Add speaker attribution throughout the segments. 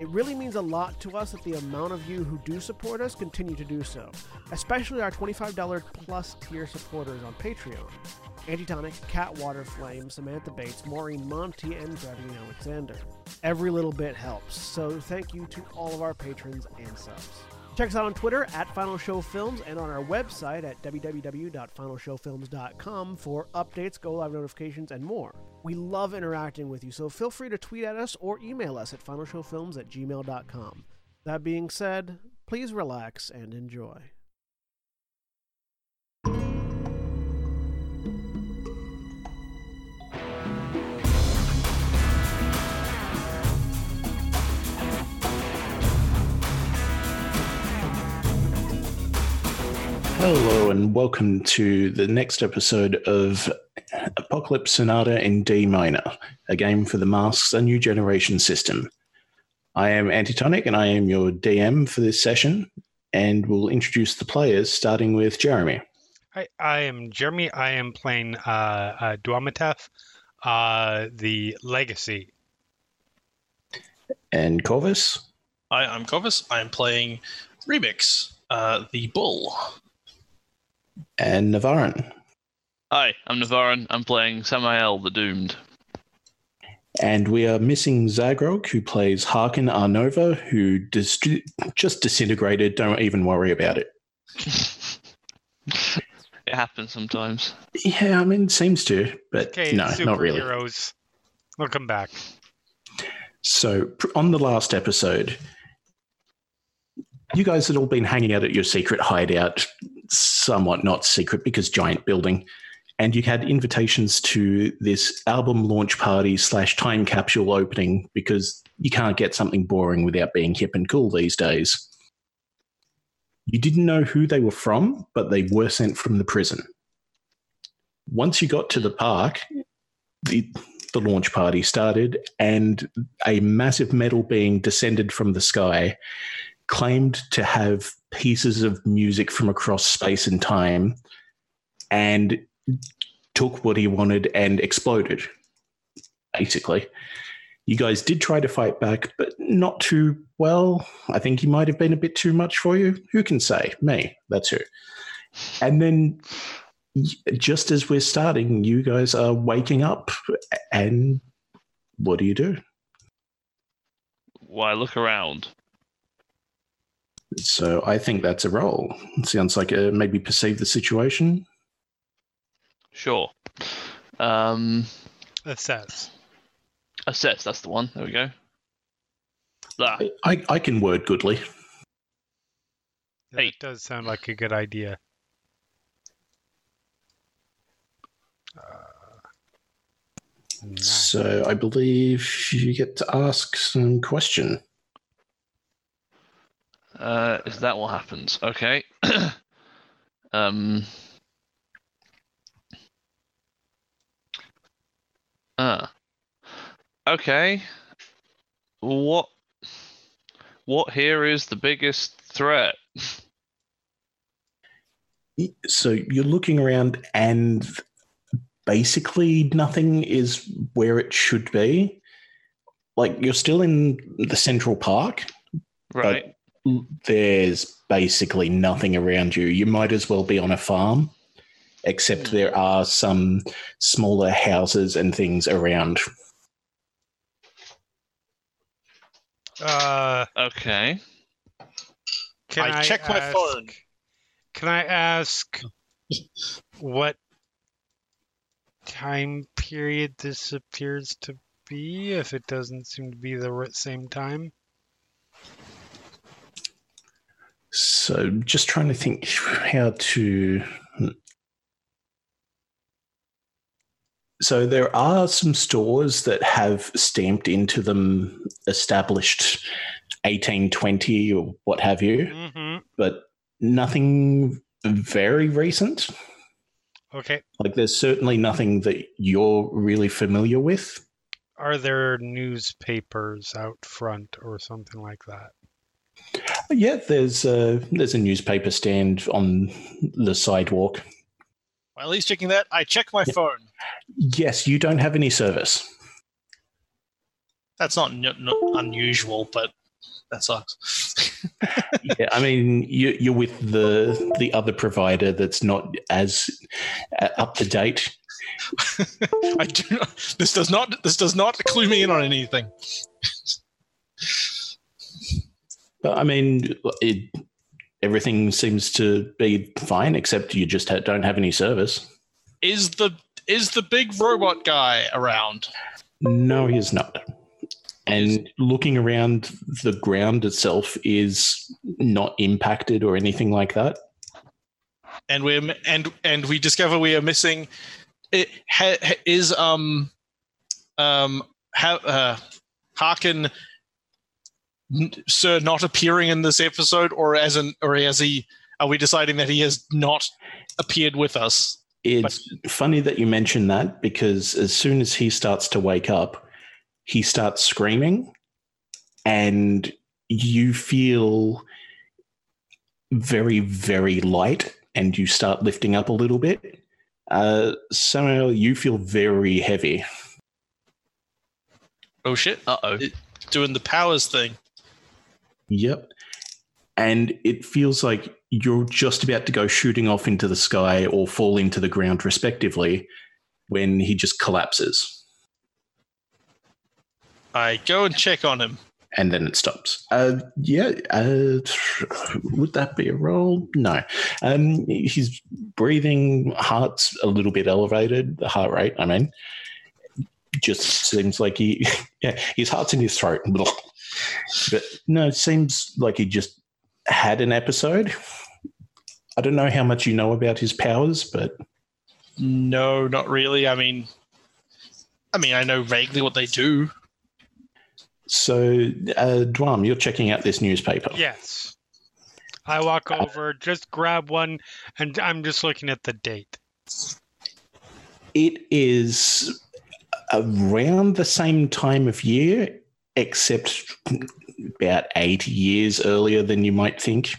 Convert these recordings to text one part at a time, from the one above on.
Speaker 1: It really means a lot to us that the amount of you who do support us continue to do so, especially our $25 plus tier supporters on Patreon. Antitonic, Catwater Flame, Samantha Bates, Maureen Monty, and Gretchen Alexander. Every little bit helps, so thank you to all of our patrons and subs. Check us out on Twitter at Final Show Films and on our website at www.finalshowfilms.com for updates, go live notifications, and more. We love interacting with you, so feel free to tweet at us or email us at finalshowfilms at gmail.com. That being said, please relax and enjoy.
Speaker 2: Hello and welcome to the next episode of Apocalypse Sonata in D minor, a game for the Masks, a new generation system. I am Antitonic and I am your DM for this session, and we'll introduce the players starting with Jeremy.
Speaker 3: Hi, I am Jeremy. I am playing uh, uh, Duamatef, uh, the Legacy.
Speaker 2: And Corvus.
Speaker 4: Hi, I'm Corvus. I'm playing Remix, uh, the Bull.
Speaker 2: And Navarin.
Speaker 5: Hi, I'm Navarin. I'm playing Samael the Doomed.
Speaker 2: And we are missing Zagrog, who plays Harkin Arnova, who dis- just disintegrated. Don't even worry about it.
Speaker 5: it happens sometimes.
Speaker 2: Yeah, I mean, seems to, but
Speaker 3: Okay,
Speaker 2: no,
Speaker 3: superheroes.
Speaker 2: not really.
Speaker 3: We'll come back.
Speaker 2: So, pr- on the last episode, you guys had all been hanging out at your secret hideout, somewhat not secret because giant building, and you had invitations to this album launch party slash time capsule opening because you can't get something boring without being hip and cool these days. You didn't know who they were from, but they were sent from the prison. Once you got to the park, the, the launch party started, and a massive metal being descended from the sky, claimed to have pieces of music from across space and time, and took what he wanted and exploded, basically. You guys did try to fight back, but not too well. I think he might have been a bit too much for you. Who can say? Me. That's who. And then, y- just as we're starting, you guys are waking up, and what do you do?
Speaker 5: Why look around.
Speaker 2: So I think that's a roll. It sounds like a maybe perceive the situation.
Speaker 5: Sure. Um,
Speaker 3: Assess.
Speaker 5: assess. That's the one. There we go. That.
Speaker 2: I, I, I can word goodly.
Speaker 3: That
Speaker 5: Eight.
Speaker 3: does sound like a good idea. Uh, nine.
Speaker 2: So I believe you get to ask some question.
Speaker 5: Uh, is that what happens? Okay. um. Ah. Okay. What? What here is the biggest
Speaker 4: Uh,
Speaker 5: threat?
Speaker 2: So you're looking around, and basically nothing is where it should be. Like you're still in the central park,
Speaker 5: Right.
Speaker 2: but there's basically nothing around you. You might as well be on a farm, except
Speaker 5: Hmm.
Speaker 2: there are some smaller houses and things around.
Speaker 3: Uh,
Speaker 5: okay.
Speaker 3: can
Speaker 4: I check my
Speaker 3: ask-
Speaker 4: phone.
Speaker 3: Can I ask what time period this appears to be? If it doesn't seem to be the ri- same time,
Speaker 2: So just trying to think how to. So there are some stores that have stamped into them established 1820 or what have you,
Speaker 3: mm-hmm.
Speaker 2: but nothing very recent.
Speaker 3: Okay.
Speaker 2: Like, there's certainly nothing that you're really familiar with.
Speaker 3: Are there newspapers out front or something like that?
Speaker 2: Yeah, there's a, there's a newspaper stand on the sidewalk.
Speaker 4: While he's checking that, I check my
Speaker 2: Yeah.
Speaker 4: phone.
Speaker 2: Yes, you don't have any service.
Speaker 4: That's not, n- n- unusual, but that sucks.
Speaker 2: yeah, I mean, you, you're with the the other provider that's not as uh, up to date.
Speaker 4: I do not. This does not. This does not clue me in on anything.
Speaker 2: But I mean, it, everything seems to be fine except you just ha- don't have any service.
Speaker 4: Is the is the big robot guy around?
Speaker 2: No, he is not. And looking around, the ground itself is not impacted or anything like that.
Speaker 4: and we are and and we discover we are missing it ha, ha- is um um ha, uh Harkin n- sir not appearing in this episode or as an or as he are we deciding that he has not appeared with us
Speaker 2: It's funny that you mention that because as soon as he starts to wake up, he starts screaming, and you feel very, very light, and you start lifting up a little bit. Uh, Samuel, you feel very heavy.
Speaker 4: oh shit
Speaker 5: Uh oh.
Speaker 4: doing the powers thing
Speaker 2: Yep. And it feels like you're just about to go shooting off into the sky or fall into the ground, respectively, when he just collapses.
Speaker 4: i go and check on him
Speaker 2: and then it stops. Uh, yeah, uh, would that be a roll? No. Um, he's breathing, heart's a little bit elevated, the heart rate, I mean. Just seems like he, yeah, his heart's in his throat. But no, it seems like he just had an episode. I don't know how much you know about his powers, but
Speaker 4: no not really i mean i mean i know vaguely what they do
Speaker 2: so, uh, Dwam, you're checking out this newspaper.
Speaker 3: Yes. I walk over, just grab one, and I'm just looking at the date.
Speaker 2: It is around the same time of year, except about eight years earlier than you might think.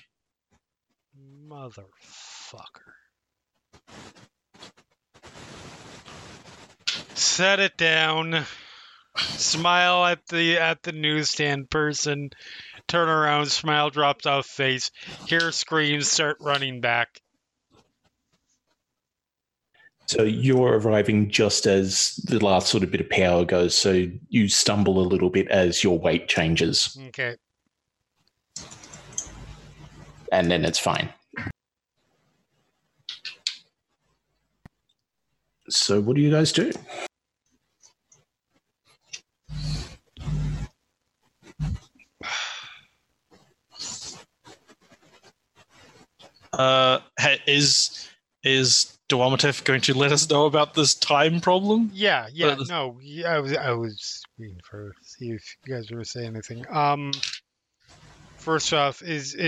Speaker 3: Motherfucker. Set it down. Smile at the at the newsstand person. Turn around, smile drops off face. Hear screams, start running back.
Speaker 2: So you're arriving just as the last sort of bit of power goes. So you stumble a little bit as your weight changes,
Speaker 3: Okay.
Speaker 2: and then it's fine. So, what do you guys do?
Speaker 4: uh ha- is is Duomatev going to let us know about this time problem
Speaker 3: Yeah, yeah,
Speaker 4: this-
Speaker 3: no, yeah, I was I was waiting for see if you guys were gonna say anything. Um first off, is is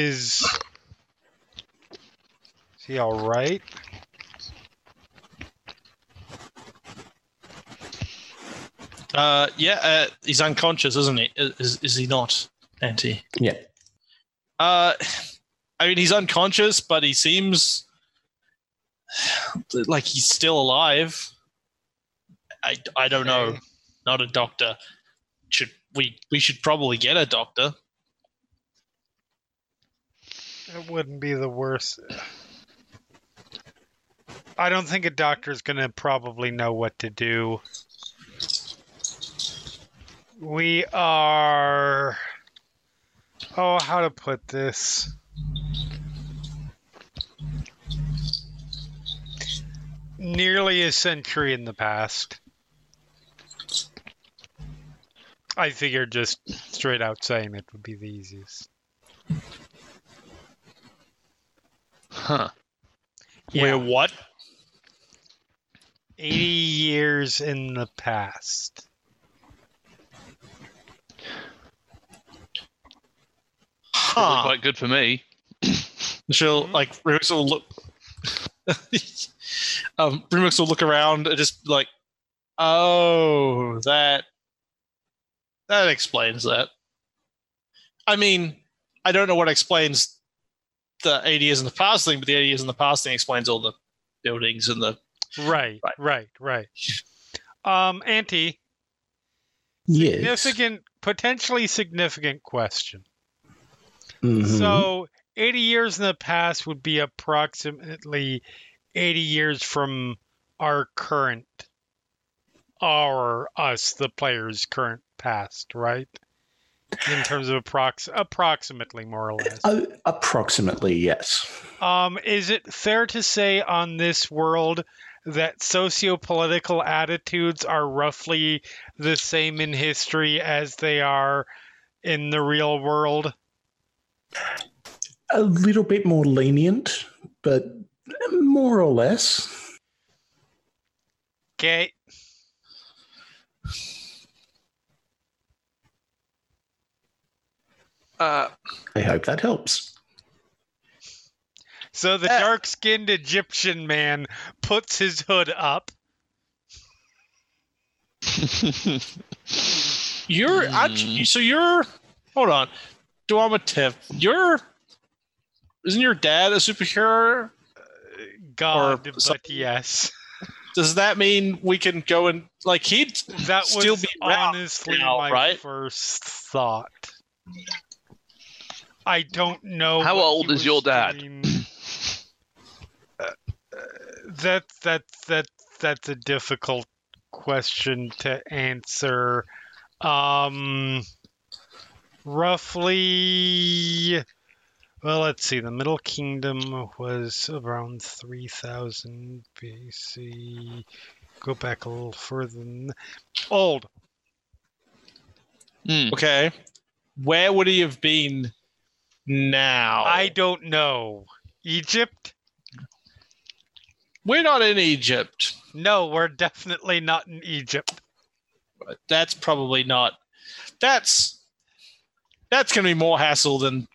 Speaker 3: is he alright?
Speaker 4: uh yeah uh, he's unconscious isn't he is, is he not anti
Speaker 2: Yeah.
Speaker 4: uh i mean he's unconscious but he seems like he's still alive i i don't know
Speaker 3: Okay.
Speaker 4: not a doctor should we we should probably get a doctor
Speaker 3: It wouldn't be the worst. I don't think a doctor's gonna probably know what to do. We are. Oh, how to put this? Nearly a century in the past. I figured just straight out saying it would be the easiest.
Speaker 5: Huh.
Speaker 4: we're what
Speaker 3: 80 years in the past.
Speaker 5: Probably
Speaker 4: huh.
Speaker 5: quite good for me.
Speaker 4: she'll
Speaker 3: Mhm.
Speaker 4: like Rivix will look um, Brimix will look around and just like, oh, that that explains that. I mean, I don't know what explains the 80 years in the past thing, but the 80 years in the past thing explains all the buildings and the
Speaker 3: Right,
Speaker 4: Right.
Speaker 3: right, right. Um, Auntie,
Speaker 2: Yes.
Speaker 3: significant, potentially significant question.
Speaker 2: Mhm.
Speaker 3: So, 80 years in the past would be approximately 80 years from our current, our us, the player's current past, right? In terms of approx- approximately, more or less.
Speaker 2: Uh, approximately, yes.
Speaker 3: Um, is it fair to say on this world that sociopolitical attitudes are roughly the same in history as they are in the real world?
Speaker 2: A little bit more lenient, but more or less.
Speaker 3: Okay.
Speaker 4: uh,
Speaker 2: I hope that helps.
Speaker 3: So the
Speaker 4: Uh,
Speaker 3: dark skinned Egyptian man puts his hood up.
Speaker 4: You're
Speaker 5: Hmm.
Speaker 4: I, so you're. Hold on, Duamatev. You're. Isn't your dad a superhero?
Speaker 3: God, but
Speaker 4: some-
Speaker 3: yes.
Speaker 4: Does that mean we can go and like he'd?
Speaker 3: That was
Speaker 4: Still be round
Speaker 3: honestly
Speaker 4: now,
Speaker 3: my
Speaker 4: right?
Speaker 3: first thought. I don't know.
Speaker 5: How
Speaker 3: what he
Speaker 5: old is
Speaker 3: was
Speaker 5: your dad?
Speaker 3: doing. Uh, uh, that that that that's a difficult question to answer. Um, roughly. Well, let's see. The Middle Kingdom was around 3000 BC. Go back a little further than old.
Speaker 5: Hmm.
Speaker 4: Okay, where would he have been now?
Speaker 3: I don't know. Egypt?
Speaker 4: We're not in Egypt.
Speaker 3: No, we're definitely not in Egypt.
Speaker 4: That's probably not. That's that's going to be more hassle than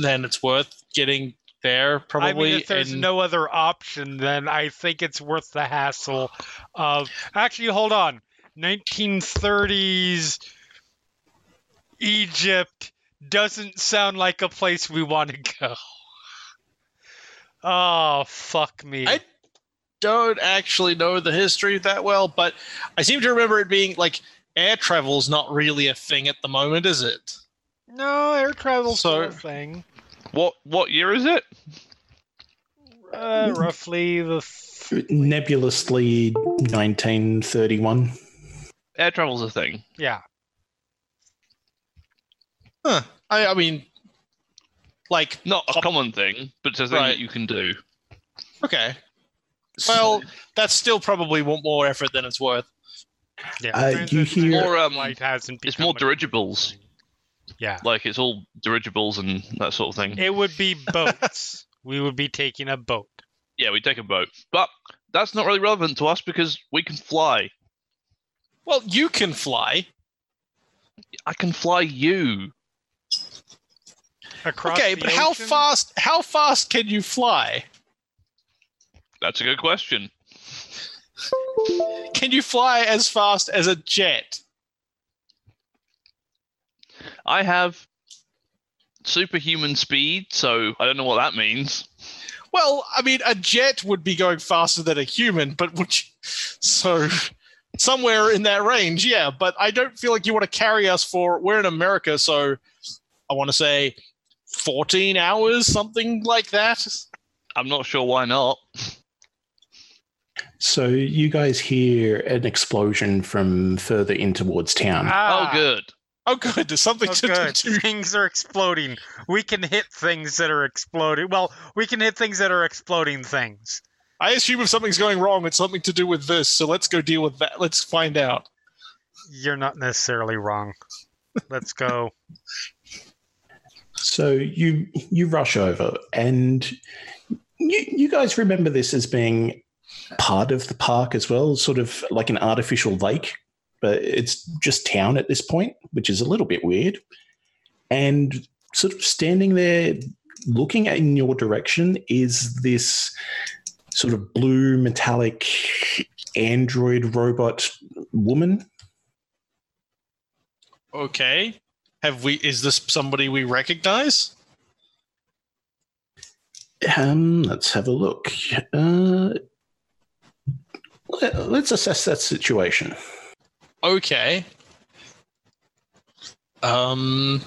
Speaker 4: than it's worth getting there. Probably.
Speaker 3: I mean, if there's
Speaker 4: and-
Speaker 3: no other option, then I think it's worth the hassle of. Actually, hold on. 1930s Egypt doesn't sound like a place we want to go. Oh, fuck me.
Speaker 4: I- don't actually know the history that well, but I seem to remember it being like air travel's not really a thing at the moment, is it?
Speaker 3: No, air travel's
Speaker 4: So-
Speaker 3: still a thing.
Speaker 5: What what year is it?
Speaker 3: Uh, roughly the. Th-
Speaker 2: Nebulously 1931.
Speaker 5: Air travel's a thing.
Speaker 3: yeah.
Speaker 4: Huh. I, I mean, like,
Speaker 5: Not
Speaker 3: Oh.
Speaker 5: a common thing, but it's a thing
Speaker 4: Right.
Speaker 5: that you can do.
Speaker 4: okay. Well, that's still probably want more effort than it's worth.
Speaker 3: Yeah,
Speaker 2: Uh,
Speaker 3: Transit
Speaker 2: you
Speaker 3: and
Speaker 2: hear-
Speaker 3: Transit
Speaker 5: Or, um,
Speaker 3: light hasn't
Speaker 5: it's
Speaker 3: become
Speaker 5: more
Speaker 3: a-
Speaker 5: dirigibles.
Speaker 3: Yeah,
Speaker 5: Like it's all dirigibles and that sort of thing.
Speaker 3: it would be boats. we would be taking a boat.
Speaker 5: Yeah, we take a boat, but that's not really relevant to us because we can fly.
Speaker 4: Well, you can fly.
Speaker 5: I can fly you.
Speaker 3: Across
Speaker 4: okay,
Speaker 3: the
Speaker 4: but how
Speaker 3: ocean?
Speaker 4: fast? How fast can you fly?
Speaker 5: That's a good question.
Speaker 4: Can you fly as fast as a jet?
Speaker 5: I have superhuman speed, so I don't know what that means.
Speaker 4: Well, I mean, a jet would be going faster than a human, but would you, so somewhere in that range, yeah. But I don't feel like you want to carry us for. We're in America, so I want to say fourteen hours, something like that.
Speaker 5: I'm not sure why not.
Speaker 2: So you guys hear an explosion from further in towards town.
Speaker 3: Ah,
Speaker 5: oh, good.
Speaker 4: Oh, good, there's something
Speaker 3: oh,
Speaker 4: to,
Speaker 3: good.
Speaker 4: to.
Speaker 3: Things are exploding. We can hit things that are exploding. Well, we can hit things that are exploding things.
Speaker 4: I assume if something's going wrong, it's something to do with this. So let's go deal with that. Let's find out.
Speaker 3: You're not necessarily wrong. Let's go.
Speaker 2: So you you rush over, and you you guys remember this as being part of the park as well, sort of like an artificial lake, but it's just town at this point, which is a little bit weird. And sort of standing there looking in your direction is this sort of blue metallic android robot woman.
Speaker 4: Okay. Have we? Is this somebody we recognize?
Speaker 2: Um, let's have a look. Uh, let- let's assess that situation.
Speaker 4: Okay. Um.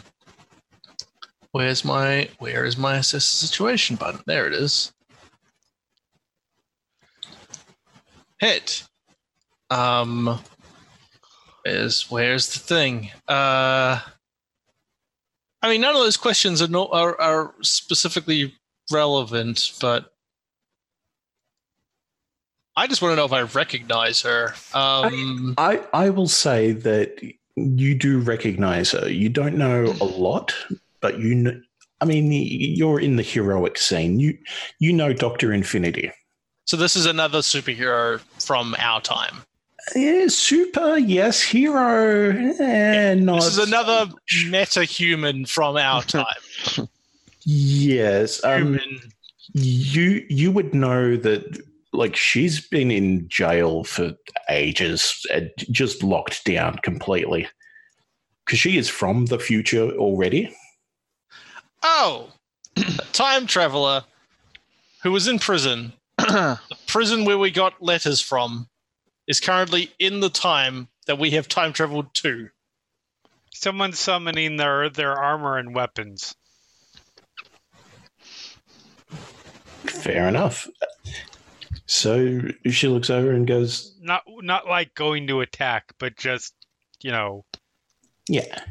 Speaker 4: Where's my Where is my assist situation button? There it is. Hit. Um. Is where's the thing? Uh. I mean, none of those questions are no are, are specifically relevant, but I just want to know if I recognize her. Um.
Speaker 2: I, I will say that you do recognize her. You don't know a lot, but you know, I mean, you're in the heroic scene. You you know Doctor Infinity.
Speaker 4: So this is another superhero from our time.
Speaker 2: Yeah, super. Yes, hero. Eh, not-
Speaker 4: This is another meta human from our time.
Speaker 2: Yes, um,
Speaker 4: human.
Speaker 2: you you would know that. Like she's been in jail for ages, uh, just locked down completely, because she is from the future already.
Speaker 4: Oh, a time traveler who was in prison. The prison where we got letters from is currently in the time that we have time traveled to.
Speaker 3: Someone's summoning their their armor and weapons.
Speaker 2: Fair enough. So she looks over and goes,
Speaker 3: Not not like going to attack, but just you know.
Speaker 2: Yeah.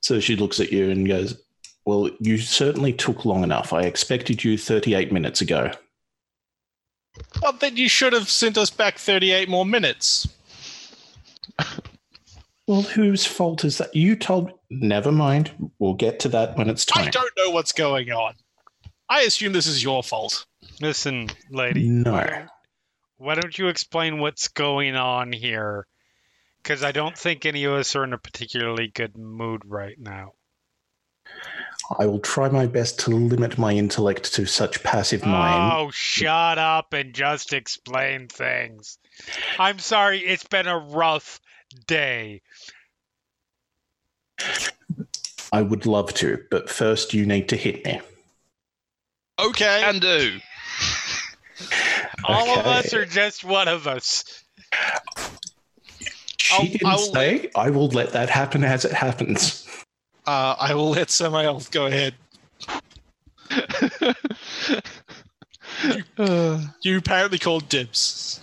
Speaker 2: So she looks at you and goes, Well, you certainly took long enough. I expected you 38 minutes ago.
Speaker 4: Well, then you should have sent us back 38 more minutes.
Speaker 2: Well, whose fault is that? You told. Never mind. We'll get to that when it's time.
Speaker 4: I don't know what's going on. I assume this is your fault.
Speaker 3: Listen, lady.
Speaker 2: No.
Speaker 3: Why don't- Why don't you explain what's going on here? Because I don't think any of us are in a particularly good mood right now.
Speaker 2: I will try my best to limit my intellect to such passive mind.
Speaker 3: Oh, shut up and just explain things. I'm sorry, it's been a rough day.
Speaker 2: I would love to, but first you need to hit me.
Speaker 4: Okay.
Speaker 5: Can do.
Speaker 3: All of
Speaker 2: Okay.
Speaker 3: us are just one of us.
Speaker 2: She
Speaker 4: I'll-
Speaker 2: didn't
Speaker 4: I'll-
Speaker 2: say, I will let that happen as it happens.
Speaker 4: Uh, I will let someone else go ahead. You apparently called dibs.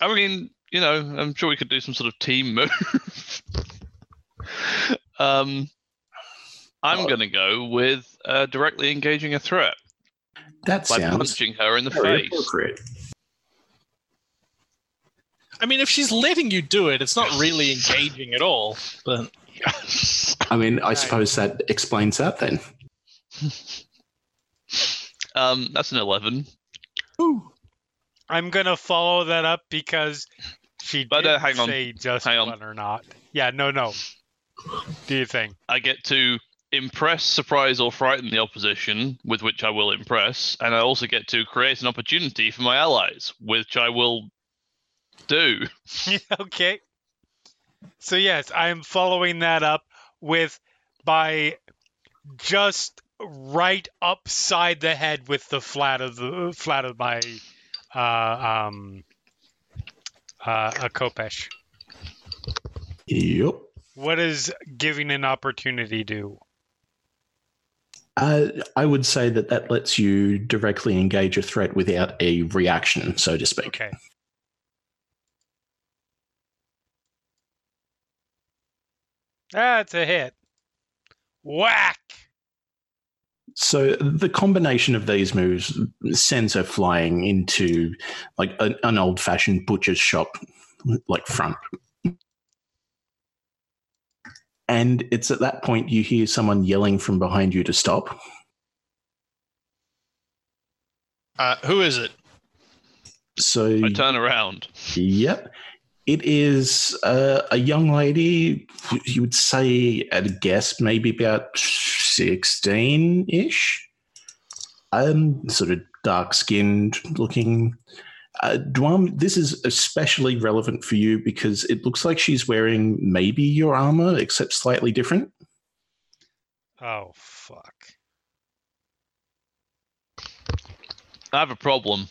Speaker 5: I mean, you know, I'm sure we could do some sort of team move. um, I'm
Speaker 2: Oh.
Speaker 5: gonna go with uh, directly engaging a threat
Speaker 2: That
Speaker 5: by
Speaker 2: sounds
Speaker 5: punching her in the
Speaker 2: very
Speaker 5: face.
Speaker 2: appropriate.
Speaker 4: I mean, if she's letting you do it, it's not really engaging at all. But
Speaker 2: I mean, I
Speaker 3: Right.
Speaker 2: suppose that explains that then.
Speaker 5: Um, that's an eleven,
Speaker 3: I'm gonna follow that up because she
Speaker 5: But, uh,
Speaker 3: didn't
Speaker 5: hang on.
Speaker 3: say just
Speaker 5: Hang on.
Speaker 3: one or not. Yeah, no, no. Do you think?
Speaker 5: I get to impress, surprise, or frighten the opposition, with which I will impress, and I also get to create an opportunity for my allies, which I will do.
Speaker 3: okay. So yes, I'm following that up with by just right upside the head with the flat of the flat of my uh, um uh, a kopesh.
Speaker 2: Yep.
Speaker 3: What does giving an opportunity do?
Speaker 2: Uh, I would say that that lets you directly engage a threat without a reaction, so to speak.
Speaker 3: Okay. That's a hit. Whack!
Speaker 2: So the combination of these moves sends her flying into like an, an old-fashioned butcher's shop, like front. And it's at that point you hear someone yelling from behind you to stop.
Speaker 4: uh, who is it?
Speaker 2: So Hmm.
Speaker 5: I turn around.
Speaker 2: Yep. It is uh, a young lady, you would say, at a guess, maybe about 16 ish. Um, sort of dark skinned looking. Uh, Dwam, this is especially relevant for you because it looks like she's wearing maybe your armor, except slightly different.
Speaker 3: Oh fuck.
Speaker 5: I have a problem.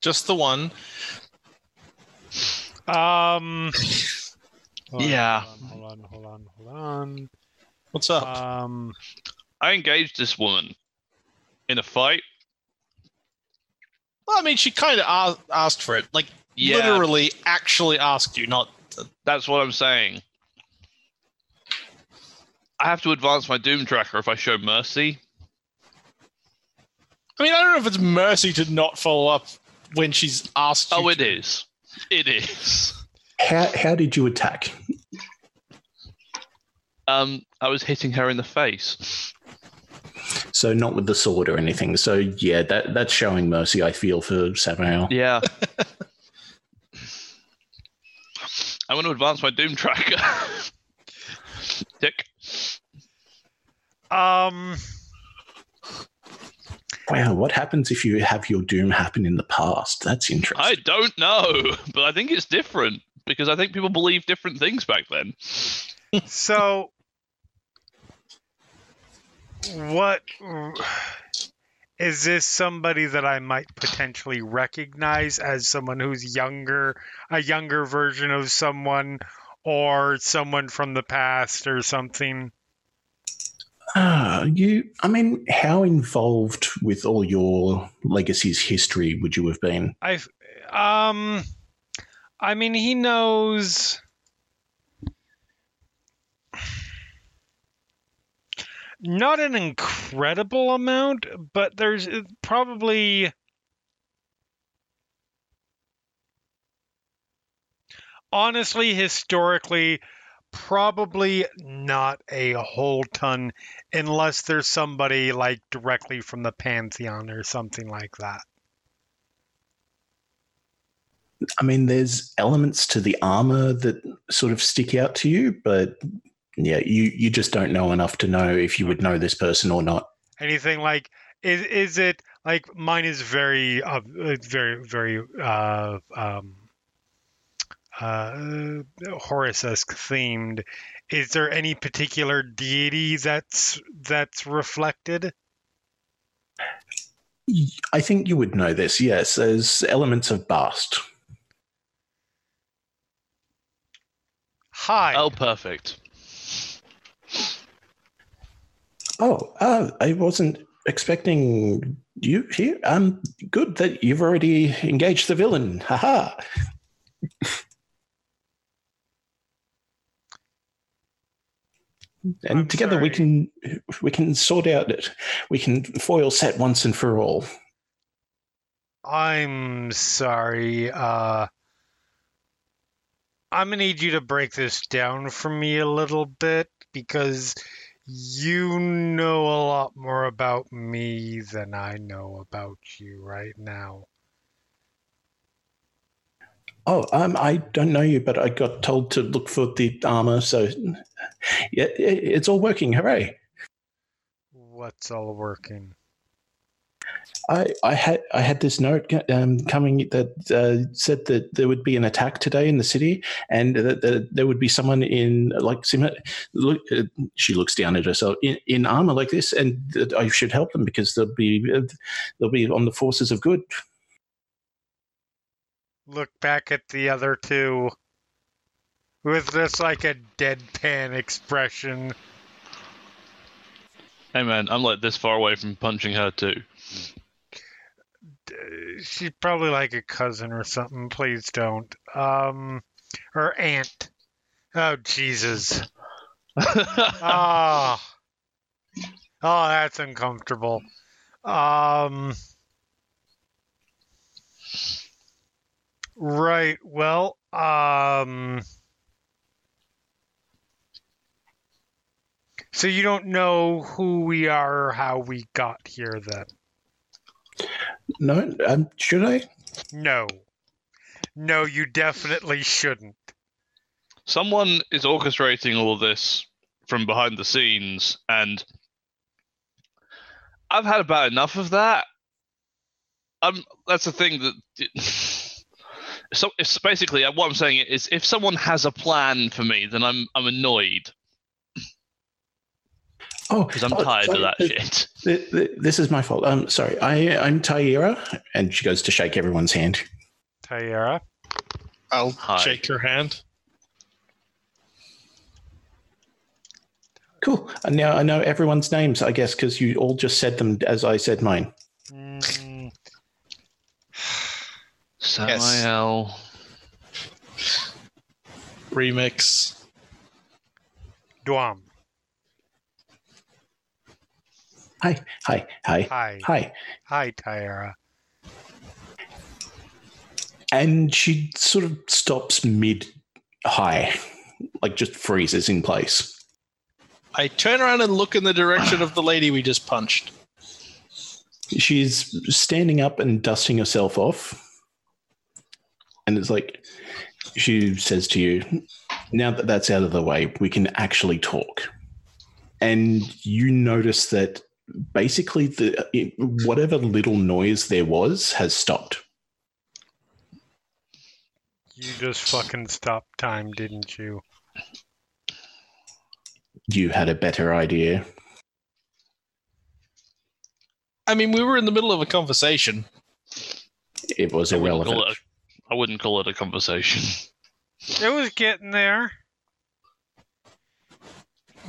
Speaker 4: Just the one.
Speaker 3: Um. hold on,
Speaker 5: Yeah.
Speaker 3: Hold on. Hold on. Hold on.
Speaker 4: What's
Speaker 3: Hold
Speaker 4: up?
Speaker 5: Uh,
Speaker 3: on. Um.
Speaker 5: I engaged this woman in a fight.
Speaker 4: well, I mean, she kind of asked, asked for it. Like,
Speaker 5: Yeah,
Speaker 4: literally, actually asked you, not.
Speaker 5: that's what I'm saying. I have to advance my doom tracker if I show mercy.
Speaker 4: I mean, I don't know if it's mercy to not follow up when she's asked.
Speaker 5: Oh,
Speaker 4: you
Speaker 5: it
Speaker 4: to.
Speaker 5: is. It is.
Speaker 2: How, how did you attack?
Speaker 5: Um, I was hitting her in the face.
Speaker 2: So, not with the sword or anything. So, yeah, that, that's showing mercy, I feel, for Samael.
Speaker 5: Yeah. I want to advance my doom tracker. Dick.
Speaker 3: Um.
Speaker 2: Wow, what happens if you have your doom happen in the past? That's interesting.
Speaker 5: I don't know, but I think it's different because I think people believed different things back then.
Speaker 3: So. What is this somebody that I might potentially recognize as someone who's younger, a younger version of someone, or someone from the past or something?
Speaker 2: Ah, you. I mean, how involved with all your legacy's history would you have been?
Speaker 3: I f- um I mean he knows not an incredible amount, but there's uh, probably honestly historically probably not a whole ton unless there's somebody like directly from the pantheon or something like that.
Speaker 2: I mean, there's elements to the armor that sort of stick out to you, but yeah, you you just don't know enough to know if you would know this person or not.
Speaker 3: anything like is is it like mine is very uh, uh, very very uh um uh Horus-esque themed is there any particular deity that's that's reflected
Speaker 2: I think you would know this. Yes, there's elements of Bast.
Speaker 3: hi
Speaker 5: Oh, perfect.
Speaker 2: Oh, uh, I wasn't expecting you here. Um, good that you've already engaged the villain. Haha. and
Speaker 3: I'm
Speaker 2: together we can we can sort out it. We can foil set once and for all.
Speaker 3: i'm sorry uh i'm gonna need you to break this down for me a little bit because you know a lot more about me than i know about you right now
Speaker 2: Oh, um, I don't know you, but I got told to look for the armor. So, yeah, it, it's all working. Hooray!
Speaker 3: What's all working?
Speaker 2: I, I had I had this note um, coming that uh, said that there would be an attack today in the city, and that, that there would be someone in like simi- look. Uh, she looks down at herself in, in armor like this, and that I should help them because they'll be uh, they'll be on the forces of good.
Speaker 3: Look back at the other two with just like a deadpan expression.
Speaker 5: Hey, man, I'm like this far away from punching her, too.
Speaker 3: D- She's probably like a cousin or something. Please don't. Um, her aunt. Oh Jesus. Ah. oh, that's uncomfortable. Um. Right. Well. Um. So you don't know who we are or how we got here, then?
Speaker 2: No, um, should I?
Speaker 3: No. no, you definitely shouldn't.
Speaker 5: someone is orchestrating all of this from behind the scenes and i've had about enough of that um that's the thing that so it's basically uh, what i'm saying is if someone has a plan for me then i'm i'm annoyed
Speaker 2: Oh,
Speaker 5: because i'm
Speaker 2: oh,
Speaker 5: tired of
Speaker 2: sorry,
Speaker 5: that
Speaker 2: th-
Speaker 5: shit
Speaker 2: th- th- This is my fault. I'm sorry. I I'm Tyera, and she goes to shake everyone's hand.
Speaker 3: Tayera.
Speaker 4: I'll
Speaker 5: Hi.
Speaker 4: shake her hand.
Speaker 2: Cool. And now I know everyone's names, I guess, because you all just said them as I said mine.
Speaker 3: Mm,
Speaker 5: samuel
Speaker 4: Remix.
Speaker 3: Dwam.
Speaker 2: Hi, hi, hi,
Speaker 3: Hi.
Speaker 2: hi.
Speaker 3: Hi, Tayera.
Speaker 2: And she sort of stops mid high, like just freezes in place.
Speaker 4: I turn around and look in the direction of the lady we just punched.
Speaker 2: She's standing up and dusting herself off. And it's like she says to you, now that that's out of the way, we can actually talk. And you notice that basically the it, whatever little noise there was has stopped.
Speaker 3: You just fucking stopped time, didn't you?
Speaker 2: You had a better idea.
Speaker 4: I mean, we were in the middle of a conversation.
Speaker 2: It was
Speaker 5: I wouldn't, call
Speaker 2: irrelevant.
Speaker 5: it a, I wouldn't call it a conversation
Speaker 3: It was getting there.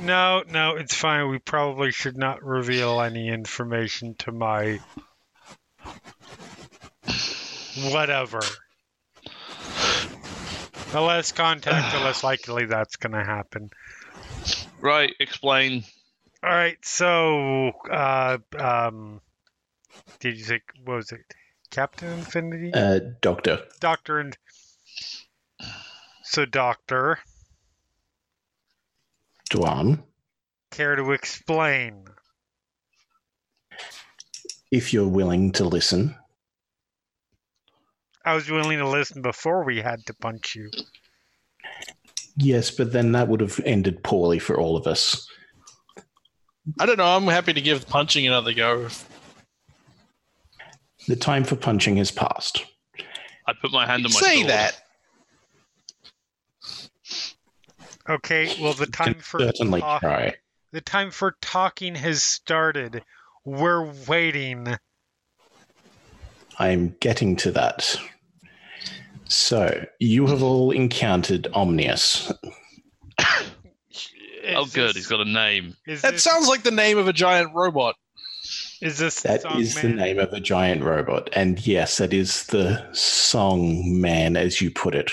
Speaker 3: No, no, it's fine. We probably should not reveal any information to my whatever. The less contact, the less likely that's going to happen.
Speaker 5: right explain
Speaker 3: All right, so uh, um, did you say what was it? Captain Infinity,
Speaker 2: Uh, doctor,
Speaker 3: Doctor, and so Doctor.
Speaker 2: Duan,
Speaker 3: Care to explain?
Speaker 2: if you're willing to listen,
Speaker 3: I was willing to listen before we had to punch you.
Speaker 2: yes, but then that would have ended poorly for all of us.
Speaker 4: I don't know. I'm happy to give punching another go.
Speaker 2: The time for punching has passed.
Speaker 5: i put my hand on my
Speaker 4: Say
Speaker 5: sword.
Speaker 4: that.
Speaker 3: Okay, well the time for
Speaker 2: Certainly
Speaker 3: talk-
Speaker 2: try.
Speaker 3: the time for talking has started. We're waiting.
Speaker 2: I'm getting to that. So, you have all encountered Omnius.
Speaker 5: oh
Speaker 3: Is
Speaker 5: good
Speaker 3: this-
Speaker 5: he's got a name
Speaker 3: Is
Speaker 4: That
Speaker 3: this,
Speaker 4: sounds like the name of a giant robot.
Speaker 3: Is this
Speaker 2: That is the
Speaker 3: Songman?
Speaker 2: name of a giant robot. And yes, that is the song man, as you put it.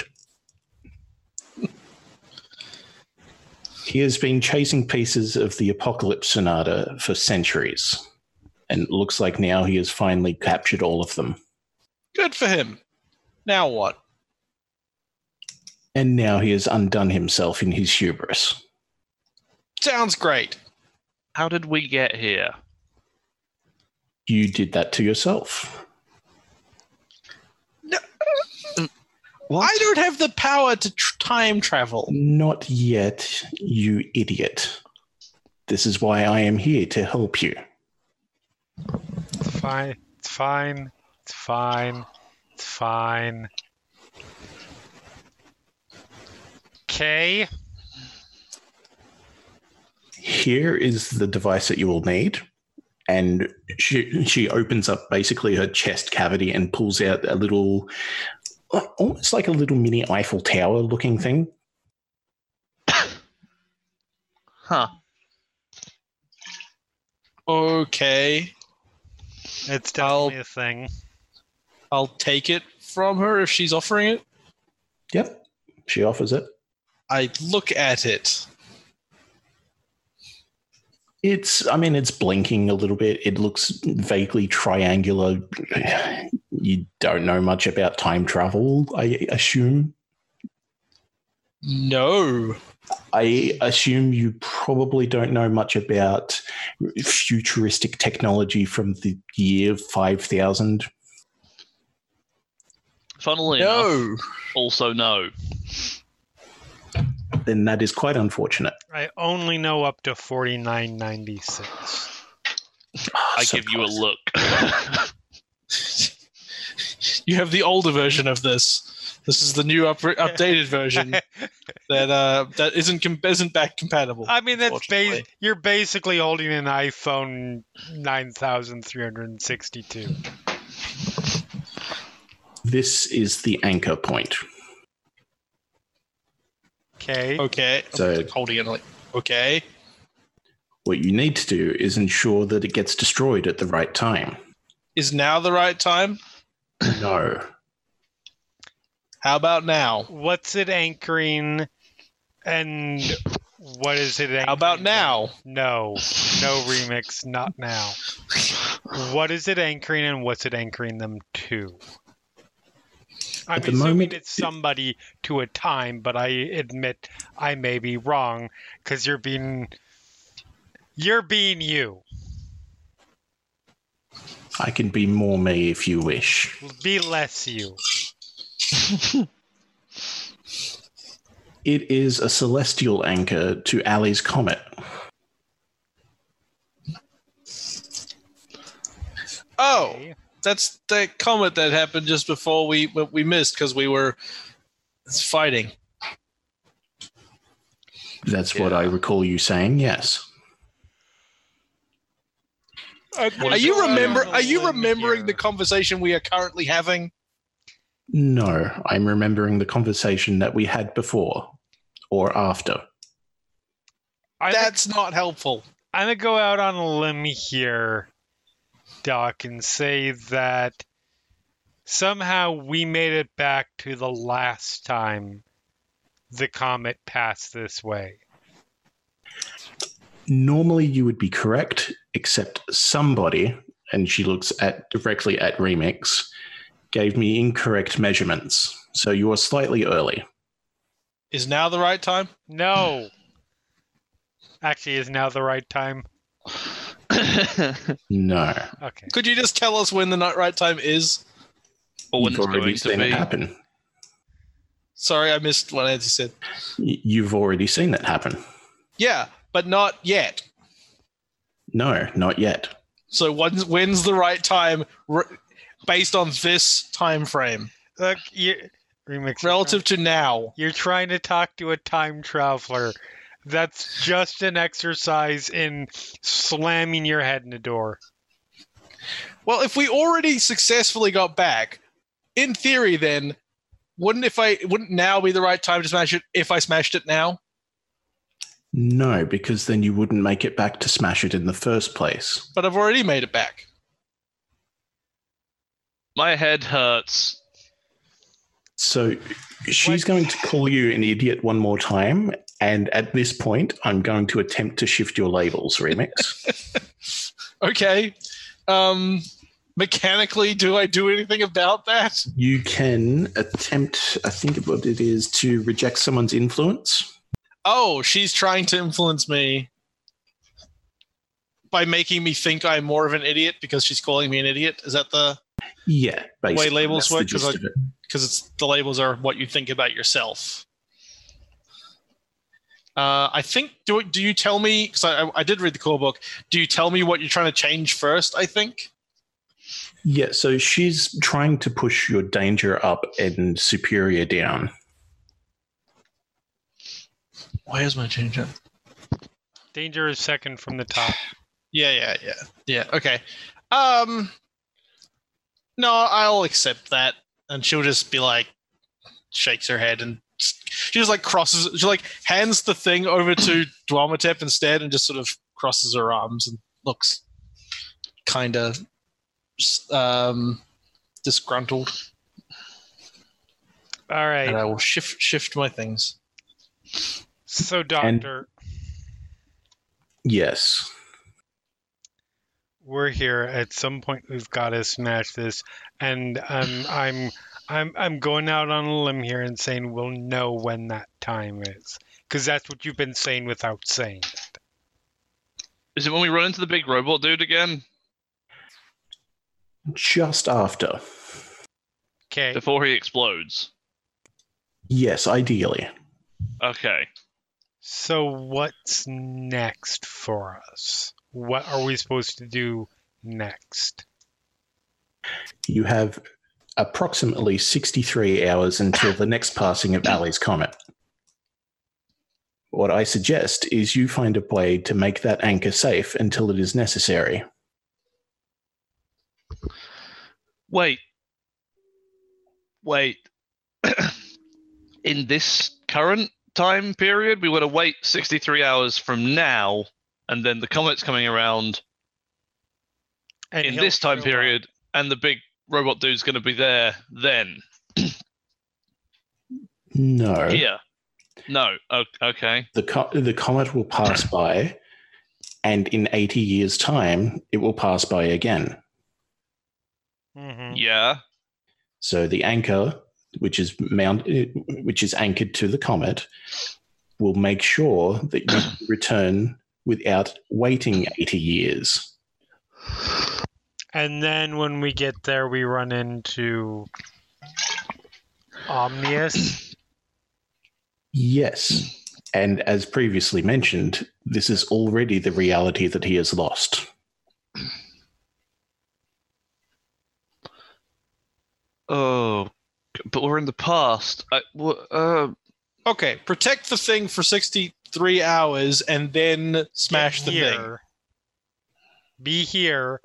Speaker 2: He has been chasing pieces of the Apocalypse Sonata for centuries. And it looks like now he has finally captured all of them.
Speaker 4: Good for him. Now what?
Speaker 2: And now he has undone himself in his hubris.
Speaker 4: Sounds great.
Speaker 5: how did we get here
Speaker 2: You did that to yourself.
Speaker 4: I don't have the power to tr- time travel.
Speaker 2: Not yet, you idiot. This is why I am here to help you.
Speaker 3: It's fine. It's fine. It's fine. It's fine. Okay.
Speaker 2: here is the device that you will need and she she opens up basically her chest cavity and pulls out a little like, almost like a little mini eiffel tower looking thing
Speaker 5: huh
Speaker 4: Okay.
Speaker 3: It's
Speaker 4: I'll-
Speaker 3: definitely a thing.
Speaker 4: I'll take it from her if she's offering it.
Speaker 2: yep she offers it
Speaker 4: I look at it.
Speaker 2: it's i mean it's blinking a little bit it looks vaguely triangular you don't know much about time travel i assume
Speaker 4: No.
Speaker 2: I assume you probably don't know much about futuristic technology from the year 5000.
Speaker 5: Funnily enough,
Speaker 4: No.
Speaker 5: also no.
Speaker 2: Then that is quite unfortunate.
Speaker 3: I only know up to 49.96.
Speaker 5: I
Speaker 2: So
Speaker 5: give you a
Speaker 2: close.
Speaker 5: look.
Speaker 4: You have the older version of this. This is the new up- updated version that uh, that isn't com- isn't back compatible.
Speaker 3: I mean, that's bas-
Speaker 4: Unfortunately.
Speaker 3: you're basically holding an iPhone 9362.
Speaker 2: This is the anchor point.
Speaker 3: Okay.
Speaker 4: okay. I'm
Speaker 2: So-
Speaker 4: like holding it like okay.
Speaker 2: What you need to do is ensure that it gets destroyed at the right time.
Speaker 4: Is now the right time?
Speaker 2: No.
Speaker 4: How about now?
Speaker 3: What's it anchoring? And what is it anchoring?
Speaker 4: How about now?
Speaker 3: No. No remix, not now. What is it anchoring and what's it anchoring them to? I'm
Speaker 2: At the
Speaker 3: assuming
Speaker 2: moment-
Speaker 3: it's somebody to a time, but I admit I may be wrong because you're being you're being you.
Speaker 2: I can be more me if you wish.
Speaker 3: Be less you.
Speaker 2: It is a celestial anchor to Ali's comet.
Speaker 4: Oh,
Speaker 3: okay?
Speaker 4: that's that comment that happened just before we we missed because we were fighting.
Speaker 2: That's what I recall you saying, yes.
Speaker 4: Are you
Speaker 3: Go out
Speaker 4: remember?
Speaker 3: on a
Speaker 4: Are you
Speaker 3: limb
Speaker 4: remembering
Speaker 3: here.
Speaker 4: the conversation we are currently having?
Speaker 2: No, I'm remembering the conversation that we had before or after.
Speaker 3: I think
Speaker 4: That's not helpful.
Speaker 3: I'm gonna go out on a limb here, Doc, and say that somehow we made it back to the last time the comet passed this way.
Speaker 2: Normally you would be correct, except somebody, and she looks at directly at Remix, gave me incorrect measurements. So you are slightly early.
Speaker 4: Is now the right time?
Speaker 3: No. Actually, is now the right time?
Speaker 2: No.
Speaker 3: Okay.
Speaker 4: Could you just tell us when the not right time is?
Speaker 5: or when
Speaker 2: You've
Speaker 5: it's
Speaker 2: already
Speaker 5: going to
Speaker 2: seen it
Speaker 5: be.
Speaker 2: happen.
Speaker 4: Sorry, I missed what Nancy said.
Speaker 2: Y- You've already seen that happen.
Speaker 4: Yeah, but not yet.
Speaker 2: No, not yet.
Speaker 4: So when's, when's the right time r- based on this time frame
Speaker 3: Look, you remix
Speaker 4: relative to now?
Speaker 3: You're trying to talk to a time traveler. That's just an exercise in slamming your head in a door.
Speaker 4: Well, if we already successfully got back, in theory, then wouldn't if I wouldn't now be the right time to smash it if I smashed it now?
Speaker 2: No, because then you wouldn't make it back to smash it in the first place.
Speaker 4: But I've already made it back.
Speaker 5: My head hurts.
Speaker 2: So she's
Speaker 3: What?
Speaker 2: going to call you an idiot one more time. And at this point, I'm going to attempt to shift your labels, Remix.
Speaker 4: Okay. Um, mechanically, do I do anything about that?
Speaker 2: you can attempt, I think what it is, to reject someone's influence.
Speaker 4: Oh, she's trying to influence me by making me think I'm more of an idiot because she's calling me an idiot. Is that the
Speaker 2: Yeah, basically.
Speaker 4: labels
Speaker 2: that's the
Speaker 4: work, 'cause
Speaker 2: gist
Speaker 4: I-
Speaker 2: of it.
Speaker 4: because it's the labels are what you think about yourself. Uh, I think do do you tell me because I, I did read the core book. Do you tell me what you're trying to change first? I think.
Speaker 2: Yeah, so she's trying to push your danger up and superior down.
Speaker 4: Where's my change up?
Speaker 3: Danger is second from the top.
Speaker 4: Yeah, yeah, yeah, yeah. Okay. Um. No, I'll accept that, and she'll just be like, shakes her head, and she just like crosses. She like hands the thing over to Dwamatep instead, and just sort of crosses her arms and looks kind of um disgruntled.
Speaker 3: All
Speaker 4: And
Speaker 3: right.
Speaker 4: I will shift shift my things.
Speaker 3: So, Doctor,
Speaker 2: Yes.
Speaker 3: we're here. At some point, we've got to smash this. And um, I'm, I'm, I'm going out on a limb here and saying we'll know when that time is, because that's what you've been saying without saying.
Speaker 5: Is it when we run into the big robot dude again?
Speaker 2: Just after.
Speaker 3: Okay.
Speaker 5: before he explodes.
Speaker 2: Yes, ideally.
Speaker 5: Okay.
Speaker 3: So what's next for us? What are we supposed to do next?
Speaker 2: You have approximately 63 hours until the next passing of Ali's comet. What I suggest is you find a way to make that anchor safe until it is necessary.
Speaker 5: Wait. Wait. In this current time period, we want to wait 63 hours from now, and then the comet's coming around
Speaker 3: And
Speaker 5: in
Speaker 3: he'll
Speaker 5: this time
Speaker 3: show up.
Speaker 5: period, and the big robot dude's going to be there then.
Speaker 2: No.
Speaker 5: Here. No. O- okay.
Speaker 2: The, co- the comet will pass by, and in 80 years' time, it will pass by again.
Speaker 3: Mhm.
Speaker 5: Yeah.
Speaker 2: So the anchor, which is mount, which is anchored to the comet, will make sure that you return without waiting eighty years.
Speaker 3: And then when we get there, we run into Omnius.
Speaker 2: Yes, and as previously mentioned, this is already the reality that he has lost.
Speaker 5: Oh, but we're in the past. I, wh- uh,
Speaker 4: Okay, protect the thing for 63 hours and then smash the thing.
Speaker 3: here. Be here.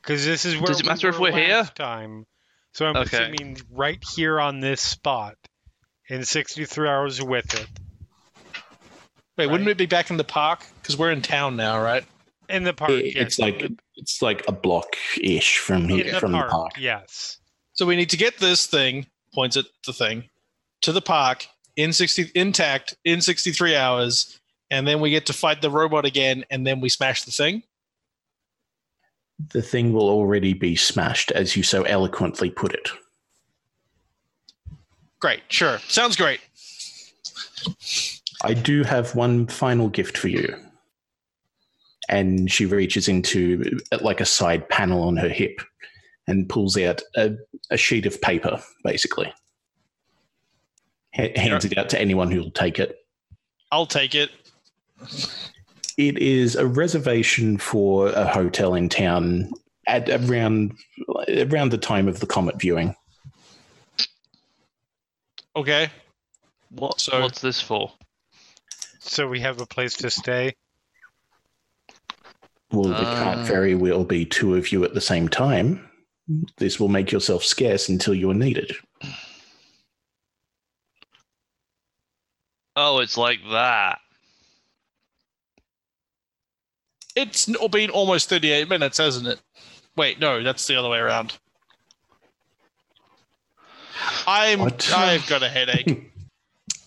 Speaker 3: Because this is where
Speaker 5: Does it
Speaker 3: we
Speaker 5: matter if
Speaker 3: were
Speaker 5: we're here?
Speaker 3: last Time. So I'm
Speaker 5: Okay.
Speaker 3: assuming right here on this spot, in 63 hours with it.
Speaker 4: Wait, wouldn't it be back in the park? Because we're in town now, right?
Speaker 3: In the park.
Speaker 2: It-
Speaker 3: yes.
Speaker 2: It's like it's like a block ish from
Speaker 3: in
Speaker 2: here
Speaker 3: the
Speaker 2: from
Speaker 3: park,
Speaker 2: the park.
Speaker 3: Yes.
Speaker 4: So we need to get this thing, points at the thing, to the park in 60 intact in 63 hours, and then we get to fight the robot again, and then we smash the thing.
Speaker 2: The thing will already be smashed, as you so eloquently put it.
Speaker 4: Great, sure. Sounds great.
Speaker 2: I do have one final gift for you. And she reaches into uh, like a side panel on her hip and pulls out a, a sheet of paper, basically. H- hands it out to anyone who'll take it.
Speaker 4: I'll take it.
Speaker 2: It is a reservation for a hotel in town at around around the time of the comet viewing.
Speaker 4: Okay.
Speaker 5: what?
Speaker 4: So-
Speaker 5: what's this for?
Speaker 3: So we have a place to stay.
Speaker 2: Well, it
Speaker 5: Ah.
Speaker 2: can't very well be two of you at the same time. This will make yourself scarce until you are needed.
Speaker 5: Oh, it's like that.
Speaker 4: It's n- been almost 38 minutes, hasn't it? Wait, no, that's the other way around. I'm
Speaker 2: What?
Speaker 4: I've got a headache.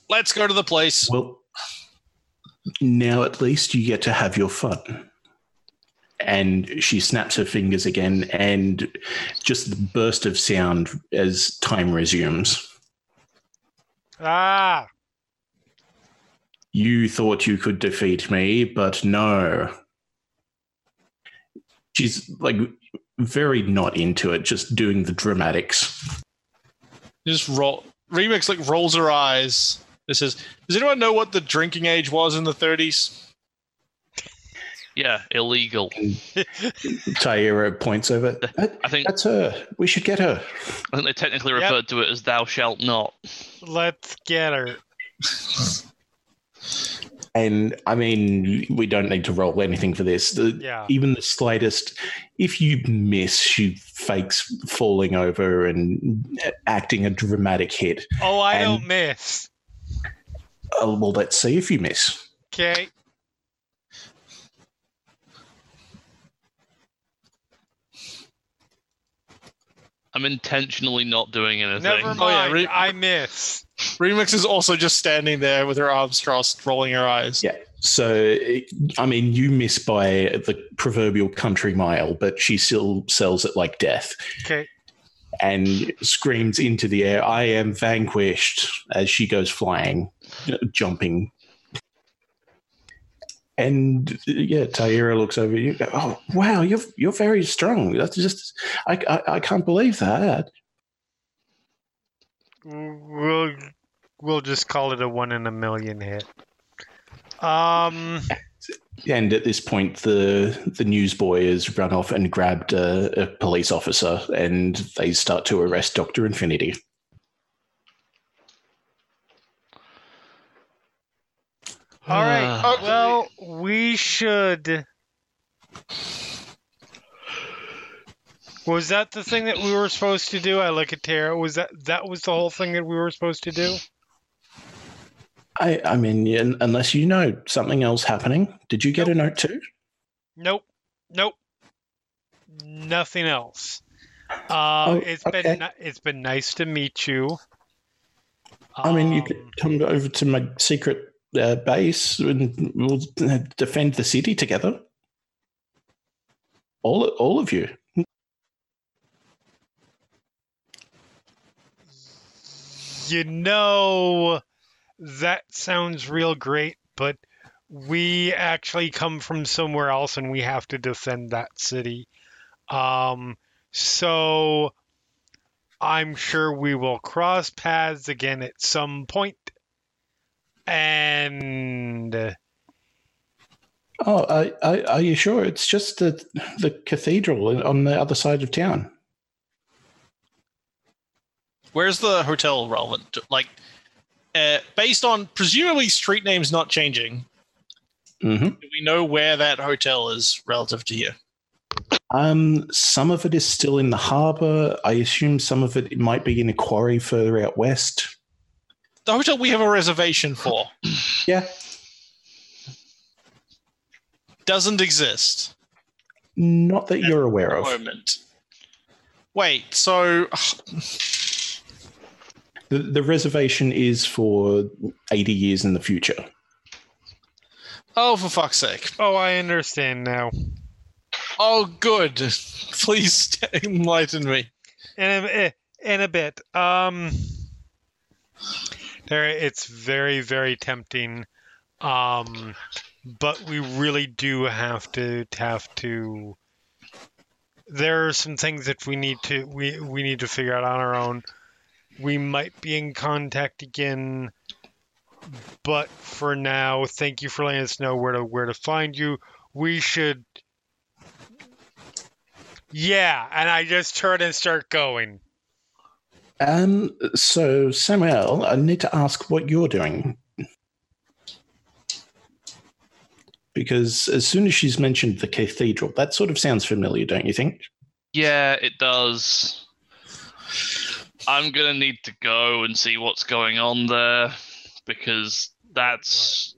Speaker 4: Let's go to the place.
Speaker 2: Well, now at least you get to have your fun. And she snaps her fingers again, and just the burst of sound as time resumes.
Speaker 3: Ah!
Speaker 2: You thought you could defeat me, but no. She's like very not into it, just doing the dramatics.
Speaker 4: Just roll Remix like rolls her eyes. This is Does anyone know what the drinking age was in the 30s?
Speaker 5: Yeah, illegal.
Speaker 2: Taira points over. "That-
Speaker 5: I think,
Speaker 2: That's her. We should get her.
Speaker 5: I think they technically
Speaker 3: Yep.
Speaker 5: referred to it as "thou shalt not."
Speaker 3: Let's get her.
Speaker 2: And I mean, we don't need to roll anything for this. The-
Speaker 3: Yeah.
Speaker 2: Even the slightest, if you miss, she fakes falling over and uh, acting a dramatic hit.
Speaker 3: Oh, I
Speaker 2: And-
Speaker 3: don't miss.
Speaker 2: Oh, well, let's see if you miss.
Speaker 3: Okay.
Speaker 5: I'm intentionally not doing anything.
Speaker 3: Never mind.
Speaker 4: Oh, yeah, re-
Speaker 3: I miss.
Speaker 4: Remix is also just standing there with her arms crossed, rolling her eyes.
Speaker 2: Yeah. So, I mean, you miss by the proverbial country mile, but she still sells it like death
Speaker 3: Okay.
Speaker 2: and screams into the air, I am vanquished, as she goes flying, jumping. And uh, yeah, Taira looks over at you. go, Oh, wow, you're you're very strong. That's just I I, I can't believe that.
Speaker 3: We'll we'll just call it a one in a million hit. Um,
Speaker 2: And at this point, the the newsboy has run off and grabbed a, a police officer, and they start to arrest Doctor Infinity.
Speaker 3: all right.
Speaker 5: Ah.
Speaker 3: well, we should. Was that the thing that we were supposed to do? I look at Tara. Was that that was the whole thing that we were supposed to do?
Speaker 2: I I mean, un- unless you know something else happening, did you get a note too?
Speaker 3: Nope. Nope. Nothing else. Um,
Speaker 2: Oh,
Speaker 3: it's
Speaker 2: okay.
Speaker 3: been ni- it's been nice to meet you.
Speaker 2: I mean, you
Speaker 3: Um,
Speaker 2: could come over to my secret uh, base and we'll uh, defend the city together. All, all of you.
Speaker 3: you know that sounds real great, but we actually come from somewhere else and we have to defend that city. Um, so I'm sure we will cross paths again at some point. And
Speaker 2: Oh, I, I, are you sure? It's just the the cathedral on the other side of town.
Speaker 4: Where's the hotel relevant? to- Like, uh, based on presumably street names not changing,
Speaker 2: hmm
Speaker 4: do we know where that hotel is relative to here?
Speaker 2: Um, some of it is still in the harbour. I assume some of it might be in a quarry further out west.
Speaker 4: The hotel we have a reservation for
Speaker 2: Yeah,
Speaker 4: doesn't exist
Speaker 2: not that you're aware
Speaker 4: at the
Speaker 2: of.
Speaker 4: moment. Wait, so
Speaker 2: The, the reservation is for 80 years in the future.
Speaker 4: oh for fuck's sake!
Speaker 3: oh, I understand now.
Speaker 4: Oh, good. Please enlighten me.
Speaker 3: in a, eh, in a bit. Um, there, it's very, very tempting. Um, but we really do have to have to. There are some things that we need to we we need to figure out on our own. We might be in contact again, but for now, thank you for letting us know where to where to find you. We should yeah, and I just turn and start going.
Speaker 2: Um, so Samuel, I need to ask what you're doing. Because as soon as she's mentioned the cathedral, that sort of sounds familiar, don't you think?
Speaker 5: Yeah, it does. I'm gonna need to go and see what's going on there because that's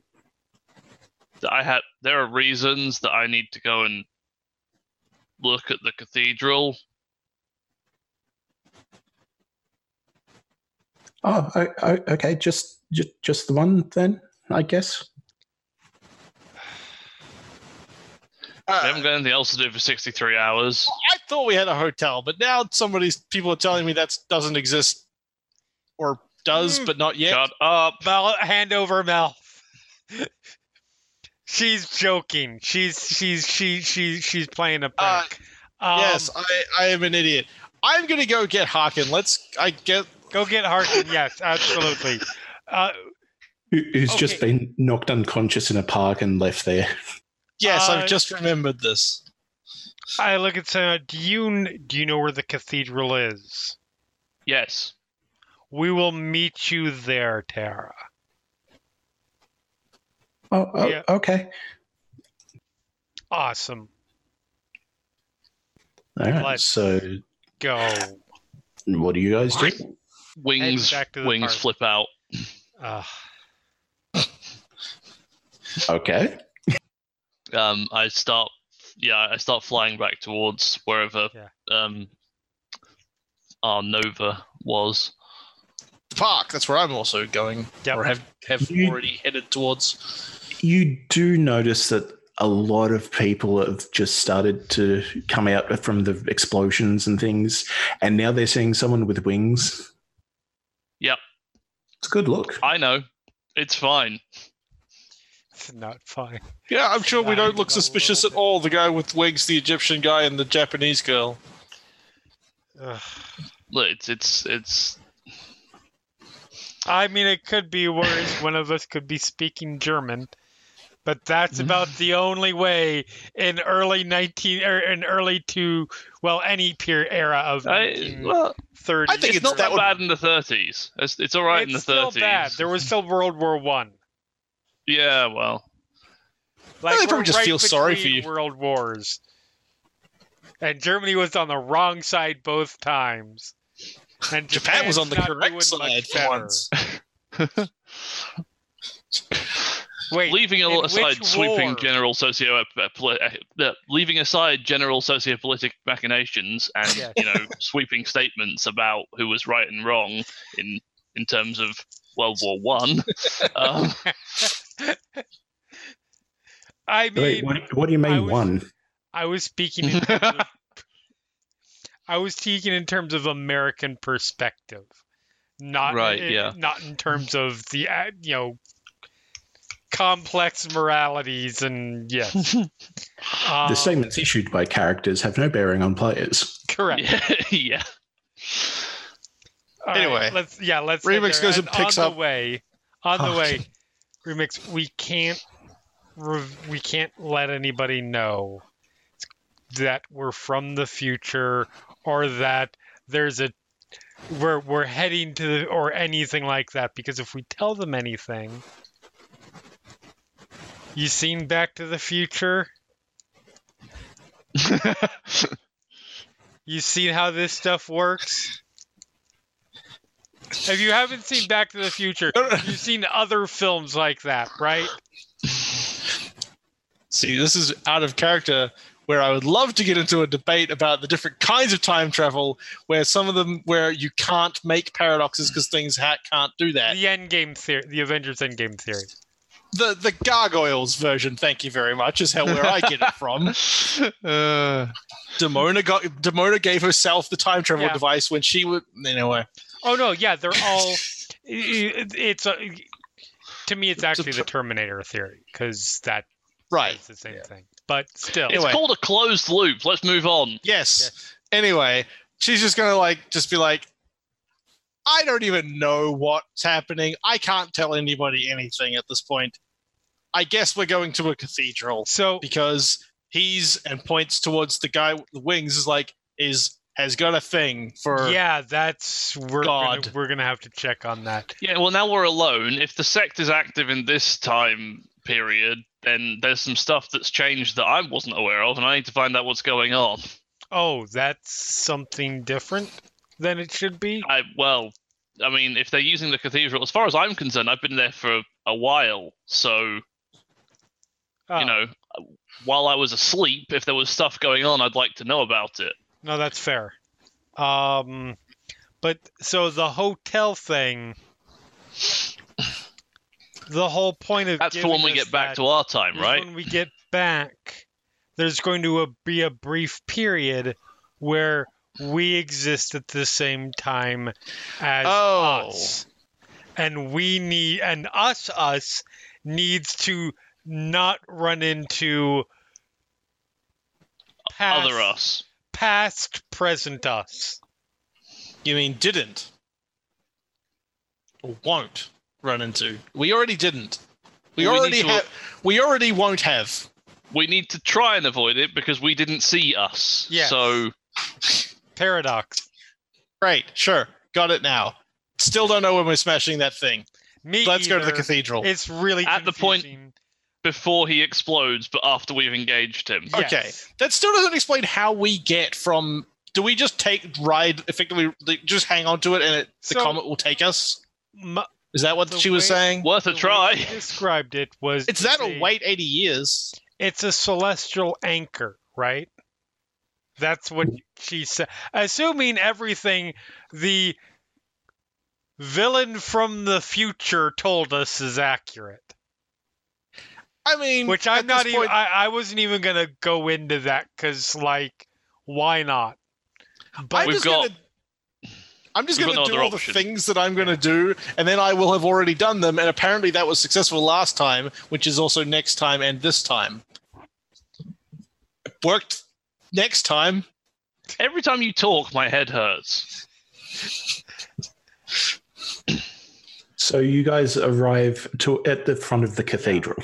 Speaker 5: I had there are reasons that I need to go and look at the cathedral.
Speaker 2: Oh, o- o- okay, just, just just the one then, I guess.
Speaker 5: I haven't got anything else to do for 63 hours.
Speaker 4: I thought we had a hotel, but now somebody's people are telling me that doesn't exist or does,
Speaker 3: Hmm.
Speaker 4: but not yet.
Speaker 5: Shut up.
Speaker 3: Mouth, hand over mouth. she's joking. She's she's she she she's playing a
Speaker 4: Uh,
Speaker 3: prank. um,
Speaker 4: yes, I, I am an idiot. I'm gonna go get Hawken. Let's. I get.
Speaker 3: Go get Harkin. Yes, absolutely. Uh,
Speaker 2: Who, who's just
Speaker 3: Okay.
Speaker 2: been knocked unconscious in a park and left there?
Speaker 4: Yes,
Speaker 3: Uh,
Speaker 4: I've just remembered this.
Speaker 3: I look at Sarah. Do you kn- do you know where the cathedral is?
Speaker 5: Yes.
Speaker 3: We will meet you there, Tara.
Speaker 2: Oh, oh
Speaker 3: Yeah.
Speaker 2: okay.
Speaker 3: Awesome.
Speaker 2: All right.
Speaker 3: Let's-
Speaker 2: So,
Speaker 3: Go.
Speaker 2: what do you guys do?
Speaker 5: Wings
Speaker 3: back to the
Speaker 5: wings
Speaker 3: park.
Speaker 5: flip out.
Speaker 3: Uh,
Speaker 2: Okay.
Speaker 5: um, I start, yeah, I start flying back towards wherever
Speaker 3: Yeah.
Speaker 5: um, our Nova was.
Speaker 4: The park. That's where I'm also going,
Speaker 3: Yep.
Speaker 4: or have have
Speaker 2: You-
Speaker 4: already headed towards.
Speaker 2: You do notice that a lot of people have just started to come out from the explosions and things, and now they're seeing someone with wings.
Speaker 5: Yep.
Speaker 2: It's a good look.
Speaker 5: I know, it's fine.
Speaker 3: That's not fine.
Speaker 4: Yeah, I'm sure we
Speaker 3: Yeah,
Speaker 4: don't
Speaker 3: I
Speaker 4: look
Speaker 3: know a
Speaker 4: suspicious at
Speaker 3: little
Speaker 4: all. The guy with wigs, the Egyptian guy, and the Japanese girl.
Speaker 3: Ugh.
Speaker 5: Look, it's it's it's
Speaker 3: I mean, it could be worse. One of us could be speaking German, but that's about the only way in early 19 or in early to well any peer era of
Speaker 5: I,
Speaker 3: 1930s.
Speaker 5: well,
Speaker 4: I think
Speaker 5: it's
Speaker 4: it's
Speaker 5: not
Speaker 4: that
Speaker 5: that
Speaker 4: would-
Speaker 5: bad in the 30s. It's, it's all right
Speaker 3: it's
Speaker 5: in the
Speaker 3: still
Speaker 5: 30s.
Speaker 3: bad. There was still World War One.
Speaker 5: Yeah, well,
Speaker 3: Like
Speaker 4: they probably
Speaker 3: we're
Speaker 4: just
Speaker 3: right
Speaker 4: feel sorry for
Speaker 3: between
Speaker 4: you.
Speaker 3: World Wars, and Germany was on the wrong side both times. And
Speaker 4: Japan was
Speaker 3: Japan's
Speaker 4: on the
Speaker 3: not
Speaker 4: correct
Speaker 3: doing much
Speaker 4: side for
Speaker 3: better.
Speaker 4: once.
Speaker 3: Wait,
Speaker 5: leaving
Speaker 3: in
Speaker 5: al-
Speaker 3: which
Speaker 5: aside sweeping
Speaker 3: war?
Speaker 5: general socio uh, leaving aside general sociopolitic machinations and
Speaker 3: Yes.
Speaker 5: you know sweeping statements about who was right and wrong in in terms of World War One. um,
Speaker 3: I mean,
Speaker 2: Wait, what, what do you
Speaker 3: I
Speaker 2: mean
Speaker 3: was-
Speaker 2: one?
Speaker 3: I was speaking. In terms of, I was speaking in terms of American perspective, not
Speaker 5: Right,
Speaker 3: in-
Speaker 5: yeah.
Speaker 3: Not in terms of the uh, you know complex moralities and yes.
Speaker 2: the
Speaker 3: Um,
Speaker 2: statements issued by characters have no bearing on players.
Speaker 3: Correct.
Speaker 5: yeah, yeah.
Speaker 3: All right,
Speaker 4: Anyway.
Speaker 3: let's yeah let's end
Speaker 4: Remix
Speaker 3: there.
Speaker 4: goes and picks
Speaker 3: on
Speaker 4: up-
Speaker 3: the way on the
Speaker 2: Oh.
Speaker 3: way. Remix, we can't rev- we can't let anybody know that we're from the future or that there's a we're we're heading to the, or anything like that because if we tell them anything, you seen Back to the Future? You seen how this stuff works? If you haven't seen Back to the Future, you've seen other films like that, right?
Speaker 4: See, this is out of character where I would love to get into a debate about the different kinds of time travel, where some of them where you can't make paradoxes because things ha- can't do that.
Speaker 3: The Endgame theory, the Avengers Endgame theory.
Speaker 4: The the gargoyles version, thank you very much, is how where I get it from.
Speaker 5: Uh,
Speaker 4: Demona got Demona gave herself the time travel
Speaker 3: Yeah.
Speaker 4: device when she would anyway.
Speaker 3: Oh no, yeah, they're all. it- It's a. To me, it's
Speaker 5: a
Speaker 3: actually the
Speaker 5: ter-
Speaker 3: Terminator theory because that
Speaker 4: Right.
Speaker 3: is the same thing. But still,
Speaker 5: it's
Speaker 4: Anyway.
Speaker 5: called a closed loop. Let's move on.
Speaker 4: Yes. Anyway, she's just gonna like just be like, I don't even know what's happening. I can't tell anybody anything at this point. I guess we're going to a cathedral
Speaker 3: so
Speaker 4: because he's and points towards the guy with the wings is like is has got a thing for
Speaker 3: yeah, that's we're gonna,
Speaker 4: God.
Speaker 3: we're gonna have to check on that.
Speaker 5: Yeah, well now we're alone. If the sect is active in this time period, then there's some stuff that's changed that I wasn't aware of, and I need to find out what's going on.
Speaker 3: Oh, that's something different than it should be.
Speaker 5: I well, I mean, if they're using the cathedral, as far as I'm concerned, I've been there for a while. So
Speaker 3: Oh,
Speaker 5: you know, while I was asleep, if there was stuff going on, I'd like to know about it.
Speaker 3: No, that's fair. Um, but so the hotel thing. The whole point of
Speaker 5: That's for when we get back to our time, right?
Speaker 3: When we get back, there's going to be a brief period where we exist at the same time as
Speaker 4: Oh.
Speaker 3: us, and we need and us us needs to not run into
Speaker 5: Other
Speaker 3: past-
Speaker 5: us.
Speaker 3: past present us.
Speaker 4: you mean didn't or won't run into. We already didn't. We,
Speaker 5: Well, we
Speaker 4: already
Speaker 5: need to-
Speaker 4: have we already won't have.
Speaker 5: We need to try and avoid it because we didn't see us.
Speaker 3: Yes.
Speaker 5: So
Speaker 3: Paradox.
Speaker 4: Right, sure. Got it now. Still don't know when we're smashing that thing.
Speaker 3: Me
Speaker 4: Let's go to the
Speaker 3: either.
Speaker 4: cathedral.
Speaker 3: It's really
Speaker 5: At the point-
Speaker 3: confusing.
Speaker 5: before he explodes, but after we've engaged him.
Speaker 4: Okay.
Speaker 3: Yes.
Speaker 4: That still doesn't explain how we get from. Do we just take ride effectively? like, Just hang on to it, and it, the
Speaker 3: So-
Speaker 4: comet will take us.
Speaker 3: M-
Speaker 4: Is that what
Speaker 3: The
Speaker 4: she was
Speaker 3: way-
Speaker 4: saying?
Speaker 5: Worth
Speaker 3: the
Speaker 5: a
Speaker 3: way
Speaker 5: try.
Speaker 3: she described it was
Speaker 4: It's that
Speaker 3: a
Speaker 4: or wait eighty years.
Speaker 3: It's a celestial anchor, right? That's what she said. Assuming everything the villain from the future told us is accurate.
Speaker 4: I mean,
Speaker 3: Which I'm
Speaker 4: at this
Speaker 3: not even.
Speaker 4: point-
Speaker 3: I, I wasn't even gonna go into that because, like, why not?
Speaker 4: I'm
Speaker 5: We've
Speaker 4: just
Speaker 5: got-
Speaker 4: gonna- I'm just
Speaker 5: We've
Speaker 4: going to
Speaker 5: got
Speaker 4: do
Speaker 5: no other
Speaker 4: all
Speaker 5: option.
Speaker 4: the things that I'm going to do, and then I will have already done them. And apparently that was successful last time, which is also next time and this time. It worked next time.
Speaker 5: Every time you talk, my head hurts.
Speaker 2: So you guys arrive to at the front of the cathedral.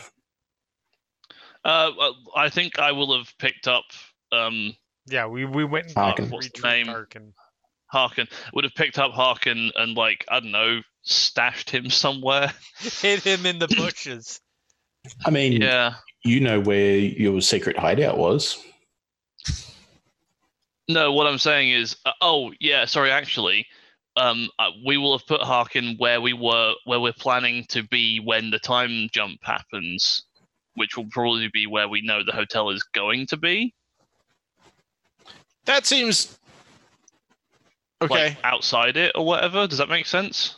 Speaker 5: Uh, well, I think I will have picked up. Um,
Speaker 3: Yeah, we, we went and
Speaker 2: Harkin.
Speaker 5: What's the
Speaker 3: retrieved
Speaker 5: name?
Speaker 3: Harkin.
Speaker 5: Harkin would have picked up Harkin and like I don't know, stashed him somewhere.
Speaker 3: Hit him in the bushes.
Speaker 2: I mean,
Speaker 5: Yeah.
Speaker 2: you know where your secret hideout was.
Speaker 5: No, what I'm saying is, uh, oh yeah, sorry. Actually, um, uh, we will have put Harkin where we were, where we're planning to be when the time jump happens, which will probably be where we know the hotel is going to be,
Speaker 4: That seems okay.
Speaker 5: like outside it or whatever. Does that make sense?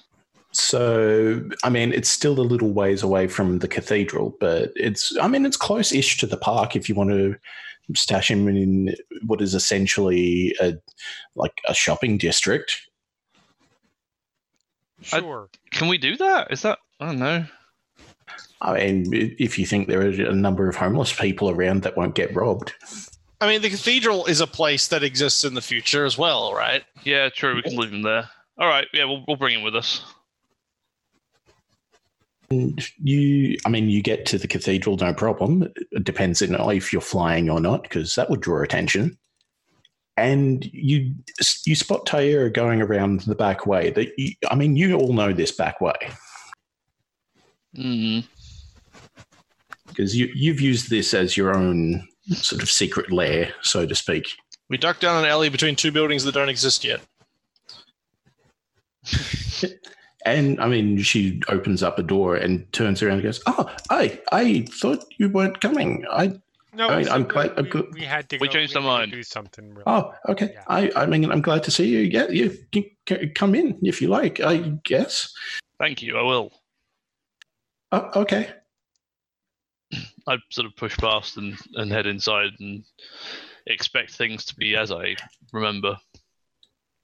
Speaker 2: So I mean, it's still a little ways away from the cathedral, but it's I mean, it's close-ish to the park if you want to stash him in what is essentially a like a shopping district.
Speaker 5: I-
Speaker 3: Sure.
Speaker 5: Can we do that? Is that I don't know.
Speaker 2: I mean, i- if you think there are a number of homeless people around that won't get robbed,
Speaker 4: I mean, the cathedral is a place that exists in the future as well, right?
Speaker 5: Yeah, true. We can leave him there. All right. Yeah, we'll we'll bring him with us.
Speaker 2: you I mean, you get to the cathedral no problem. It depends on if you're flying or not because that would draw attention. And you you spot Taira going around the back way. That you, I mean, you all know this back way
Speaker 5: Hmm.
Speaker 2: because you you've used this as your own sort of secret lair, so to speak.
Speaker 4: We duck down an alley between two buildings that don't exist yet.
Speaker 2: And I mean, she opens up a door and turns around and goes, "Oh, I I thought you weren't coming. I
Speaker 3: No,
Speaker 2: I mean,
Speaker 3: so
Speaker 2: I'm
Speaker 3: we-
Speaker 2: quite- I'm
Speaker 3: we,
Speaker 2: good-
Speaker 3: we had to
Speaker 5: We
Speaker 3: go-
Speaker 5: changed
Speaker 3: had
Speaker 5: our
Speaker 3: to
Speaker 5: mind.
Speaker 3: Do something. Really.
Speaker 2: Oh, okay.
Speaker 3: Yeah.
Speaker 2: I, I mean, I'm glad to see you. Yeah, you can c- come in if you like, I guess.
Speaker 5: Thank you. I will.
Speaker 2: Oh, okay.
Speaker 5: I sort of push past and, and head inside and expect things to be as I remember.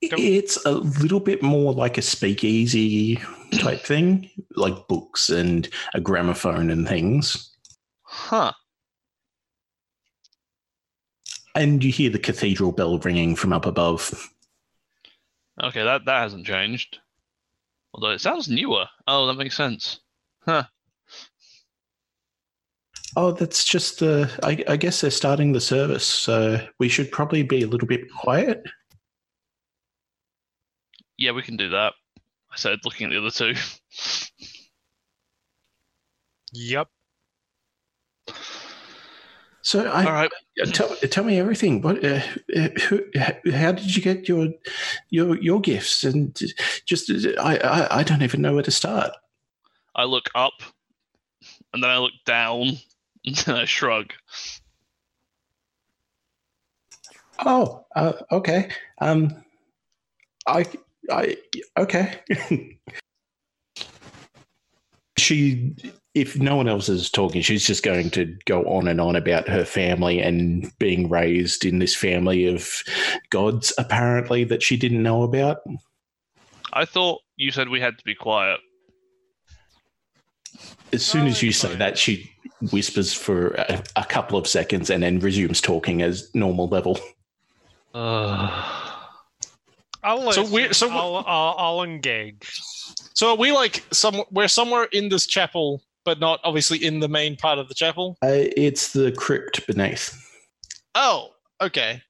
Speaker 3: Don't-
Speaker 2: It's a little bit more like a speakeasy type thing, like books and a gramophone and things.
Speaker 5: Huh.
Speaker 2: And you hear the cathedral bell ringing from up above.
Speaker 5: Okay, that that hasn't changed. Although it sounds newer. Oh, that makes sense.
Speaker 2: Oh, that's just the. I, I guess they're starting the service, so we should probably be a little bit quiet.
Speaker 5: Yeah, we can do that. I said, looking at the other two.
Speaker 3: Yep.
Speaker 2: So I,
Speaker 5: All right.
Speaker 2: Yeah, tell, tell me everything. What? Uh, uh, who, h- how did you get your your your gifts? And just I, I I don't even know where to start.
Speaker 5: I look up, and then I look down, and then I shrug.
Speaker 2: Oh, uh, okay. Um, I I okay. she, if no one else is talking, she's just going to go on and on about her family and being raised in this family of gods, apparently that she didn't know about.
Speaker 5: I thought you said we had to be quiet.
Speaker 2: As soon
Speaker 3: Oh,
Speaker 2: as you
Speaker 3: it's
Speaker 2: say
Speaker 3: fine.
Speaker 2: that, she whispers for a, a couple of seconds and then resumes talking as normal level.
Speaker 5: Uh,
Speaker 3: I'll
Speaker 4: So
Speaker 3: so
Speaker 4: we- so we-
Speaker 3: I'll, I'll, I'll engage.
Speaker 4: So are we like some we're somewhere in this chapel, but not obviously in the main part of the chapel.
Speaker 2: Uh, it's the crypt beneath.
Speaker 4: Oh, okay.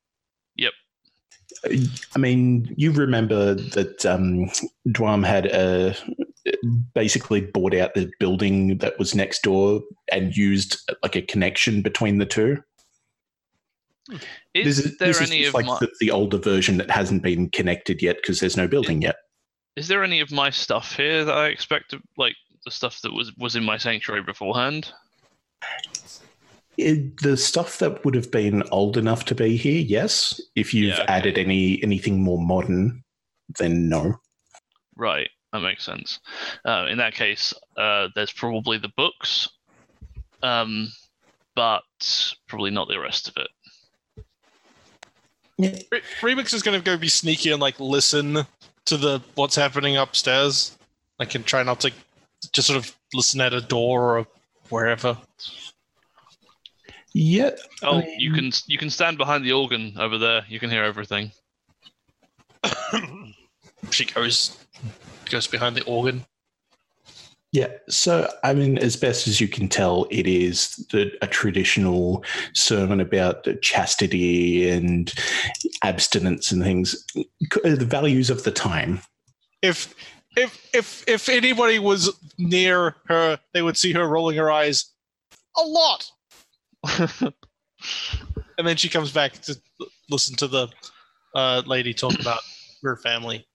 Speaker 2: I mean, you remember that um, Dwam had uh basically bought out the building that was next door and used like a connection between the two.
Speaker 5: is there any
Speaker 2: just
Speaker 5: of
Speaker 2: like
Speaker 5: my
Speaker 2: the, the older version that hasn't been connected yet because there's no building yet.
Speaker 5: Is there any of my stuff here that I expect to like the stuff that was was in my sanctuary beforehand?
Speaker 2: It, the stuff that would have been old enough to be here, yes. If you've
Speaker 5: Yeah, okay.
Speaker 2: added any anything more modern, then no.
Speaker 5: Right, that makes sense. Uh, in that case, uh, there's probably the books, um, but probably not the rest of it.
Speaker 4: Re- Remix is going to go be sneaky and like listen to to the what's happening upstairs. I can try not to just sort of listen at a door or wherever.
Speaker 2: Yeah.
Speaker 5: Oh,
Speaker 2: I
Speaker 5: you can you can stand behind the organ over there. You can hear everything.
Speaker 4: She goes goes behind the organ.
Speaker 2: Yeah. So, I mean, as best as you can tell, it is the, a traditional sermon about chastity and abstinence and things, c- uh, the values of the time.
Speaker 4: If if if if anybody was near her, they would see her rolling her eyes a lot. and then she comes back to l- listen to the uh, lady talk about her family.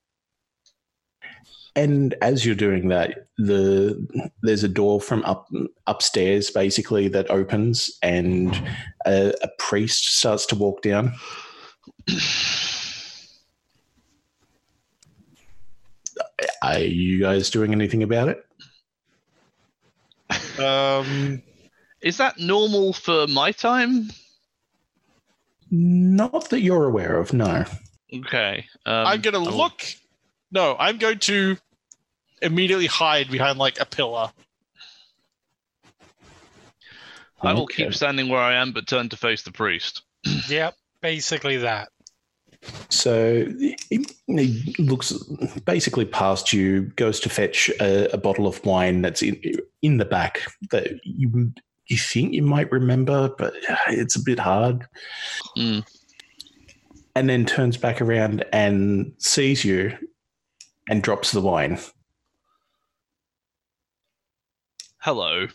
Speaker 2: And as you're doing that, the there's a door from up upstairs basically that opens, and a, a priest starts to walk down. Are you guys doing anything about it?
Speaker 4: Um,
Speaker 5: Is that normal for my time?
Speaker 2: Not that you're aware of, no.
Speaker 5: Okay. Um,
Speaker 4: I'm gonna
Speaker 5: I'll-
Speaker 4: look. No, I'm going to immediately hide behind like a pillar.
Speaker 5: I will
Speaker 2: Okay.
Speaker 5: keep standing where I am, but turn to face the priest.
Speaker 3: Yep, basically that.
Speaker 2: So he he looks basically past you, goes to fetch a, a bottle of wine that's in, in the back that you you think you might remember, but it's a bit hard.
Speaker 5: Mm.
Speaker 2: And then turns back around and sees you, and drops the wine.
Speaker 5: Hello.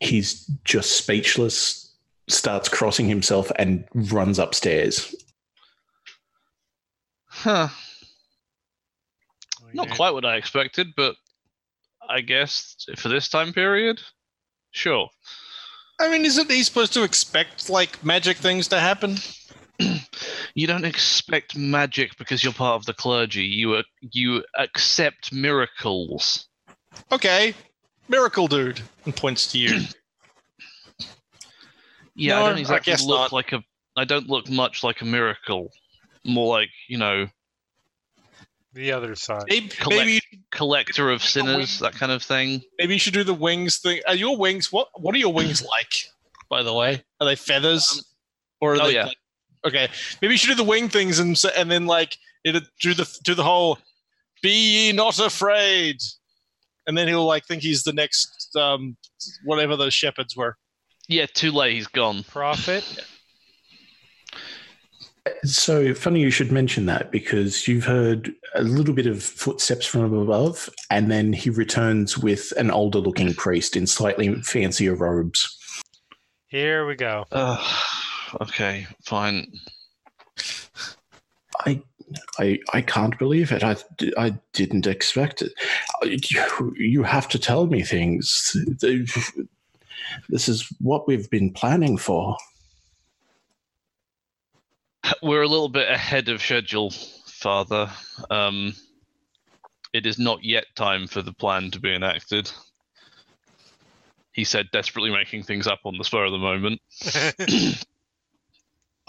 Speaker 2: He's just speechless, starts crossing himself, and runs upstairs.
Speaker 5: Huh.
Speaker 4: Oh,
Speaker 5: Not quite what I expected, but I guess for this time period, sure.
Speaker 4: I mean, isn't he supposed to expect like magic things to happen?
Speaker 5: You don't expect magic because you're part of the clergy. You ac- you accept miracles.
Speaker 4: Okay, miracle dude, and points to you.
Speaker 5: Yeah, I
Speaker 4: No,
Speaker 5: don't
Speaker 4: I
Speaker 5: exactly
Speaker 4: guess
Speaker 5: look
Speaker 4: not.
Speaker 5: like a. I don't look much like a miracle. More like you know,
Speaker 3: The other side.
Speaker 4: maybe,
Speaker 5: Collect-
Speaker 4: maybe
Speaker 5: collector of sinners, that kind of thing.
Speaker 4: maybe you should do the wings thing. Are your wings what? What are your wings like? By the way, are they feathers?
Speaker 5: Um,
Speaker 4: or are
Speaker 5: oh,
Speaker 4: they
Speaker 5: yeah.
Speaker 4: like- okay, maybe you should do the wing things and s- and then like it do the do the whole "Be ye not afraid," and then he'll like think he's the next um whatever those shepherds were.
Speaker 5: Yeah, too late. He's gone.
Speaker 3: Profit.
Speaker 2: So funny you should mention that because you've heard a little bit of footsteps from above, and then he returns with an older looking priest in slightly fancier robes.
Speaker 3: Here we go.
Speaker 5: Uh, okay, fine.
Speaker 2: I, I, I can't believe it. I, I didn't expect it. You, you have to tell me things. This is what we've been planning for.
Speaker 5: We're a little bit ahead of schedule, Father. Um, it is not yet time for the plan to be enacted. He said, desperately making things up on the spur of the moment.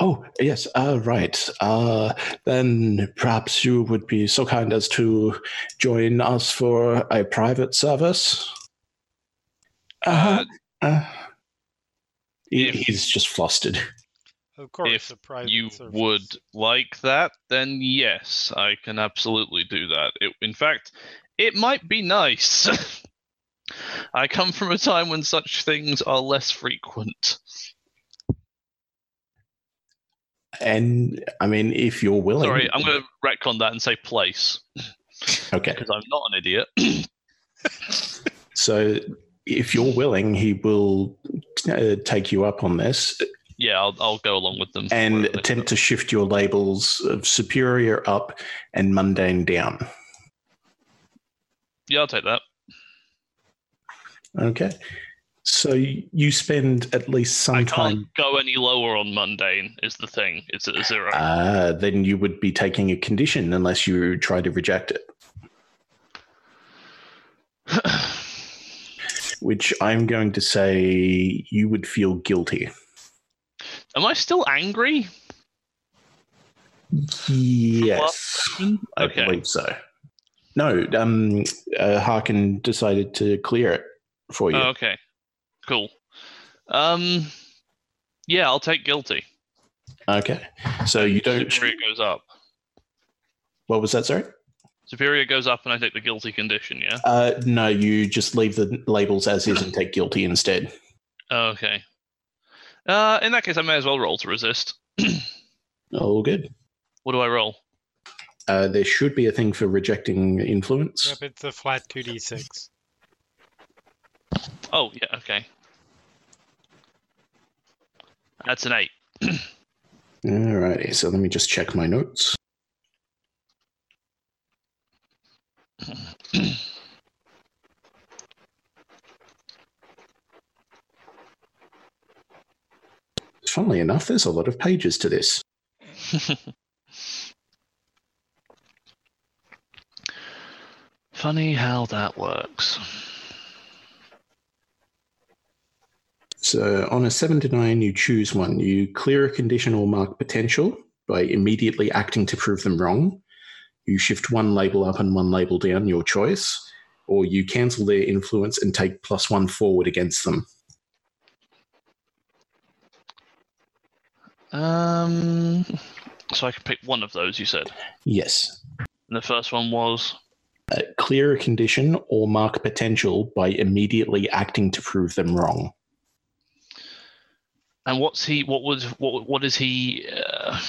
Speaker 2: Oh, yes, uh, right. Uh, then perhaps you would be so kind as to join us for a private service? Uh, uh, he-
Speaker 5: Uh-huh. if-
Speaker 2: he's just flustered.
Speaker 3: Of course,
Speaker 5: If
Speaker 3: a private
Speaker 5: you
Speaker 3: service.
Speaker 5: would like that, then yes, I can absolutely do that. It, in fact, it might be nice. I come from a time when such things are less frequent.
Speaker 2: And I mean, if you're willing.
Speaker 5: Sorry, I'm going to retcon that and say place
Speaker 2: Okay.
Speaker 5: because I'm not an idiot.
Speaker 2: So if you're willing, he will uh, take you up on this
Speaker 5: yeah, I'll, I'll go along with them.
Speaker 2: and
Speaker 5: Whatever they
Speaker 2: attempt to shift your labels of superior up and mundane down.
Speaker 5: Yeah, I'll take that.
Speaker 2: Okay. So you spend at least some
Speaker 5: I
Speaker 2: time.
Speaker 5: can't go any lower on mundane. Is the thing. It's at a zero.
Speaker 2: Ah, then you would be taking a condition unless you try to reject it, Ah. which I'm going to say you would feel guilty.
Speaker 5: Am I still angry?
Speaker 2: Yes, I
Speaker 5: Okay.
Speaker 2: believe so. No, um, uh, Harkin decided to clear it for you.
Speaker 5: Oh, okay. Cool. Um, yeah, I'll take guilty.
Speaker 2: okay, so you don't.
Speaker 5: Superior goes up.
Speaker 2: What was that? Sorry.
Speaker 5: Superior goes up, and I take the guilty condition. Yeah.
Speaker 2: Uh, no, you just leave the labels as is and take guilty instead.
Speaker 5: Oh, Okay. Uh, in that case, I may as well roll to resist.
Speaker 2: All good.
Speaker 5: What do I roll?
Speaker 2: Uh, there should be a thing for rejecting influence.
Speaker 3: Yep, it's a flat 2d6.
Speaker 5: Oh, yeah. Okay. That's an eight.
Speaker 2: Alrighty, so let me just check my notes. Funnily enough, there's a lot of pages to this.
Speaker 5: Funny how that works.
Speaker 2: So on a 7 to 9, you choose one. You clear a condition or mark potential by immediately acting to prove them wrong. You shift one label up and one label down, your choice. Or you cancel their influence and take plus one forward against them.
Speaker 5: Um, so I can pick one of those. You said,
Speaker 2: Yes,
Speaker 5: and the first one was
Speaker 2: uh, clear a condition or mark potential by immediately acting to prove them wrong.
Speaker 5: And what's he? What was? What? What is he? Uh,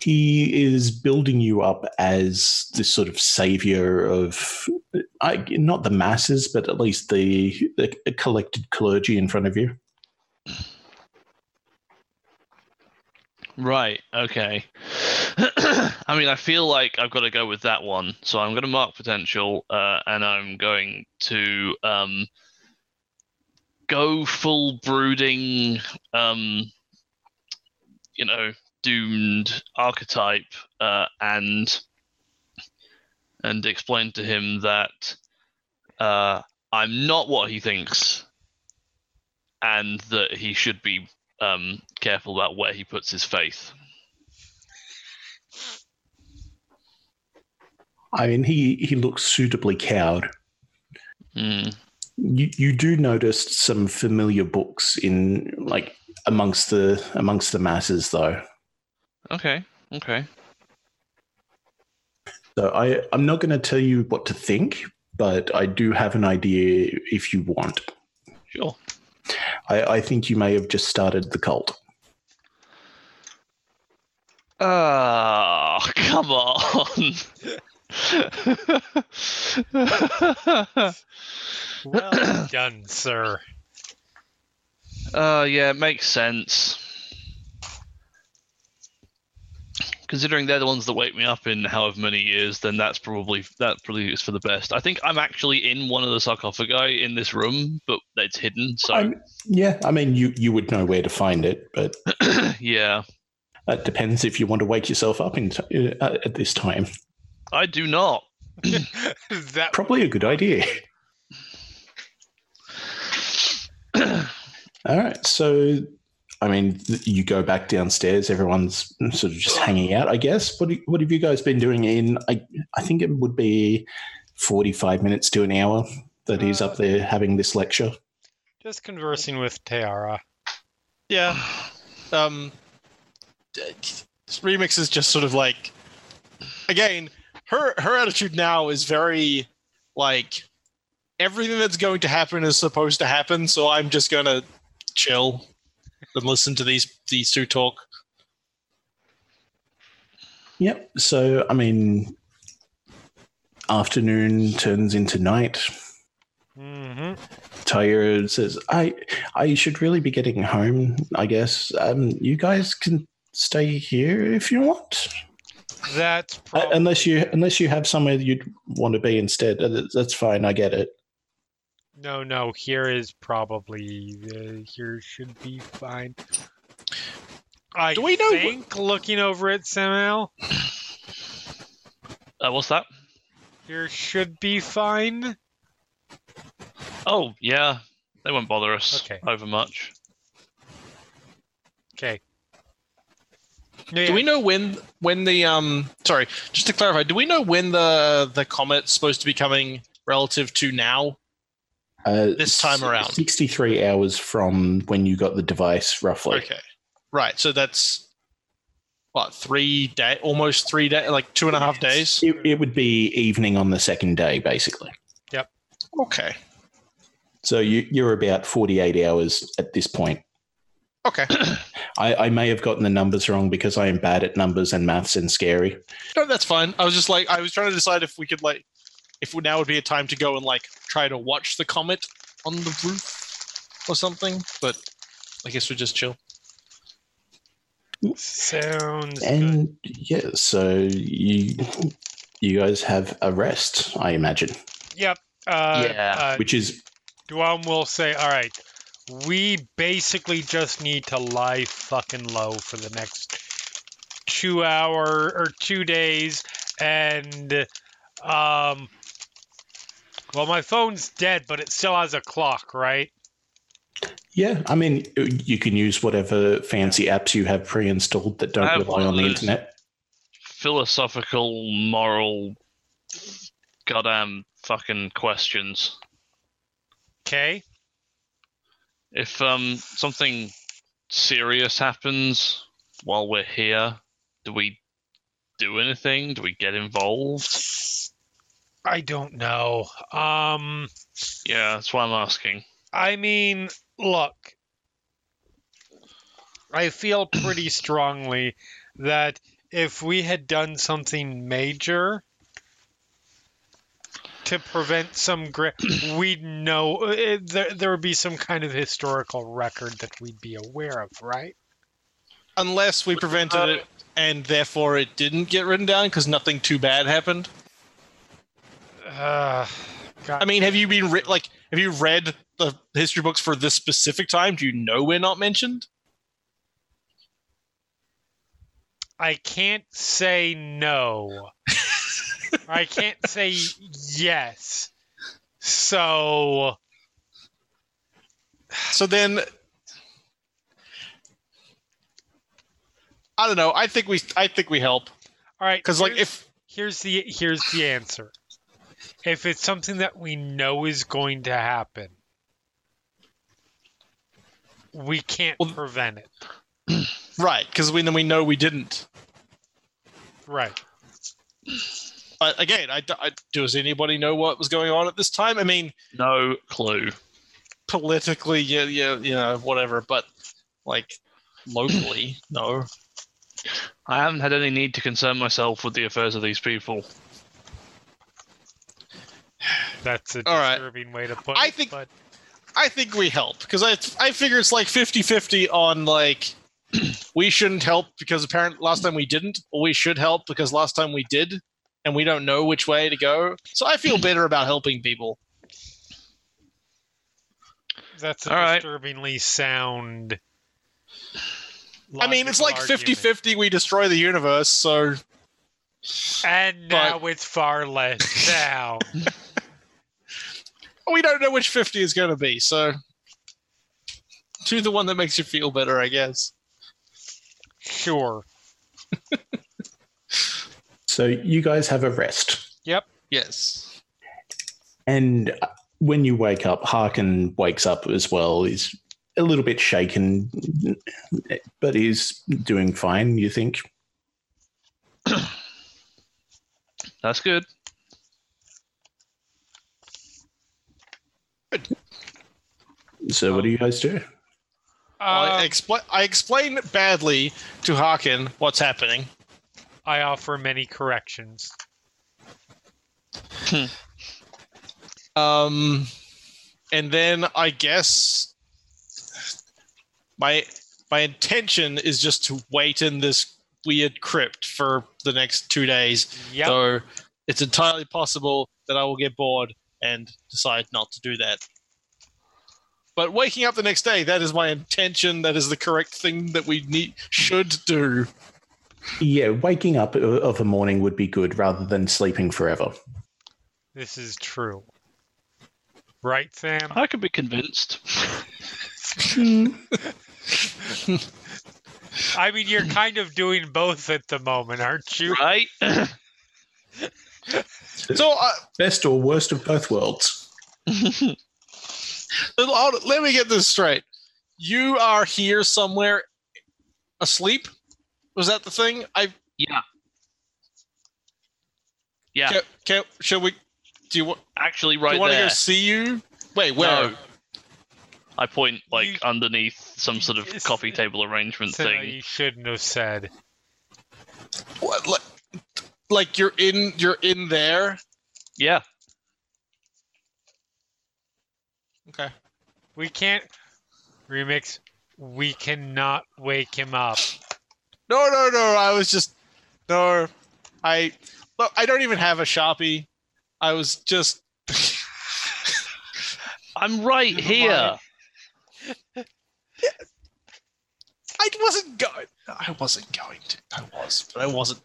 Speaker 2: He is building you up as this sort of savior of I, not the masses, but at least the, the collected clergy in front of you.
Speaker 5: right. Okay. I mean, I feel like I've got to go with that one. So I'm going to mark potential, uh, and I'm going to um, go full brooding. Um, you know, doomed archetype, uh, and and explain to him that uh, I'm not what he thinks, and that he should be um, careful about where he puts his faith.
Speaker 2: I mean, he, he looks suitably cowed.
Speaker 5: Mm.
Speaker 2: You, you do notice some familiar books in like amongst the amongst the masses, though.
Speaker 5: Okay. Okay.
Speaker 2: So I, I'm not going to tell you what to think, but I do have an idea if you want.
Speaker 5: Sure.
Speaker 2: I, I think you may have just started the cult.
Speaker 5: Ah, come on.
Speaker 3: Well done, sir.
Speaker 5: uh, yeah, it makes sense. Considering they're the ones that wake me up in however many years, then that's probably that probably is for the best. I think I'm actually in one of the sarcophagi in this room, but it's hidden. So
Speaker 2: I'm- yeah, I mean, you, you would know where to find it, but
Speaker 5: yeah,
Speaker 2: that depends if you want to wake yourself up in t- uh, at this time.
Speaker 5: I do not.
Speaker 3: that
Speaker 2: Probably a good idea. All right, so I mean, th- you go back downstairs. Everyone's sort of just hanging out, I guess. What do- what have you guys been doing? In I I think it would be forty five minutes to an hour that he's up there having this lecture.
Speaker 3: just conversing with Tiara.
Speaker 4: Yeah. Um, d- this remix is just sort of like, again, her her attitude now is very like everything that's going to happen is supposed to happen. So I'm just gonna chill and listen to these these two talk.
Speaker 2: Yep. So I mean, afternoon turns into night.
Speaker 3: hmm
Speaker 2: Tyra says, "I I should really be getting home. I guess um, you guys can stay here if you want,
Speaker 3: That's
Speaker 2: Uh,
Speaker 3: probably
Speaker 2: unless you unless you have somewhere that you'd want to be instead. Uh, that's- That's fine. I get it.
Speaker 3: No, no. Here is probably the, here should be fine. I
Speaker 4: Do we know wh-
Speaker 3: think looking over at Samuel,
Speaker 5: Uh, what's that?
Speaker 3: here should be fine.
Speaker 5: Oh yeah, they won't bother us
Speaker 3: Okay.
Speaker 5: over much.
Speaker 3: Okay. Yeah,
Speaker 4: Do we know when when the um sorry, just to clarify, do we know when the the comet's supposed to be coming relative to now?
Speaker 2: Uh,
Speaker 4: This time around.
Speaker 2: 63 hours from when you got the device, roughly.
Speaker 4: Okay. Right. So that's what, three day almost three day like two and a half days?
Speaker 2: It, it would be evening on the second day, basically.
Speaker 4: Okay.
Speaker 2: So you, you're about 48 hours at this point.
Speaker 4: Okay.
Speaker 2: I, I may have gotten the numbers wrong because I am bad at numbers and maths and scary.
Speaker 4: No, that's fine. I was just like I was trying to decide if we could like if now would be a time to go and like try to watch the comet on the roof or something, but I guess we just chill.
Speaker 3: Sounds good.
Speaker 2: and yeah, so you you guys have a rest, I imagine,
Speaker 3: Yep. Uh,
Speaker 5: Yeah.
Speaker 3: Uh,
Speaker 2: which is
Speaker 3: Duan will say, all right, we basically just need to lie fucking low for the next two hour or two days. And, um, well, my phone's dead, but it still has a clock, right?
Speaker 2: yeah. I mean, you can use whatever fancy apps you have pre-installed that
Speaker 5: I
Speaker 2: don't
Speaker 5: have one
Speaker 2: rely
Speaker 5: of
Speaker 2: on the
Speaker 5: those.
Speaker 2: internet.
Speaker 5: Philosophical, moral, goddamn fucking questions.
Speaker 3: Okay.
Speaker 5: If um something serious happens while we're here, do we do anything? Do we get involved?
Speaker 3: I don't know. Um,
Speaker 5: Yeah, that's what I'm asking.
Speaker 3: I mean, look, I feel pretty strongly that if we had done something major to prevent some great, we'd know eh, there, there would be some kind of historical record that we'd be aware of, right?
Speaker 4: Unless we prevented it and therefore it didn't get written down because nothing too bad happened.
Speaker 3: Uh, God,
Speaker 4: I mean, have you been re- like have you read the history books for this specific time? Do you know we're not mentioned?
Speaker 3: I can't say no. I can't say yes. So.
Speaker 4: So then I don't know. I think we I think we help
Speaker 3: All right.
Speaker 4: cuz like
Speaker 3: here's-
Speaker 4: if
Speaker 3: here's the here's the answer. If it's something that we know is going to happen, we can't
Speaker 4: Well-
Speaker 3: prevent it.
Speaker 4: right cuz we then we know we didn't.
Speaker 3: Right.
Speaker 4: But again, I, d- I- does anybody know what was going on at this time? I mean,
Speaker 5: No clue.
Speaker 4: politically, yeah, yeah, you know, whatever, but like locally, no.
Speaker 5: I haven't had any need to concern myself with the affairs of these people.
Speaker 3: That's a
Speaker 4: All right.
Speaker 3: disturbing way to put it.
Speaker 4: I think-
Speaker 3: but
Speaker 4: I think we help because I I figure it's like 50-50 on like we shouldn't help because apparently last time we didn't, or we should help because last time we did, and we don't know which way to go. So I feel better about helping people.
Speaker 3: that's a
Speaker 5: All right.
Speaker 3: disturbingly sound.
Speaker 4: I mean, it's like
Speaker 3: logical argument.
Speaker 4: 50-50 we destroy the universe, so
Speaker 3: And now it's far less now.
Speaker 4: we don't know which 50 is going to be. So do the one that makes you feel better, I guess.
Speaker 3: sure.
Speaker 2: So you guys have a rest,
Speaker 4: Yes.
Speaker 2: and uh, when you wake up, Harkin wakes up as well. He's a little bit shaken, but he's doing fine. You think?
Speaker 5: That's good.
Speaker 2: So what do you guys
Speaker 5: Um,
Speaker 2: do?
Speaker 4: I,
Speaker 3: Uh,
Speaker 4: expl- I explain badly to Harkin what's happening.
Speaker 3: I offer many corrections.
Speaker 4: Um, and then I guess my my intention is just to wait in this weird crypt for the next two days.
Speaker 3: Yep.
Speaker 4: So it's entirely possible that I will get bored and decide not to do that. But waking up the next day, that is my intention. That is the correct thing that we need should do.
Speaker 2: Yeah, waking up o- of a morning would be good rather than sleeping forever.
Speaker 3: This is true. Right, Sam?
Speaker 5: I could be convinced.
Speaker 3: I mean, you're kind of doing both at the moment, aren't you?
Speaker 5: right?
Speaker 4: So uh,
Speaker 2: Best or worst of both worlds.
Speaker 4: hold- let me get this straight. You are here somewhere asleep? Was that the thing? I
Speaker 5: yeah. Yeah,
Speaker 4: can, can, shall we do you, wa-
Speaker 5: actually,
Speaker 4: do
Speaker 5: right
Speaker 4: you want to
Speaker 5: there.
Speaker 4: go see you? Wait, where?
Speaker 5: No. I point like
Speaker 3: You-
Speaker 5: underneath some sort of
Speaker 3: Yes.
Speaker 5: coffee table arrangement
Speaker 3: So
Speaker 5: thing.
Speaker 3: you shouldn't have said.
Speaker 4: What, like, like you're in you're in there?
Speaker 5: Yeah,
Speaker 4: Okay.
Speaker 3: We can't remix. We cannot wake him up.
Speaker 4: No, no, no. I was just no. I look, I don't even have a Shopee. I was just
Speaker 5: I'm right
Speaker 3: Never
Speaker 5: here.
Speaker 3: mind.
Speaker 4: I wasn't going. I wasn't going to. I was, but I wasn't.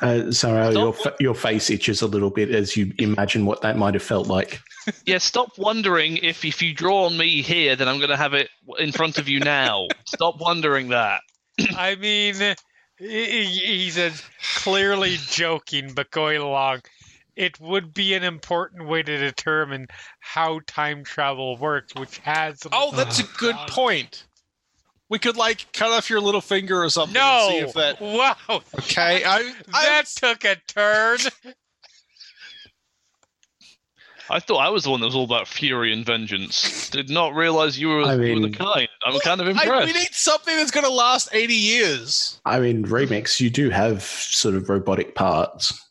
Speaker 2: Uh, Sarah, your,
Speaker 4: Don't-
Speaker 2: fa- your face itches a little bit as you imagine what that might have felt like.
Speaker 5: Yeah, stop wondering if if you draw on me here, then I'm gonna have it in front of you now. stop wondering that.
Speaker 3: I mean, he- he- he's a clearly joking, but going along. It would be an important way to determine how time travel works, which has.
Speaker 4: Oh, that's a good
Speaker 3: God.
Speaker 4: point. We could like cut off your little finger or something.
Speaker 3: No!
Speaker 4: And see if that.
Speaker 3: Wow!
Speaker 4: Okay. I. I
Speaker 3: That took a turn.
Speaker 5: I thought I was the one that was all about fury and vengeance. Did not realize you were,
Speaker 2: I
Speaker 5: you were
Speaker 2: mean-
Speaker 5: the kind. I'm kind of
Speaker 4: I, we
Speaker 5: impressed.
Speaker 4: need something that's gonna last eighty years.
Speaker 2: I mean, Remix, you do have sort of robotic parts.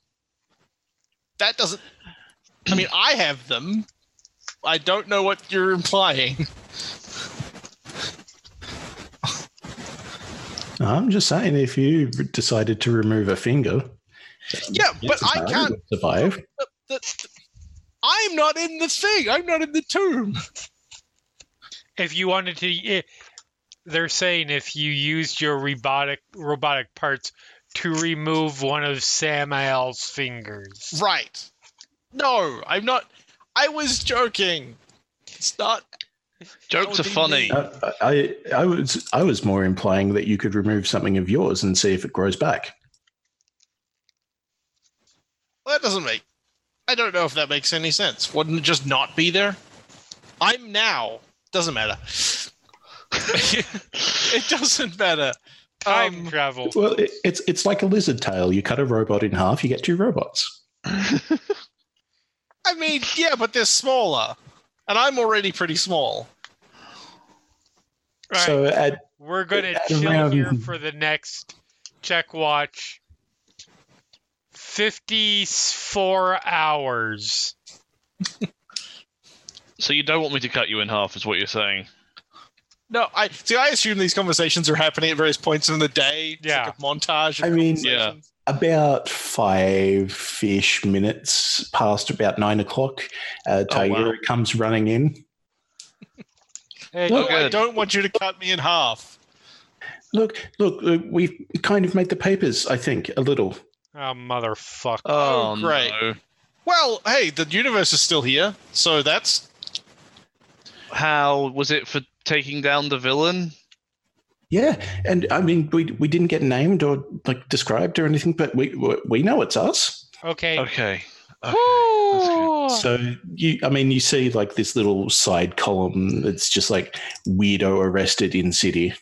Speaker 4: That doesn't. I mean, I have them. I don't know what you're implying.
Speaker 2: I'm just saying, if you decided to remove a finger,
Speaker 4: Yeah, but I
Speaker 2: society
Speaker 4: can't.
Speaker 2: would survive.
Speaker 4: the- the- I'm not in the thing. I'm not in the tomb.
Speaker 3: if you wanted to, i they're saying if you used your robotic robotic parts to remove one of Samael's fingers.
Speaker 4: Right. No, I'm not. I was joking. It's not.
Speaker 5: Jokes
Speaker 4: That would
Speaker 5: are
Speaker 4: be me.
Speaker 5: funny.
Speaker 2: Uh, I, I was, I was more implying that you could remove something of yours and see if it grows back.
Speaker 4: That doesn't make. I don't know if that makes any sense. Wouldn't it just not be there? I'm now. Doesn't matter. it doesn't matter.
Speaker 3: Time
Speaker 4: Um,
Speaker 3: travel.
Speaker 2: Well, it, it's it's like a lizard tail. You cut a robot in half, you get two robots.
Speaker 4: I mean, yeah, but they're smaller, and I'm already pretty small.
Speaker 3: Right.
Speaker 2: So uh, at
Speaker 3: We're gonna
Speaker 2: Adam
Speaker 3: chill
Speaker 2: Ram-
Speaker 3: here for the next check watch. Fifty-four hours.
Speaker 5: so you don't want me to cut you in half, is what you're saying?
Speaker 4: No, I see. I assume these conversations are happening at various points in the day. It's
Speaker 3: Yeah.
Speaker 4: like a montage. of
Speaker 2: I mean-
Speaker 5: Yeah.
Speaker 4: conversations.
Speaker 2: about five ish minutes past about nine o'clock, uh,
Speaker 5: Oh, wow.
Speaker 2: Taira comes running in.
Speaker 3: Hey,
Speaker 4: No,
Speaker 5: Oh,
Speaker 4: I
Speaker 5: good.
Speaker 4: don't want you to cut me in half.
Speaker 2: Look, look, look, we've kind of made the papers. I think a little.
Speaker 3: oh motherfucker!
Speaker 2: Uh,
Speaker 4: Oh,
Speaker 5: no.
Speaker 4: great. Well, hey, the universe is still here, so that's
Speaker 5: How was it for taking down the villain?
Speaker 2: Yeah, and I mean, we we didn't get named or like described or anything, but we we- we know it's us.
Speaker 3: Okay.
Speaker 5: Okay. okay. Oh.
Speaker 2: So you, I mean, you see like this little side column that's just like weirdo arrested in city.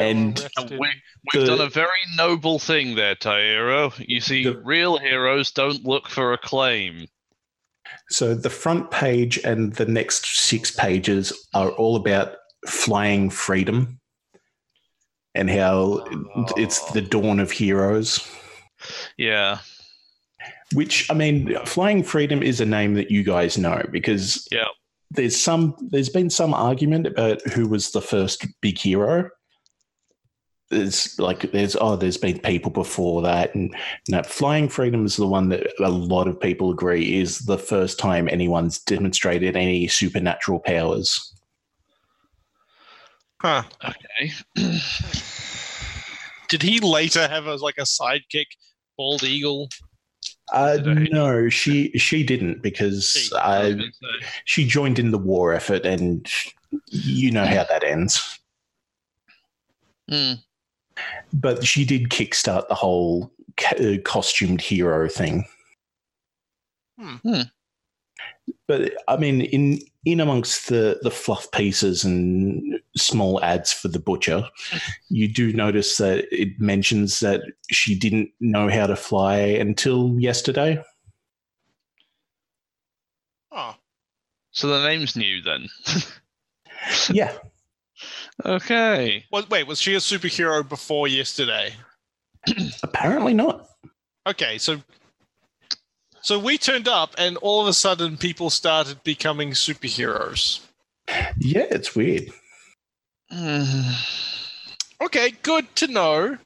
Speaker 2: And-
Speaker 5: And
Speaker 3: arrested.
Speaker 5: we, we've
Speaker 2: The-
Speaker 5: done a very noble thing there, Tairo. You see,
Speaker 2: The-
Speaker 5: real heroes don't look for acclaim.
Speaker 2: So the front page and the next six pages are all about flying freedom and how it's the dawn of heroes.
Speaker 5: Yeah,
Speaker 2: Which I mean, flying freedom is a name that you guys know because
Speaker 5: Yeah.
Speaker 2: there's some there's been some argument about who was the first big hero. There's like there's oh there's been people before that and no flying freedom is the one that a lot of people agree is the first time anyone's demonstrated any supernatural powers.
Speaker 4: huh.
Speaker 5: okay.
Speaker 4: Did he later have as like a sidekick, bald eagle?
Speaker 2: Uh,
Speaker 5: Did I-
Speaker 2: no, she she didn't because
Speaker 5: I was
Speaker 2: uh,
Speaker 5: gonna say.
Speaker 2: she joined in the war effort and you know how that ends.
Speaker 5: Hmm.
Speaker 2: But she did kickstart the whole ca- uh, costumed hero thing.
Speaker 4: Hmm.
Speaker 5: Hmm.
Speaker 2: But I mean, in in amongst the the fluff pieces and small ads for the butcher, you do notice that it mentions that she didn't know how to fly until yesterday.
Speaker 4: Oh,
Speaker 5: So the name's new then.
Speaker 2: Yeah,
Speaker 5: okay.
Speaker 4: well, wait, was she a superhero before yesterday?
Speaker 2: apparently not.
Speaker 4: Okay, so so we turned up, and all of a sudden, people started becoming superheroes.
Speaker 2: Yeah, it's weird.
Speaker 5: Hmm.
Speaker 4: Okay, good to know,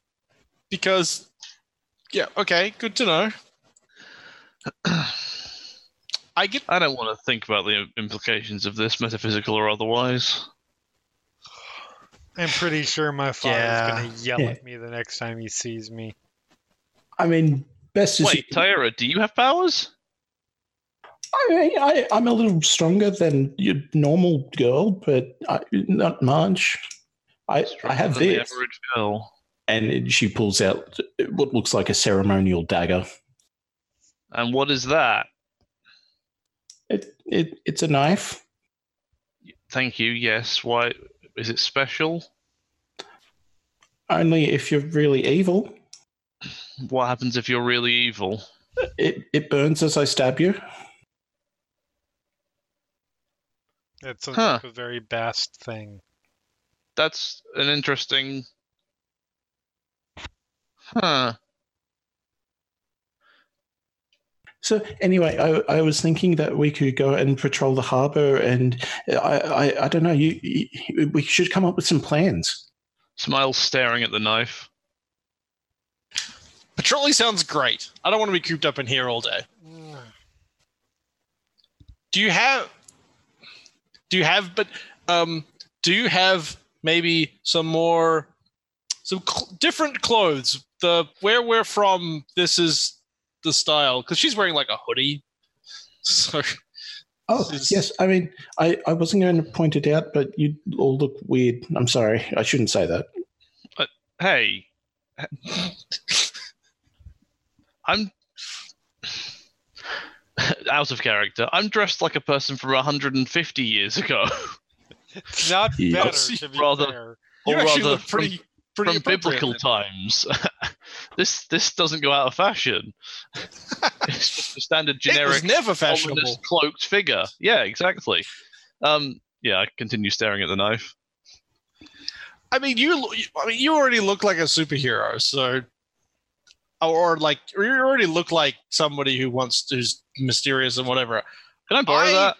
Speaker 4: because yeah, okay, good to know. I get
Speaker 5: I don't want to think about the implications of this, metaphysical or otherwise.
Speaker 3: I'm pretty sure my father's
Speaker 4: Yeah.
Speaker 3: gonna yell
Speaker 2: Yeah.
Speaker 3: at me the next time he sees me.
Speaker 2: I mean, best is
Speaker 5: Wait, Tyra, do you have powers?
Speaker 2: I mean, I, I'm a little stronger than your normal girl, but I, not much. I, I have
Speaker 5: Than the
Speaker 2: this.
Speaker 5: average girl.
Speaker 2: And she pulls out what looks like a ceremonial dagger.
Speaker 5: And what is that?
Speaker 2: It, it, it's a knife.
Speaker 5: Thank you. Yes. Why is it special?
Speaker 2: Only if you're really evil,
Speaker 5: What happens if you're really evil?
Speaker 2: it, it burns as I stab you.
Speaker 3: That sounds
Speaker 5: Huh.
Speaker 3: like the very best thing.
Speaker 5: That's an interesting. Huh.
Speaker 2: So anyway, I, I was thinking that we could go and patrol the harbor, and I, I, I don't know. You, you, we should come up with some plans.
Speaker 5: Smile's staring at the knife.
Speaker 4: patrolling sounds great. I don't want to be cooped up in here all day. Do you have? Do you have? But um, do you have maybe some more, some cl- different clothes? The where we're from, this is the style because she's wearing like a hoodie. So
Speaker 2: Oh
Speaker 4: This is-
Speaker 2: yes, I mean, I, I wasn't going to point it out, but you all look weird. I'm sorry, I shouldn't say that.
Speaker 5: Hey. I'm out of character. I'm dressed like a person from 150 years ago.
Speaker 3: It's not
Speaker 2: Yeah.
Speaker 3: better
Speaker 5: Obviously,
Speaker 3: to be
Speaker 5: rather-
Speaker 3: fair.
Speaker 4: you
Speaker 5: or
Speaker 4: actually
Speaker 5: rather,
Speaker 4: look pretty, pretty
Speaker 5: from
Speaker 4: appropriate
Speaker 5: biblical
Speaker 4: then.
Speaker 5: times. this this doesn't go out of fashion. it's just a standard generic
Speaker 4: It was never
Speaker 5: ominous
Speaker 4: fashionable.
Speaker 5: cloaked figure. Yeah, exactly. Um, yeah, I continue staring at the knife.
Speaker 4: I mean, you. lo- I mean, you already look like a superhero, so, or like you already look like somebody who wants to, who's mysterious and whatever.
Speaker 5: Can I borrow
Speaker 4: I-
Speaker 5: that?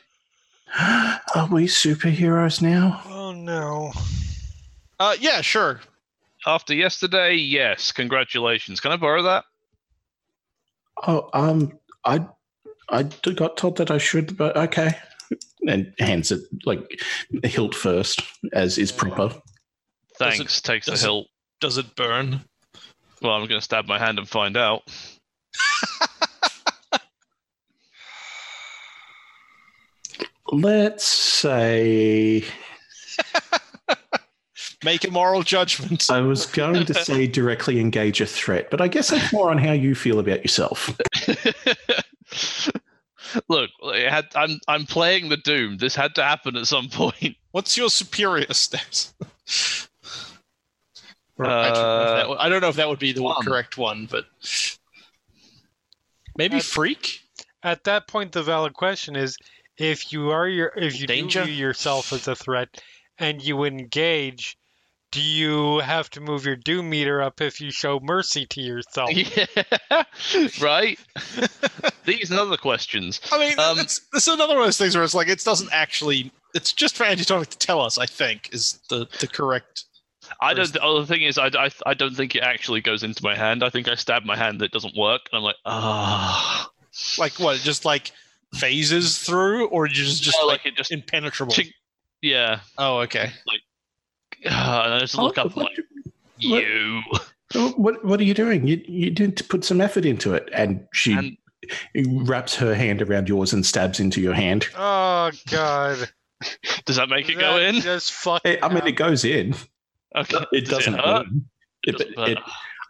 Speaker 2: Are we superheroes now?
Speaker 3: Oh no.
Speaker 4: Uh, yeah, sure.
Speaker 5: After yesterday, yes. Congratulations. Can I borrow that?
Speaker 2: Oh, um, I I d- got told that I should, but okay. And hands it like hilt first, as is proper.
Speaker 4: Does it-
Speaker 5: Thanks. Takes the
Speaker 4: does it-
Speaker 5: hilt.
Speaker 4: Does it burn?
Speaker 5: Well, I'm going to stab my hand and find out.
Speaker 2: Let's say
Speaker 4: Make a moral judgment.
Speaker 2: I was going to say directly engage a threat, but I guess that's more on how you feel about yourself.
Speaker 5: Look, it had, I'm I'm playing the Doom. This had to happen at some point.
Speaker 4: What's your superior stat? Or
Speaker 5: Uh,
Speaker 4: I don't know if that would- I don't know if that would be the
Speaker 5: one.
Speaker 4: correct one, but maybe
Speaker 5: Uh,
Speaker 3: That's-
Speaker 4: freak.
Speaker 3: At that point, the valid question is: if you are your, if you
Speaker 4: Danger?
Speaker 3: do view yourself as a threat, and you engage, do you have to move your doom meter up if you show mercy to
Speaker 5: Oh.
Speaker 3: yourself?
Speaker 5: Yeah, right. These and other questions.
Speaker 4: I mean,
Speaker 5: Um,
Speaker 4: it's, this is another one of those things where it's like it doesn't actually. It's just for Antitonic to tell us. I think is the the correct.
Speaker 5: I don't. The other thing is, I, I, I don't think it actually goes into my hand. I think I stab my hand that doesn't work, and I'm like, ah,
Speaker 4: Like what? it Just like phases through, or you just just
Speaker 5: Oh,
Speaker 4: like,
Speaker 5: like it just,
Speaker 4: impenetrable.
Speaker 5: Chink. yeah.
Speaker 4: Oh, okay.
Speaker 5: Ah, and I just look up like you,
Speaker 2: What what are you doing? You you didn't put some effort into it, and she
Speaker 5: and
Speaker 2: wraps her hand around yours and stabs into your hand.
Speaker 3: Oh God!
Speaker 5: does that make it
Speaker 3: That
Speaker 5: go in?
Speaker 3: Just fuck.
Speaker 2: I I mean, it goes in.
Speaker 5: Okay.
Speaker 2: It
Speaker 5: Does
Speaker 2: doesn't.
Speaker 5: hurt?
Speaker 2: burn. It,
Speaker 5: doesn't
Speaker 2: it-
Speaker 5: burn.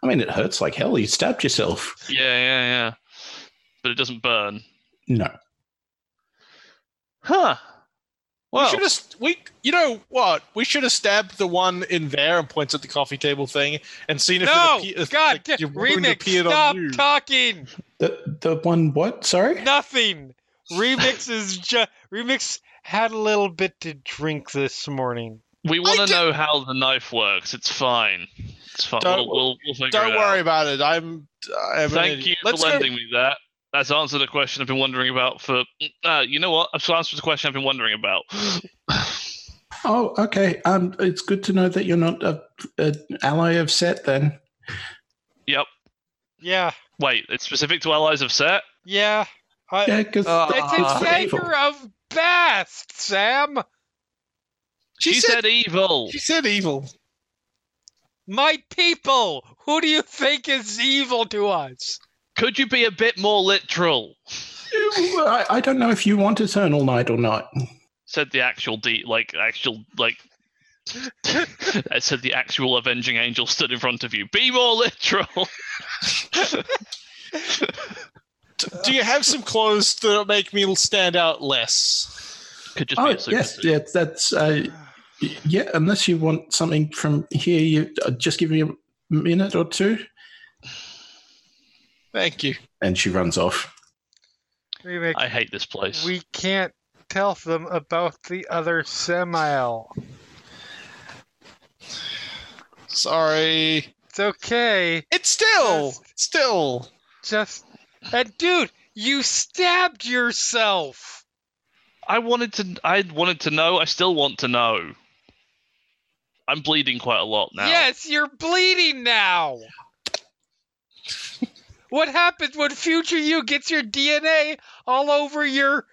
Speaker 2: I mean, it hurts like hell. You stabbed yourself.
Speaker 5: Yeah, yeah, yeah. But it doesn't burn.
Speaker 2: No.
Speaker 5: Huh.
Speaker 4: we
Speaker 5: Well,
Speaker 4: should have. We, you know what? We should have stabbed the one in there and points at the coffee table thing and seen if
Speaker 3: no,
Speaker 4: it appeared.
Speaker 3: God,
Speaker 4: like,
Speaker 3: da-
Speaker 4: your wound
Speaker 3: remix,
Speaker 4: appeared on
Speaker 3: stop
Speaker 4: you.
Speaker 3: talking.
Speaker 2: The the one what? Sorry.
Speaker 3: Nothing. Remix is just remix had a little bit to drink this morning.
Speaker 5: we want
Speaker 4: I
Speaker 5: to
Speaker 4: did-
Speaker 5: know how the knife works. It's fine. It's fine.
Speaker 4: Don't-
Speaker 5: We'll, we'll, we'll figure
Speaker 4: Don't
Speaker 5: it
Speaker 4: worry
Speaker 5: out.
Speaker 4: about it. I'm. I'm an
Speaker 5: Thank
Speaker 4: idiot.
Speaker 5: you
Speaker 4: Let's
Speaker 5: for
Speaker 4: go-
Speaker 5: lending me that. That's answered a question I've been wondering about for. Uh, you know what? I've answered the question I've been wondering about.
Speaker 2: Oh, okay. Um, it's good to know that you're not a, a ally of Set. Then
Speaker 5: yep.
Speaker 3: Yeah,
Speaker 5: Wait, it's specific to allies of Set?
Speaker 3: yeah. I,
Speaker 2: yeah, because
Speaker 5: Uh,
Speaker 3: it's a
Speaker 5: Ah.
Speaker 3: dagger of Bast, Sam.
Speaker 5: She,
Speaker 4: She,
Speaker 5: said,
Speaker 4: said.
Speaker 5: evil.
Speaker 4: She said evil.
Speaker 3: My people, who do you think is evil to us?
Speaker 5: Could you be a bit more literal?
Speaker 2: I, I don't know if you want Eternal Night or not.
Speaker 5: Said the actual D, like actual like. I said the actual avenging angel stood in front of you. Be more literal.
Speaker 4: Do you have some clothes that make me stand out less?
Speaker 5: Could just
Speaker 2: Oh,
Speaker 5: be a super
Speaker 2: yes, yeah, that's uh, y- yeah. Unless you want something from here, you uh, just give me a minute or two,
Speaker 4: Thank you.
Speaker 2: and she runs off.
Speaker 3: Remix,
Speaker 5: I hate this place.
Speaker 3: we can't tell them about the other Semael.
Speaker 4: Sorry.
Speaker 3: It's okay.
Speaker 4: It's still, still.
Speaker 3: Just and dude, you stabbed yourself.
Speaker 5: I wanted to. I wanted to know. I still want to know. I'm bleeding quite a lot now.
Speaker 3: Yes, you're bleeding now. what happens when future you gets your DNA all over your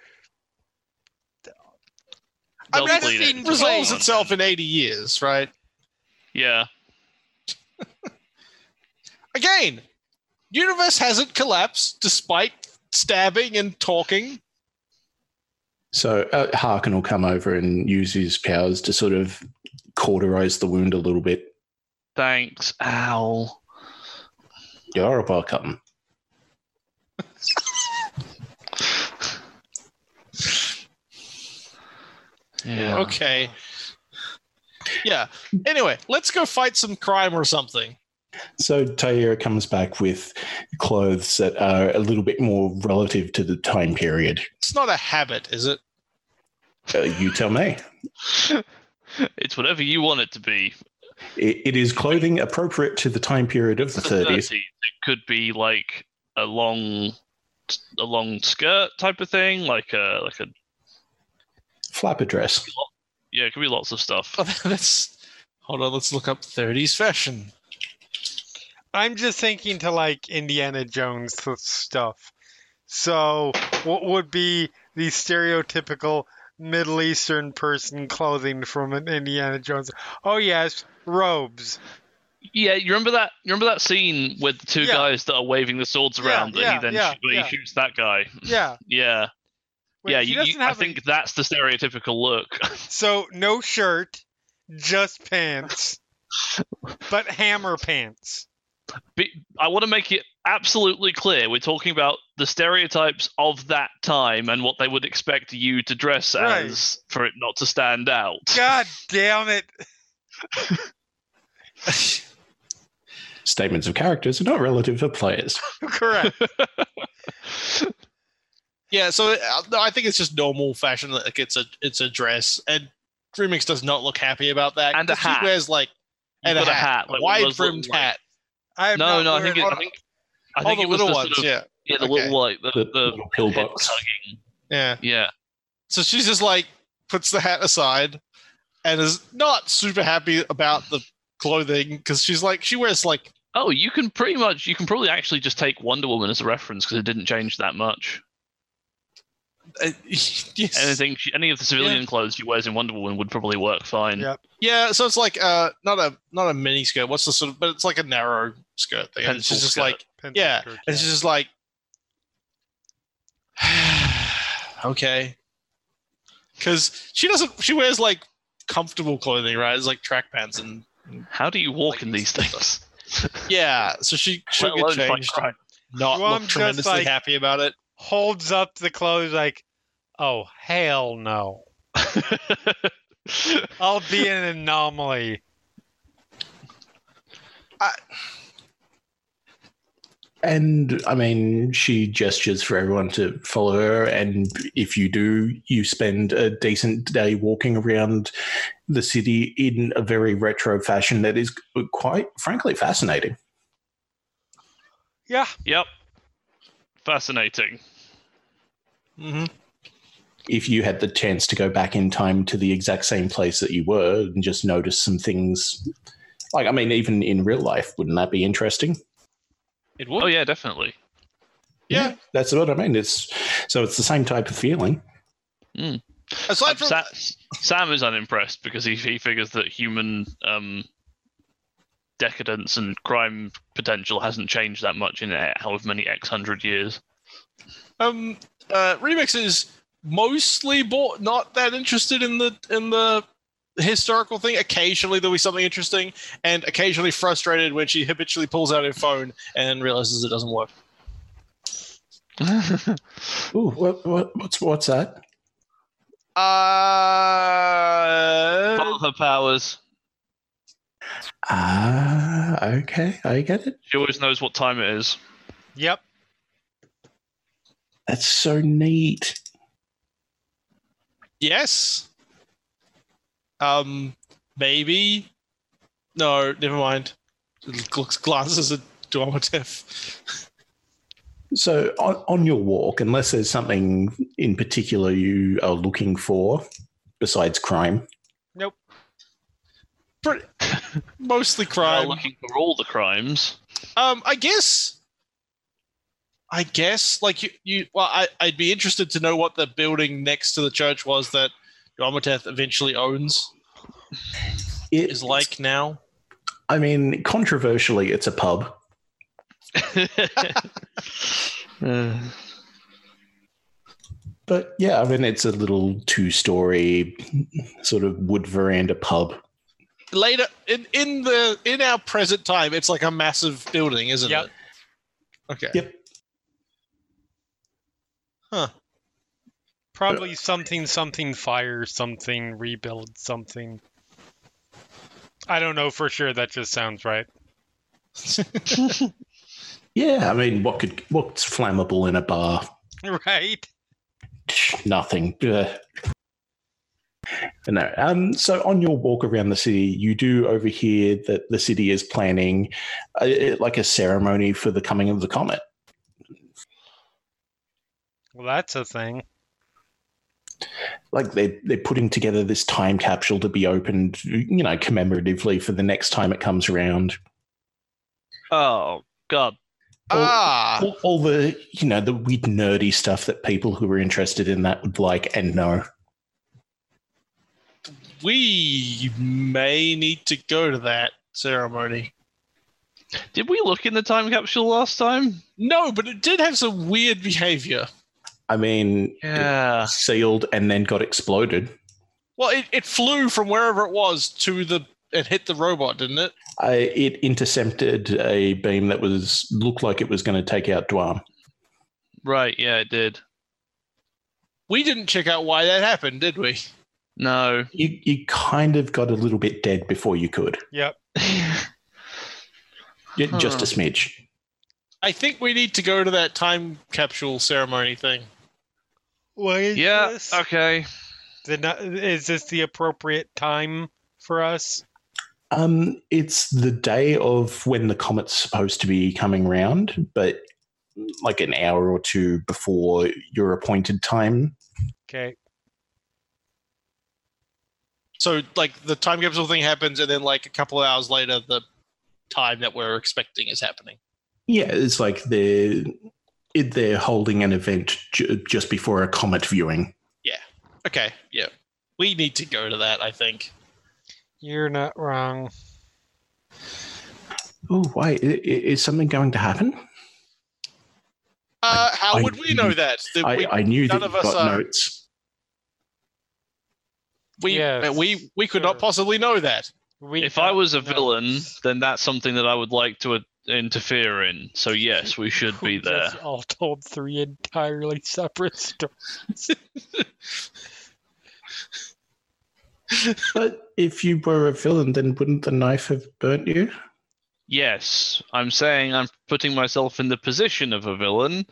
Speaker 4: I'm
Speaker 5: They'll bleed
Speaker 3: resting
Speaker 5: it.
Speaker 3: It's
Speaker 4: Resolves
Speaker 3: fine.
Speaker 4: itself in 80 years, right?
Speaker 5: Yeah.
Speaker 4: Again, universe hasn't collapsed despite stabbing and talking.
Speaker 2: So uh, Harkin will come over and use his powers to sort of cauterize the wound a little bit.
Speaker 5: Thanks. Ow.
Speaker 2: You're welcome.
Speaker 5: Yeah.
Speaker 4: Okay. Yeah. Anyway, let's go fight some crime or something.
Speaker 2: So Taira comes back with clothes that are a little bit more relative to the time period.
Speaker 4: It's not a habit, is it?
Speaker 2: Uh, you tell me.
Speaker 5: It's whatever you want it to be.
Speaker 2: It, it is clothing appropriate to the time period of the
Speaker 5: The
Speaker 2: 30s.
Speaker 5: It could be like a long, a long skirt type of thing, like a like a
Speaker 2: Flapper dress.
Speaker 5: yeah. It could be lots of stuff.
Speaker 4: Oh, that's. Hold on, let's look up 30s fashion.
Speaker 3: I'm just thinking to like Indiana Jones th- stuff. So, what would be the stereotypical Middle Eastern person clothing from an Indiana Jones? Oh yes, robes.
Speaker 5: Yeah, you remember that? You remember that scene with the two
Speaker 3: Yeah.
Speaker 5: guys that are waving the swords
Speaker 3: Yeah,
Speaker 5: around, and
Speaker 3: yeah,
Speaker 5: he then
Speaker 3: yeah,
Speaker 5: sh- where
Speaker 3: yeah.
Speaker 5: he shoots that guy.
Speaker 3: Yeah.
Speaker 5: Yeah,
Speaker 3: Wait,
Speaker 5: yeah.
Speaker 3: he
Speaker 5: You,
Speaker 3: doesn't
Speaker 5: you, I
Speaker 3: have a-
Speaker 5: think that's the stereotypical look.
Speaker 3: so. No shirt, just pants, but hammer pants.
Speaker 5: Be- I want to make it absolutely clear: we're talking about the stereotypes of that time and what they would expect you to dress
Speaker 3: Right.
Speaker 5: as for it not to stand out.
Speaker 3: God damn it!
Speaker 2: Statements of characters are not relative to players.
Speaker 3: Correct.
Speaker 4: Yeah, so uh, no, I think it's just normal fashion. Like it's a it's a dress, and Remix does not look happy about that.
Speaker 5: And a
Speaker 4: 'cause
Speaker 5: hat.
Speaker 4: She wears like and
Speaker 5: You've
Speaker 4: a
Speaker 5: got a
Speaker 4: hat,
Speaker 5: hat, like one of
Speaker 4: wide
Speaker 5: those little,
Speaker 4: brimmed
Speaker 5: like-
Speaker 4: hat.
Speaker 3: I have not
Speaker 5: no, no. I think it,
Speaker 3: worn-
Speaker 5: I think I
Speaker 4: All
Speaker 5: think
Speaker 4: the
Speaker 5: it was
Speaker 4: little
Speaker 5: the
Speaker 4: ones,
Speaker 5: sort of
Speaker 4: yeah,
Speaker 5: yeah, the
Speaker 4: okay.
Speaker 5: little like
Speaker 2: The
Speaker 5: the, the
Speaker 2: little pillbox.
Speaker 5: head tugging.
Speaker 4: yeah.
Speaker 5: Yeah,
Speaker 4: So she's just like puts the hat aside and is not super happy about the clothing because she's like she wears like
Speaker 5: Oh, you can pretty much, you can probably actually just take Wonder Woman as a reference because it didn't change that much.
Speaker 4: uh, yes.
Speaker 5: Anything, she, any of the civilian clothes she wears in Wonder Woman would probably work fine.
Speaker 3: Yeah.
Speaker 4: Yeah, so it's like uh not a not a mini skirt. What's the sort of but it's like a narrow skirt thing. And
Speaker 5: Pencil
Speaker 4: she's just
Speaker 5: skirt.
Speaker 4: like
Speaker 3: Pencil
Speaker 4: yeah,
Speaker 3: skirt,
Speaker 4: and she's just like okay, because she doesn't she wears like comfortable clothing, right? It's like track pants and
Speaker 5: How do you walk in these things?
Speaker 4: Yeah, so she she'll
Speaker 5: Let
Speaker 4: get
Speaker 5: alone fight
Speaker 4: changed.
Speaker 5: crime.
Speaker 4: Not
Speaker 3: Well, I'm
Speaker 4: look
Speaker 3: just
Speaker 4: tremendously
Speaker 3: like-
Speaker 4: happy about it.
Speaker 3: Holds up the clothes like, oh hell no! I'll be an anomaly.
Speaker 2: And I mean, she gestures for everyone to follow her. And if you do, you spend a decent day walking around the city in a very retro fashion that is quite, frankly, fascinating.
Speaker 3: Yeah,
Speaker 5: Yep. Fascinating.
Speaker 4: Mm-hmm.
Speaker 2: If you had the chance to go back in time to the exact same place that you were and just notice some things, like, I mean, even in real life, wouldn't that be interesting?
Speaker 4: It
Speaker 5: Oh
Speaker 4: would.
Speaker 5: yeah, definitely.
Speaker 4: Yeah.
Speaker 2: That's what I mean. It's so it's the same type of feeling.
Speaker 4: Aside
Speaker 5: Um,
Speaker 4: from
Speaker 5: Sa- Sam is unimpressed because he, he figures that human um, decadence and crime potential hasn't changed that much in uh, however many X hundred years.
Speaker 4: um uh remixes mostly bought not that interested in the in the historical thing occasionally there'll be something interesting and occasionally frustrated when she habitually pulls out her phone and realizes it doesn't work
Speaker 2: Ooh, what, what, what's what's that?
Speaker 4: uh
Speaker 5: Follow her powers.
Speaker 2: Ah, okay, I get it.
Speaker 5: She always knows what time it is.
Speaker 3: yep.
Speaker 2: That's so neat.
Speaker 4: yes um maybe no never mind looks glances at Dormotif.
Speaker 2: So on, on your walk, unless there's something in particular you are looking for besides crime,
Speaker 4: mostly
Speaker 5: Now
Speaker 4: crime
Speaker 5: looking for all the crimes.
Speaker 4: Um, I guess. I guess, like you, you well, I, I'd be interested to know what the building next to the church was that Domoteth eventually owns
Speaker 2: it
Speaker 4: is like now.
Speaker 2: I mean, controversially, it's a pub.
Speaker 5: Uh,
Speaker 2: But yeah, I mean, it's a little two-story sort of wood veranda pub.
Speaker 4: Later in in the in our present time, it's like a massive building, isn't
Speaker 3: Yep.
Speaker 4: it? Okay.
Speaker 2: Yep.
Speaker 3: Probably something, something, fire, something, rebuild, something. I don't know for sure. That just sounds right.
Speaker 2: Yeah, I mean, what could what's flammable in a bar?
Speaker 3: Right?
Speaker 2: nothing. Bleh. No. Um, so on your walk around the city, you do overhear that the city is planning a, like a ceremony for the coming of the comet.
Speaker 3: Well, that's a thing.
Speaker 2: Like they they're putting together this time capsule to be opened, you know, commemoratively for the next time it comes around.
Speaker 5: oh God.
Speaker 2: All,
Speaker 4: Ah,
Speaker 2: all, all the you know the weird nerdy stuff that people who are interested in that would like and know.
Speaker 4: we may need to go to that ceremony.
Speaker 5: Did we look in the time capsule last time?
Speaker 4: No, but it did have some weird behavior.
Speaker 2: I mean, it
Speaker 5: Yeah.
Speaker 2: sealed and then got exploded.
Speaker 4: Well, it, it flew from wherever it was to the and hit the robot, didn't it?
Speaker 2: I, it intercepted a beam that was looked like it was going to take out Dwam.
Speaker 5: Right. Yeah, it did.
Speaker 4: We didn't check out why that happened, did we?
Speaker 5: No.
Speaker 2: You you kind of got a little bit dead before you could,
Speaker 3: Yep.
Speaker 2: Y- just a
Speaker 5: Huh.
Speaker 2: smidge.
Speaker 4: I think we need to go to that time capsule ceremony thing.
Speaker 3: What is
Speaker 5: yeah. uh,
Speaker 3: this?
Speaker 5: Okay.
Speaker 3: The nu- is this the appropriate time for us?
Speaker 2: Um, it's the day of when the comet's supposed to be coming round, but like an hour or two before your appointed time.
Speaker 3: Okay.
Speaker 4: So, like, the time capsule thing happens, and then, like, a couple of hours later, the time that we're expecting is happening.
Speaker 2: Yeah, it's like they're it, they're holding an event ju- just before a comet viewing.
Speaker 4: Okay, yeah. We need to go to that, I think.
Speaker 3: You're not wrong.
Speaker 2: Oh, why I- i- is something going to happen?
Speaker 4: Uh, how
Speaker 2: I-
Speaker 4: would we know that? That
Speaker 2: I,
Speaker 4: we,
Speaker 2: I knew
Speaker 4: none
Speaker 2: that you
Speaker 4: of us
Speaker 2: got
Speaker 4: are-
Speaker 2: notes.
Speaker 4: we,
Speaker 3: Yes,
Speaker 4: we, we could
Speaker 3: sure.
Speaker 4: not possibly know that.
Speaker 3: We
Speaker 5: if I
Speaker 3: don't
Speaker 5: was a
Speaker 3: know.
Speaker 5: villain, then that's something that I would like to uh, interfere in. So yes, we should
Speaker 3: We
Speaker 5: be there.
Speaker 3: just all told three entirely separate stories.
Speaker 2: But if you were a villain, then wouldn't the knife have burnt you?
Speaker 5: Yes, I'm saying I'm putting myself in the position of a villain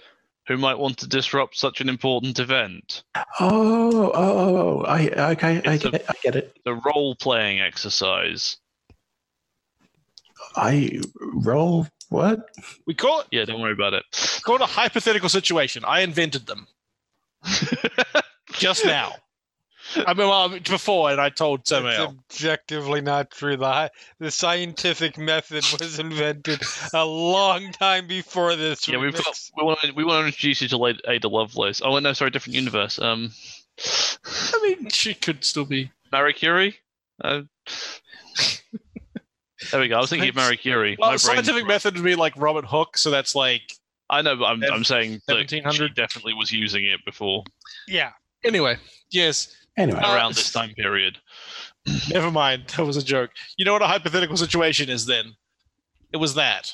Speaker 5: who might want to disrupt such an important event.
Speaker 2: Oh, oh, oh, oh, I okay, I
Speaker 5: It's a-
Speaker 2: get, I get it.
Speaker 5: The role-playing exercise.
Speaker 2: I roll what?
Speaker 4: We call it,
Speaker 5: Yeah, don't worry about it.
Speaker 4: call it a hypothetical situation. I invented them just now. I mean, well, before, and I told someone
Speaker 3: It's
Speaker 4: else.
Speaker 3: objectively not true. The, hi- the scientific method was invented a long time before this.
Speaker 5: yeah, we've
Speaker 3: remix.
Speaker 5: got, we want to we want to introduce you to La- Ada Lovelace. Oh no, sorry, different universe. Um,
Speaker 4: I mean, she could still be.
Speaker 5: Marie Curie. Uh, there we go. I was thinking of Marie Curie.
Speaker 4: Well,
Speaker 5: My brain's
Speaker 4: scientific method would be like Robert Hooke, so that's like
Speaker 5: I know, but I'm,
Speaker 4: Sev-
Speaker 5: I'm saying that she
Speaker 4: 1700?
Speaker 5: definitely was using it before
Speaker 3: yeah.
Speaker 4: anyway. Yes,
Speaker 2: Anyway,
Speaker 4: Uh,
Speaker 5: around this time period.
Speaker 4: never mind. That was a joke. You know what a hypothetical situation is? Then it was that.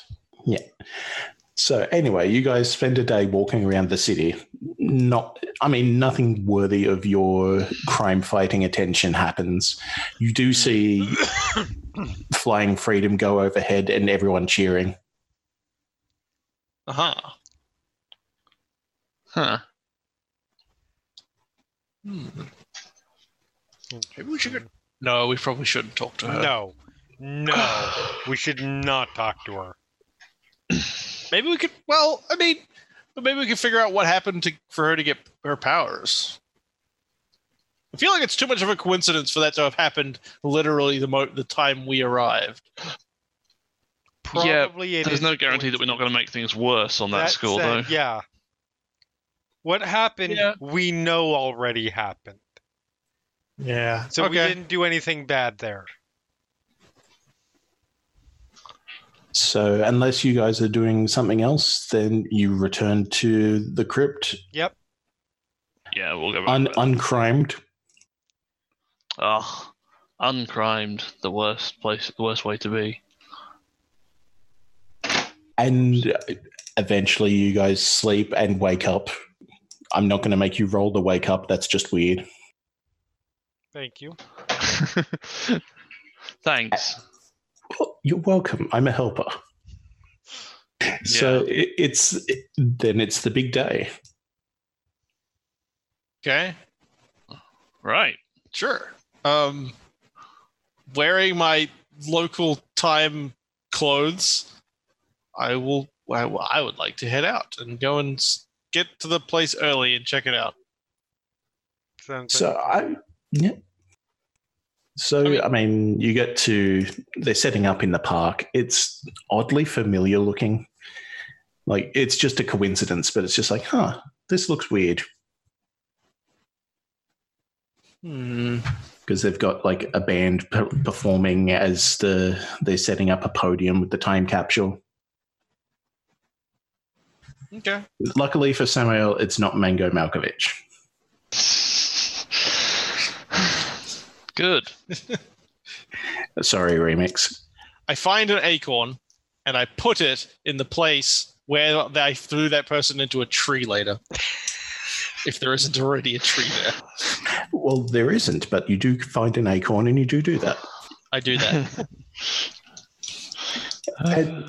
Speaker 2: so anyway, you guys spend a day walking around the city. Not, I mean, nothing worthy of your crime-fighting attention happens. You do see flying freedom go overhead and everyone cheering.
Speaker 4: Uh huh.
Speaker 5: Huh.
Speaker 4: Hmm. Maybe we should. No, we probably shouldn't talk to her.
Speaker 3: No. No. we should not talk to her.
Speaker 4: Maybe we could. Well, I mean, but maybe we could figure out what happened to for her to get her powers. I feel like it's too much of a coincidence for that to have happened literally the mo- the time we arrived.
Speaker 5: Yeah,
Speaker 3: Probably it
Speaker 5: There's
Speaker 3: is
Speaker 5: no guarantee that we're not going to make things worse on that,
Speaker 3: That
Speaker 5: score,
Speaker 3: said,
Speaker 5: though.
Speaker 3: Yeah. What happened,
Speaker 4: Yeah.
Speaker 3: we know already happened.
Speaker 4: Yeah.
Speaker 3: So we
Speaker 4: Okay.
Speaker 3: didn't do anything bad there.
Speaker 2: So unless you guys are doing something else, then you return to the crypt
Speaker 3: Yep.
Speaker 5: Yeah, we'll go back.
Speaker 2: un-
Speaker 5: to it.
Speaker 2: uncrimed.
Speaker 5: Ugh. uncrimed. The worst place. The worst way to be.
Speaker 2: And eventually you guys sleep and wake up. I'm not going to make you roll the wake up. That's just weird.
Speaker 3: Thank you.
Speaker 5: Thanks.
Speaker 4: Uh,
Speaker 2: Well, Oh, You're welcome. I'm a helper. So it, it's it- then it's the big day.
Speaker 4: Okay.
Speaker 5: Right.
Speaker 4: Sure. Um, wearing my local time clothes, I will. I, will- I would like to head out and go and s- get to the place early and check it out.
Speaker 3: Sounds
Speaker 2: So
Speaker 3: like-
Speaker 2: I yeah. So I mean,
Speaker 4: mean-
Speaker 2: you get to they're setting up in the park. It's oddly familiar looking. Like it's just a coincidence, but it's just like, huh, this looks weird.
Speaker 4: Hmm.
Speaker 2: because they've got like a band per- performing as the they're setting up a podium with the time capsule.
Speaker 4: Okay.
Speaker 2: Luckily for Samuel, it's not Mango Malkovich.
Speaker 5: Good.
Speaker 2: Sorry, remix.
Speaker 4: I find an acorn and I put it in the place where I threw that person into a tree later. if there isn't already a tree there,
Speaker 2: Well, there isn't, but you do find an acorn and you do do that.
Speaker 4: I do that.
Speaker 2: And,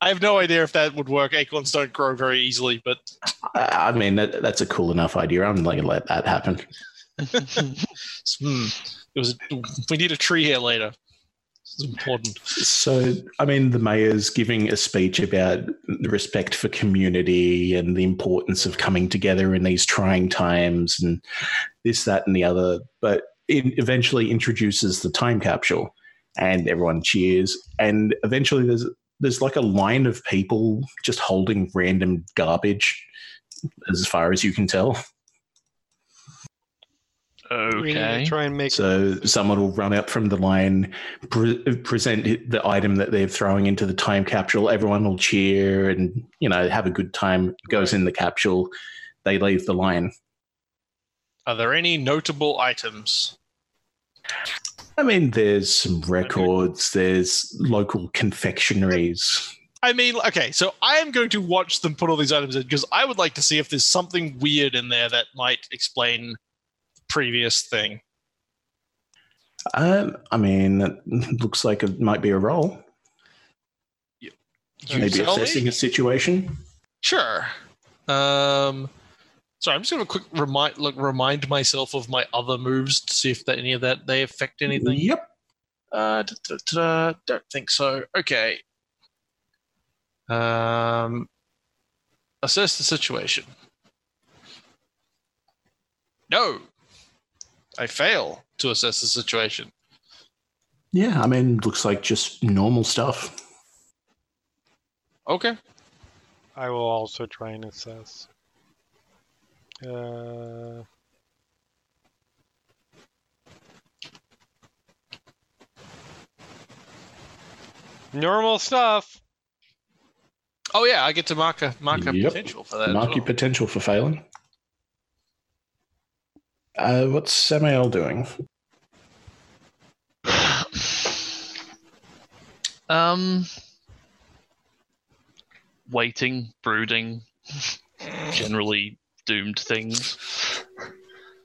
Speaker 4: I have no idea if that would work. Acorns don't grow very easily, but
Speaker 2: I I mean, that, that's a cool enough idea. I'm not going to let that happen.
Speaker 4: Hmm. It was. We need a tree here later. It's important.
Speaker 2: So, I mean, the mayor's giving a speech about the respect for community and the importance of coming together in these trying times and this, that, and the other, but it eventually introduces the time capsule and everyone cheers. And eventually there's there's like a line of people just holding random garbage as far as you can tell.
Speaker 3: We need to
Speaker 5: okay.
Speaker 3: try and make
Speaker 2: So someone will run up from the line, pre- present the item that they're throwing into the time capsule. Everyone will cheer and you know have a good time. Goes
Speaker 3: Right.
Speaker 2: in the capsule. They leave the line.
Speaker 4: Are there any notable items?
Speaker 2: I mean, there's some records, there's local confectionaries.
Speaker 4: I mean, okay, so I am going to watch them put all these items in because I would like to see if there's something weird in there that might explain the previous thing.
Speaker 2: Um, I mean, that looks like it might be a role.
Speaker 4: You
Speaker 2: Maybe
Speaker 4: tell me?
Speaker 2: assessing a situation.
Speaker 4: Sure. Um, sorry, I'm just going to quick remind look remind myself of my other moves to see if that, any of that they affect anything.
Speaker 2: Yep.
Speaker 4: Uh, da, da, da, da, don't think so. Okay. Um, assess the situation. No, I fail to assess the situation.
Speaker 2: Yeah, I mean, looks like just normal stuff.
Speaker 4: Okay.
Speaker 3: I will also try and assess. Uh, normal stuff.
Speaker 4: Oh yeah, I get to mark a mark a
Speaker 2: Yep.
Speaker 4: potential for that. as
Speaker 2: Mark
Speaker 4: well.
Speaker 2: your potential for failing. Uh, what's Samuel doing?
Speaker 5: um, waiting, brooding, generally doomed things,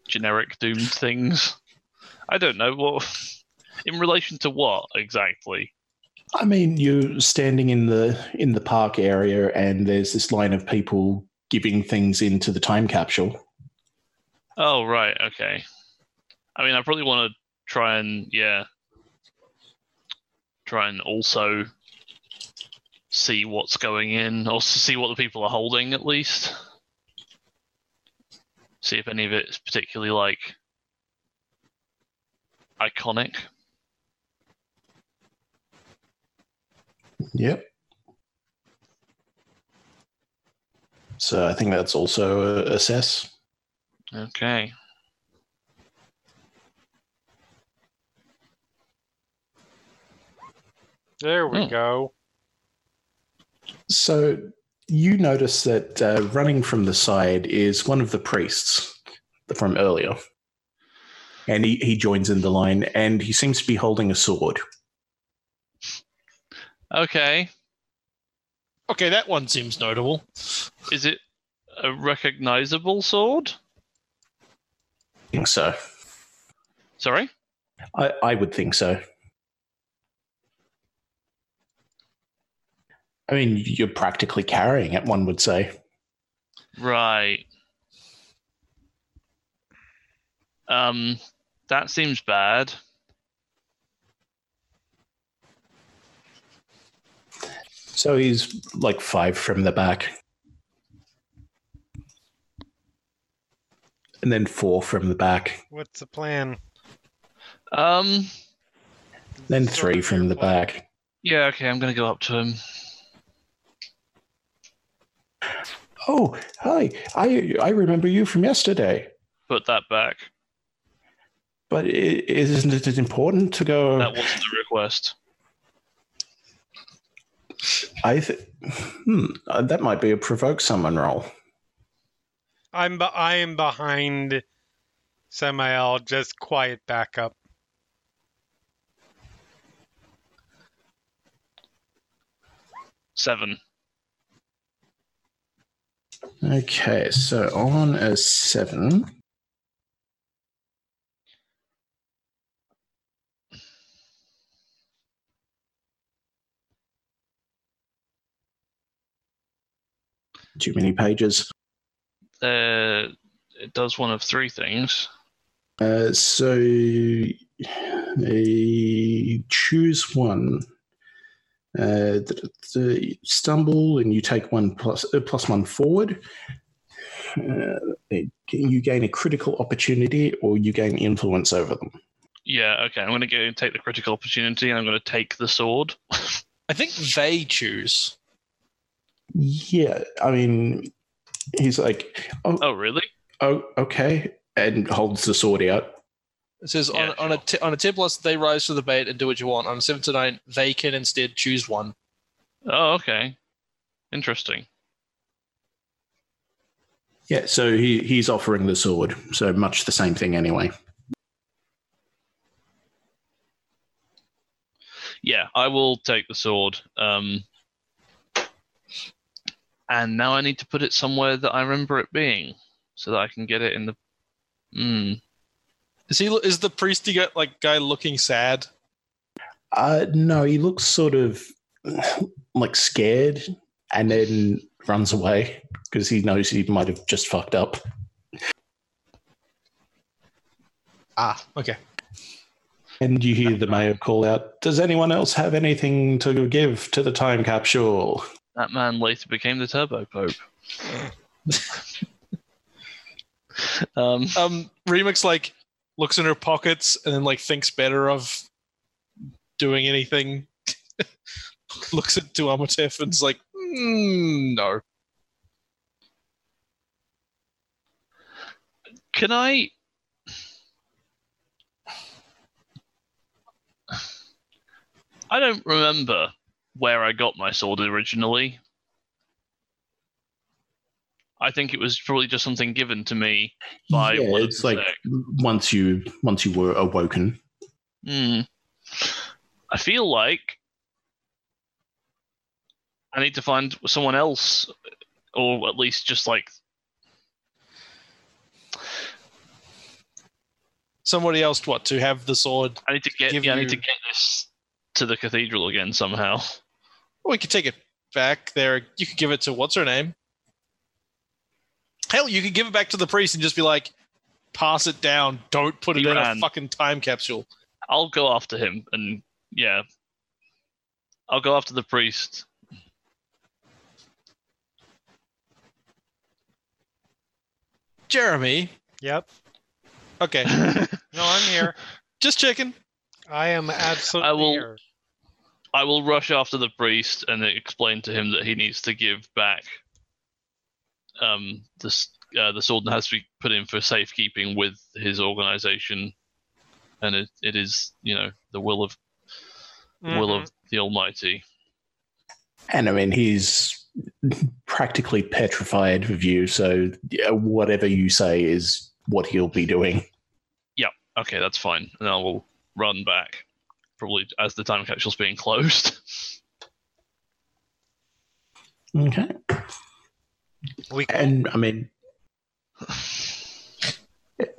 Speaker 5: generic doomed things. I don't know what. In relation to what exactly?
Speaker 2: I mean, you're standing in the in the park area, and there's this line of people giving things into the time capsule.
Speaker 5: Oh right, okay. I mean, I probably want to try and yeah, try and also see what's going in, or s- see what the people are holding at least. See if any of it is particularly like iconic.
Speaker 2: Yep. So I think that's also a assess.
Speaker 5: Okay.
Speaker 3: There we
Speaker 5: Hmm.
Speaker 3: go.
Speaker 2: So you notice that uh, running from the side is one of the priests from earlier. And he, he joins in the line and he seems to be holding a sword.
Speaker 5: Okay.
Speaker 4: Okay, that one seems notable.
Speaker 5: Is it a recognizable sword?
Speaker 2: I think so.
Speaker 5: Sorry.
Speaker 2: I, I would think so. I mean, you're practically carrying it, one would say.
Speaker 5: Right. Um, that seems bad.
Speaker 2: So he's like five from the back. And then four from the back.
Speaker 3: What's the plan?
Speaker 5: Um,
Speaker 2: Then
Speaker 3: Sort
Speaker 2: three
Speaker 3: of
Speaker 2: from the
Speaker 3: your plan.
Speaker 2: back.
Speaker 5: yeah, okay, I'm gonna go up to him.
Speaker 2: Oh, hi. I I remember you from yesterday.
Speaker 5: Put that back.
Speaker 2: But i- isn't it important to go?
Speaker 5: That wasn't a request.
Speaker 2: I th- hmm, uh, that might be a provoke someone roll.
Speaker 3: I'm be- I am behind Samael. Just quiet back up.
Speaker 5: Seven.
Speaker 2: Okay, so on a seven. Too many pages.
Speaker 5: Uh, it does one of three things.
Speaker 2: Uh, so uh, choose one. Uh, th- th- th- stumble and you take one plus uh, plus one forward. Uh, you gain a critical opportunity, or you gain influence over them.
Speaker 5: Yeah, okay, I'm gonna go and take the critical opportunity and I'm gonna take the sword.
Speaker 4: I think they choose.
Speaker 2: Yeah, I mean, he's like, oh,
Speaker 5: Oh, really?
Speaker 2: oh okay, and holds the sword out.
Speaker 4: It says on,
Speaker 5: Yeah,
Speaker 4: on a t- on a ten plus, they rise to the bait and do what you want. On a seven to nine, they can instead choose one.
Speaker 5: Oh, okay. Interesting.
Speaker 2: Yeah, so he, he's offering the sword. So much the same thing, anyway.
Speaker 5: yeah, I will take the sword. Um, and now I need to put it somewhere that I remember it being, so that I can get it in the. Mm.
Speaker 4: Is he? Is the priest you got like guy looking sad?
Speaker 2: Uh, no, he looks sort of like scared and then runs away because he knows he might have just fucked up.
Speaker 4: Ah, okay.
Speaker 2: And you hear the mayor call out, Does anyone else have anything to give to the time capsule?
Speaker 5: That man later became the Turbo Pope. um,
Speaker 4: Um, Remix like looks in her pockets and then like thinks better of doing anything. looks at Duamatef and's like, mm, no.
Speaker 5: can I? I don't remember where I got my sword originally. I think it was probably just something given to me by
Speaker 2: yeah,
Speaker 5: one of
Speaker 2: it's
Speaker 5: the
Speaker 2: like
Speaker 5: sect.
Speaker 2: once you once you were awoken.
Speaker 5: Hmm. I feel like I need to find someone else, or at least just like
Speaker 4: Somebody else, what to have the sword?
Speaker 5: I need to get.
Speaker 4: Give
Speaker 5: Yeah, I need to
Speaker 4: you-
Speaker 5: get this to the cathedral again somehow.
Speaker 4: We could take it back there. You could give it to what's her name. Hell, you could give it back to the priest and just be like, pass it down. Don't put it in a
Speaker 5: Iran.
Speaker 4: fucking time capsule.
Speaker 5: I'll go after him, and yeah, I'll go after the priest.
Speaker 4: Jeremy.
Speaker 3: Yep.
Speaker 4: Okay,
Speaker 5: I
Speaker 3: No, I'm here.
Speaker 4: just checking.
Speaker 3: I am absolutely
Speaker 5: will-
Speaker 3: here.
Speaker 5: will rush after the priest and explain to him that he needs to give back um, the s- uh, the sword that has to be put in for safekeeping with his organization, and it, it is you know the will of the will
Speaker 3: Mm-hmm.
Speaker 5: of the Almighty.
Speaker 2: And I mean he's practically petrified of you, so yeah, whatever you say is what he'll be doing.
Speaker 5: Okay, that's fine, and I will run back, probably as the time capsule's being closed.
Speaker 2: Okay.
Speaker 3: We
Speaker 2: And I mean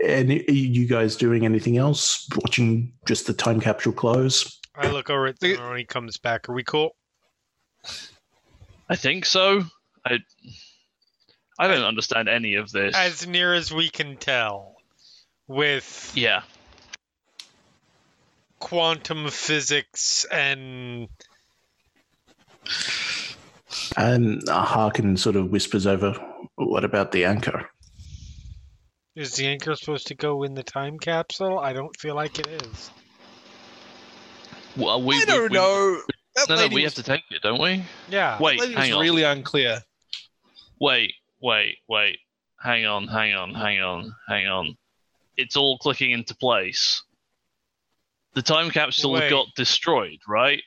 Speaker 2: and are you guys doing anything else? Watching just the time capsule close?
Speaker 3: I look over at
Speaker 4: Look
Speaker 3: him
Speaker 4: at-
Speaker 3: when he comes back. Are we cool?
Speaker 5: I think so. I I don't understand any of this.
Speaker 3: As near as we can tell, with
Speaker 5: yeah,
Speaker 3: quantum physics and
Speaker 2: And Harkin sort of whispers over, What about the anchor?
Speaker 3: is the anchor supposed to go in the time capsule? I don't feel like it is.
Speaker 5: well, we
Speaker 4: I
Speaker 5: we-
Speaker 4: don't
Speaker 5: we-
Speaker 4: know. That
Speaker 5: No, no,
Speaker 4: lady
Speaker 5: we
Speaker 4: was-
Speaker 5: have to take it, don't we?
Speaker 3: Yeah.
Speaker 5: Wait,
Speaker 4: lady
Speaker 5: hang
Speaker 4: was
Speaker 5: on.
Speaker 4: really unclear.
Speaker 5: Wait, wait, wait. Hang on, hang on, hang on, hang on. It's all clicking into place. The time capsule
Speaker 3: Wait.
Speaker 5: got destroyed, right?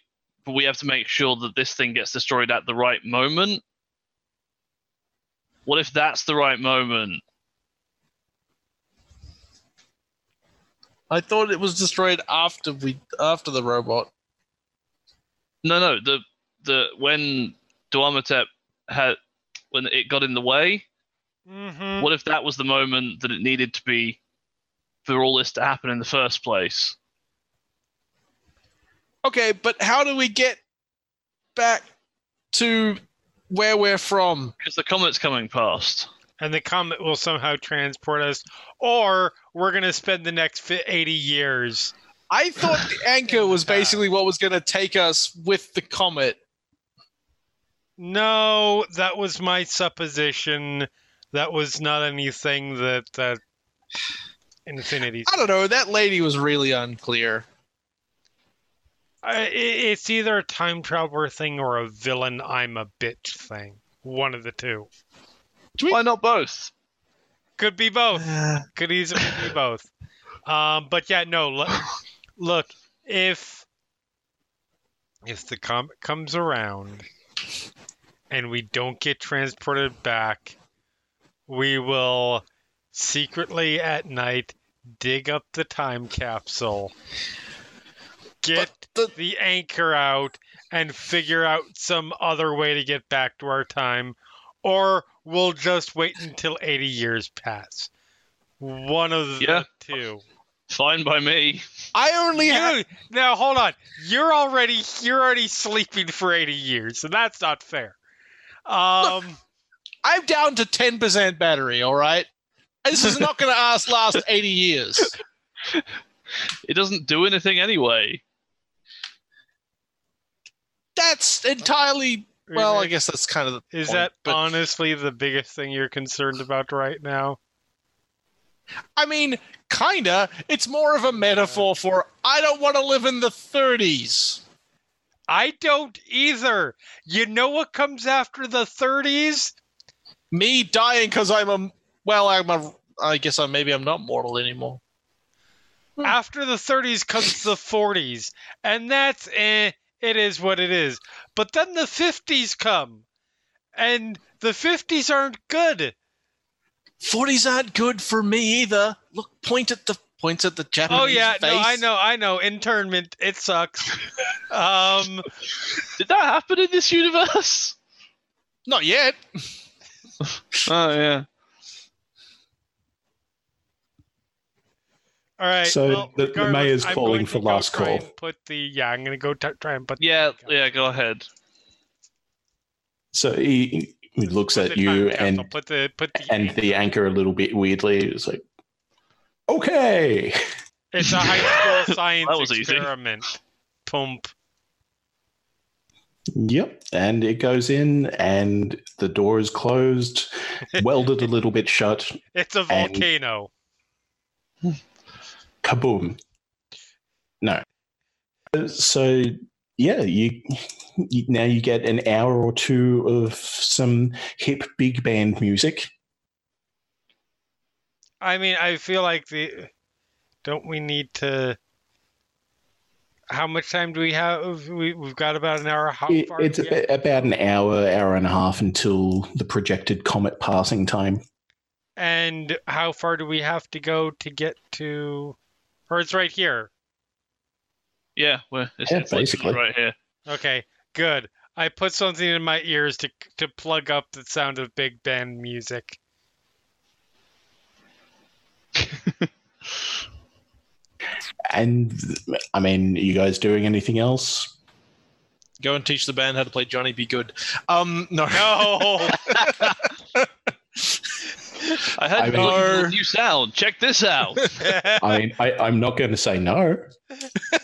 Speaker 5: But we have to make sure that this thing gets destroyed at the right moment. What if that's the right moment?
Speaker 4: I thought it was destroyed after we after the robot.
Speaker 5: No, no. The the when Duamatep had when it got in the way.
Speaker 3: Mm-hmm.
Speaker 5: What if that was the moment that it needed to be for all this to happen in the first place?
Speaker 4: Okay, but how do we get back to where we're from?
Speaker 5: Because the comet's coming past.
Speaker 3: And the comet will somehow transport us, or we're gonna spend the next fi- eighty years.
Speaker 4: I thought the anchor was basically what was going to take us with the comet.
Speaker 3: No, that was my supposition. That was not anything that that Infinity.
Speaker 4: I don't know. That lady was really unclear.
Speaker 3: I, i- it's either a time traveler thing or a villain I'm a bitch thing. One of the two.
Speaker 5: Why not both?
Speaker 3: Could be both. Could easily be both. Um, but yeah, no. Look, look if if the comet comes around and we don't get transported back, we will secretly at night dig up the time capsule, get
Speaker 4: the-
Speaker 3: the anchor out and figure out some other way to get back to our time, or we'll just wait until 80 years pass. One of
Speaker 5: Yeah.
Speaker 3: the two.
Speaker 5: Fine by me.
Speaker 4: I only have
Speaker 3: You, now hold on. You're already you're already sleeping for 80 years, and that's not fair. Um,
Speaker 4: I'm down to ten percent battery. All right, this is not going to last last eighty years.
Speaker 5: It doesn't do anything anyway.
Speaker 4: That's entirely well. I guess that's kind of the
Speaker 3: is
Speaker 4: point,
Speaker 3: that
Speaker 4: but-
Speaker 3: honestly the biggest thing you're concerned about right now?
Speaker 4: I mean, kinda. It's more of a metaphor for I don't want to live in the 30s.
Speaker 3: I don't either. You know what comes after the 30s?
Speaker 4: Me dying because I'm a well, I'm a. I guess I maybe I'm not mortal anymore.
Speaker 3: After the 30s comes the 40s, and that's eh, it is what it is. But then the 50s come, and the 50s aren't good.
Speaker 4: 40s aren't good for me either. Look, point at the points at the Japanese
Speaker 3: Oh yeah,
Speaker 4: face.
Speaker 3: no, I know, I know. Internment, it sucks. um,
Speaker 5: Did that happen in this universe?
Speaker 4: Not yet.
Speaker 5: Oh yeah.
Speaker 3: all right.
Speaker 2: So
Speaker 3: well,
Speaker 2: the- the
Speaker 3: regardless,
Speaker 2: mayor's
Speaker 3: I'm
Speaker 2: calling
Speaker 3: going
Speaker 2: for
Speaker 3: to go
Speaker 2: last
Speaker 3: try
Speaker 2: call.
Speaker 3: and Put the yeah, I'm gonna go t- try and put
Speaker 5: Yeah, yeah, go ahead.
Speaker 2: So he, he looks
Speaker 3: put
Speaker 2: at
Speaker 3: the time
Speaker 2: you
Speaker 3: capsule,
Speaker 2: and
Speaker 3: put the put the
Speaker 2: and the anchor a little bit weirdly. It's like, okay.
Speaker 3: It's a high school science
Speaker 5: That was easy.
Speaker 3: experiment. Pump.
Speaker 2: Yep. And it goes in, and the door is closed, welded a little bit shut.
Speaker 3: It's a
Speaker 2: And-
Speaker 3: volcano.
Speaker 2: Kaboom. No. So yeah, you, you now you get an hour or two of some hip big band music.
Speaker 3: I mean, I feel like the. Don't we need to? How much time do we have? We, we've got about an hour. How
Speaker 2: It-
Speaker 3: far?
Speaker 2: it's
Speaker 3: do we have?
Speaker 2: a- about an hour, hour and a half until the projected comet passing time.
Speaker 3: And how far do we have to go to get to? Or it's right here.
Speaker 5: Yeah, well, it's,
Speaker 2: Yeah,
Speaker 5: it's literally
Speaker 2: basically.
Speaker 5: right here.
Speaker 3: Okay, good. I put something in my ears to to plug up the sound of big band music.
Speaker 2: And I mean, you guys doing anything else?
Speaker 4: Go and teach the band how to play Johnny Be Good. Um, no.
Speaker 3: No,
Speaker 5: I had
Speaker 2: I
Speaker 5: I
Speaker 2: mean-
Speaker 5: a new sound. Check this out.
Speaker 2: I mean, I, I'm not going to say no.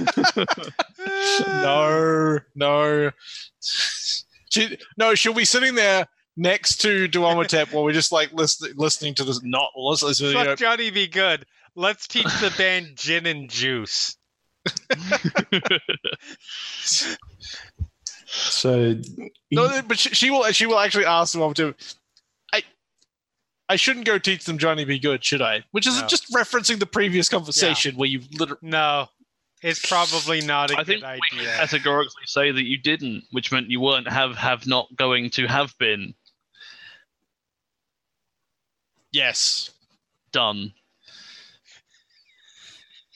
Speaker 4: no, no. She, no, she'll be sitting there next to Duomotep while we're just like listen, listening to this, not listening. you know,
Speaker 3: Fuck Johnny be good. Let's teach the band gin and juice.
Speaker 2: So
Speaker 4: no, but she, she will. She will actually ask Duomotep. I, I shouldn't go teach them Johnny Be Good, should I? Which is
Speaker 3: No.
Speaker 4: just referencing the previous conversation where you literally.
Speaker 3: No, it's probably not a
Speaker 5: I
Speaker 3: good
Speaker 5: think
Speaker 3: idea.
Speaker 5: we can categorically say that you didn't, which meant you weren't have have not going to have been
Speaker 4: Yes.
Speaker 5: done.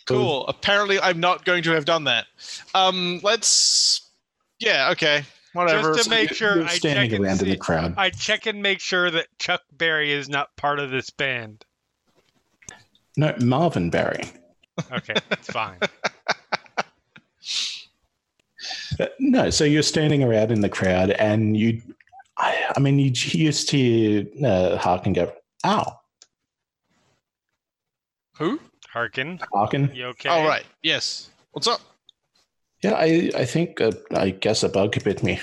Speaker 4: Cool. Apparently, I'm not going to have done that. Um, let's. Yeah. Okay. Whatever.
Speaker 3: Just to make sure,
Speaker 2: you're
Speaker 3: I check
Speaker 2: standing
Speaker 3: and
Speaker 2: around in the
Speaker 3: see,
Speaker 2: crowd.
Speaker 3: I check and make sure that Chuck Berry is not part of this band.
Speaker 2: no, Marvin Barry.
Speaker 3: Okay, it's fine.
Speaker 2: Uh, No, so you're standing around in the crowd, and you, I, I mean, you just hear uh, Harkin go, "Ow,
Speaker 4: Who?
Speaker 3: Harkin,
Speaker 2: Harkin."
Speaker 3: you okay?
Speaker 4: All right. Yes. What's up?
Speaker 2: Yeah, I, I think, uh, I guess a bug bit me.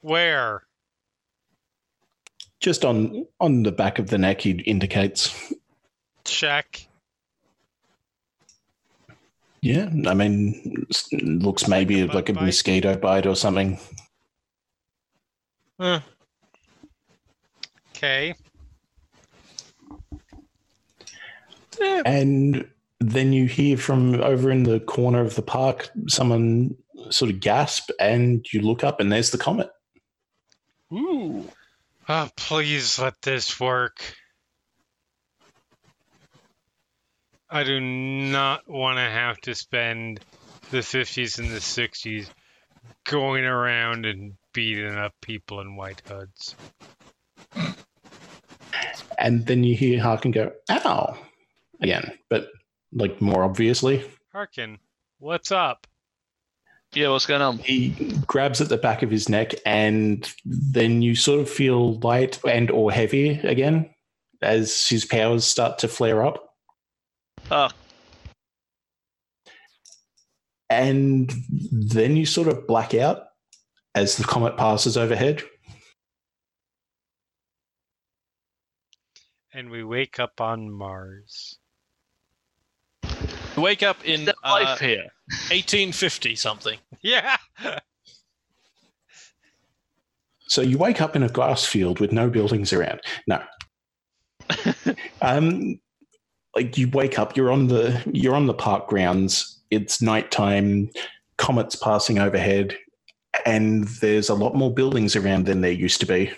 Speaker 3: Where?
Speaker 2: Just on on the back of the neck, he indicates.
Speaker 3: Check.
Speaker 2: Yeah, I mean, s- looks maybe
Speaker 3: bug
Speaker 2: like a
Speaker 3: bite?
Speaker 2: mosquito bite or something.
Speaker 5: Uh.
Speaker 3: Okay.
Speaker 2: And then you hear from over in the corner of the park someone sort of gasp, and you look up, and there's the comet.
Speaker 4: Ooh.
Speaker 3: Oh, please let this work. I do not want to have to spend the 50s and the 60s going around and beating up people in white hoods.
Speaker 2: And then you hear Harkin go, ow, again, but like more obviously.
Speaker 3: Harkin, what's up?
Speaker 5: Yeah, what's going on?
Speaker 2: He grabs at the back of his neck, and then you sort of feel light and or heavy again as his powers start to flare up.
Speaker 5: Oh,
Speaker 2: and then you sort of black out as the comet passes overhead.
Speaker 3: And we wake up on Mars.
Speaker 4: You wake up in
Speaker 5: there's
Speaker 4: uh,
Speaker 5: life here.
Speaker 4: 1850 something.
Speaker 3: Yeah.
Speaker 2: So you wake up in a grass field with no buildings around. No. um, like you wake up, you're on the you're on the park grounds. It's nighttime, comets passing overhead, and there's a lot more buildings around than there used to be.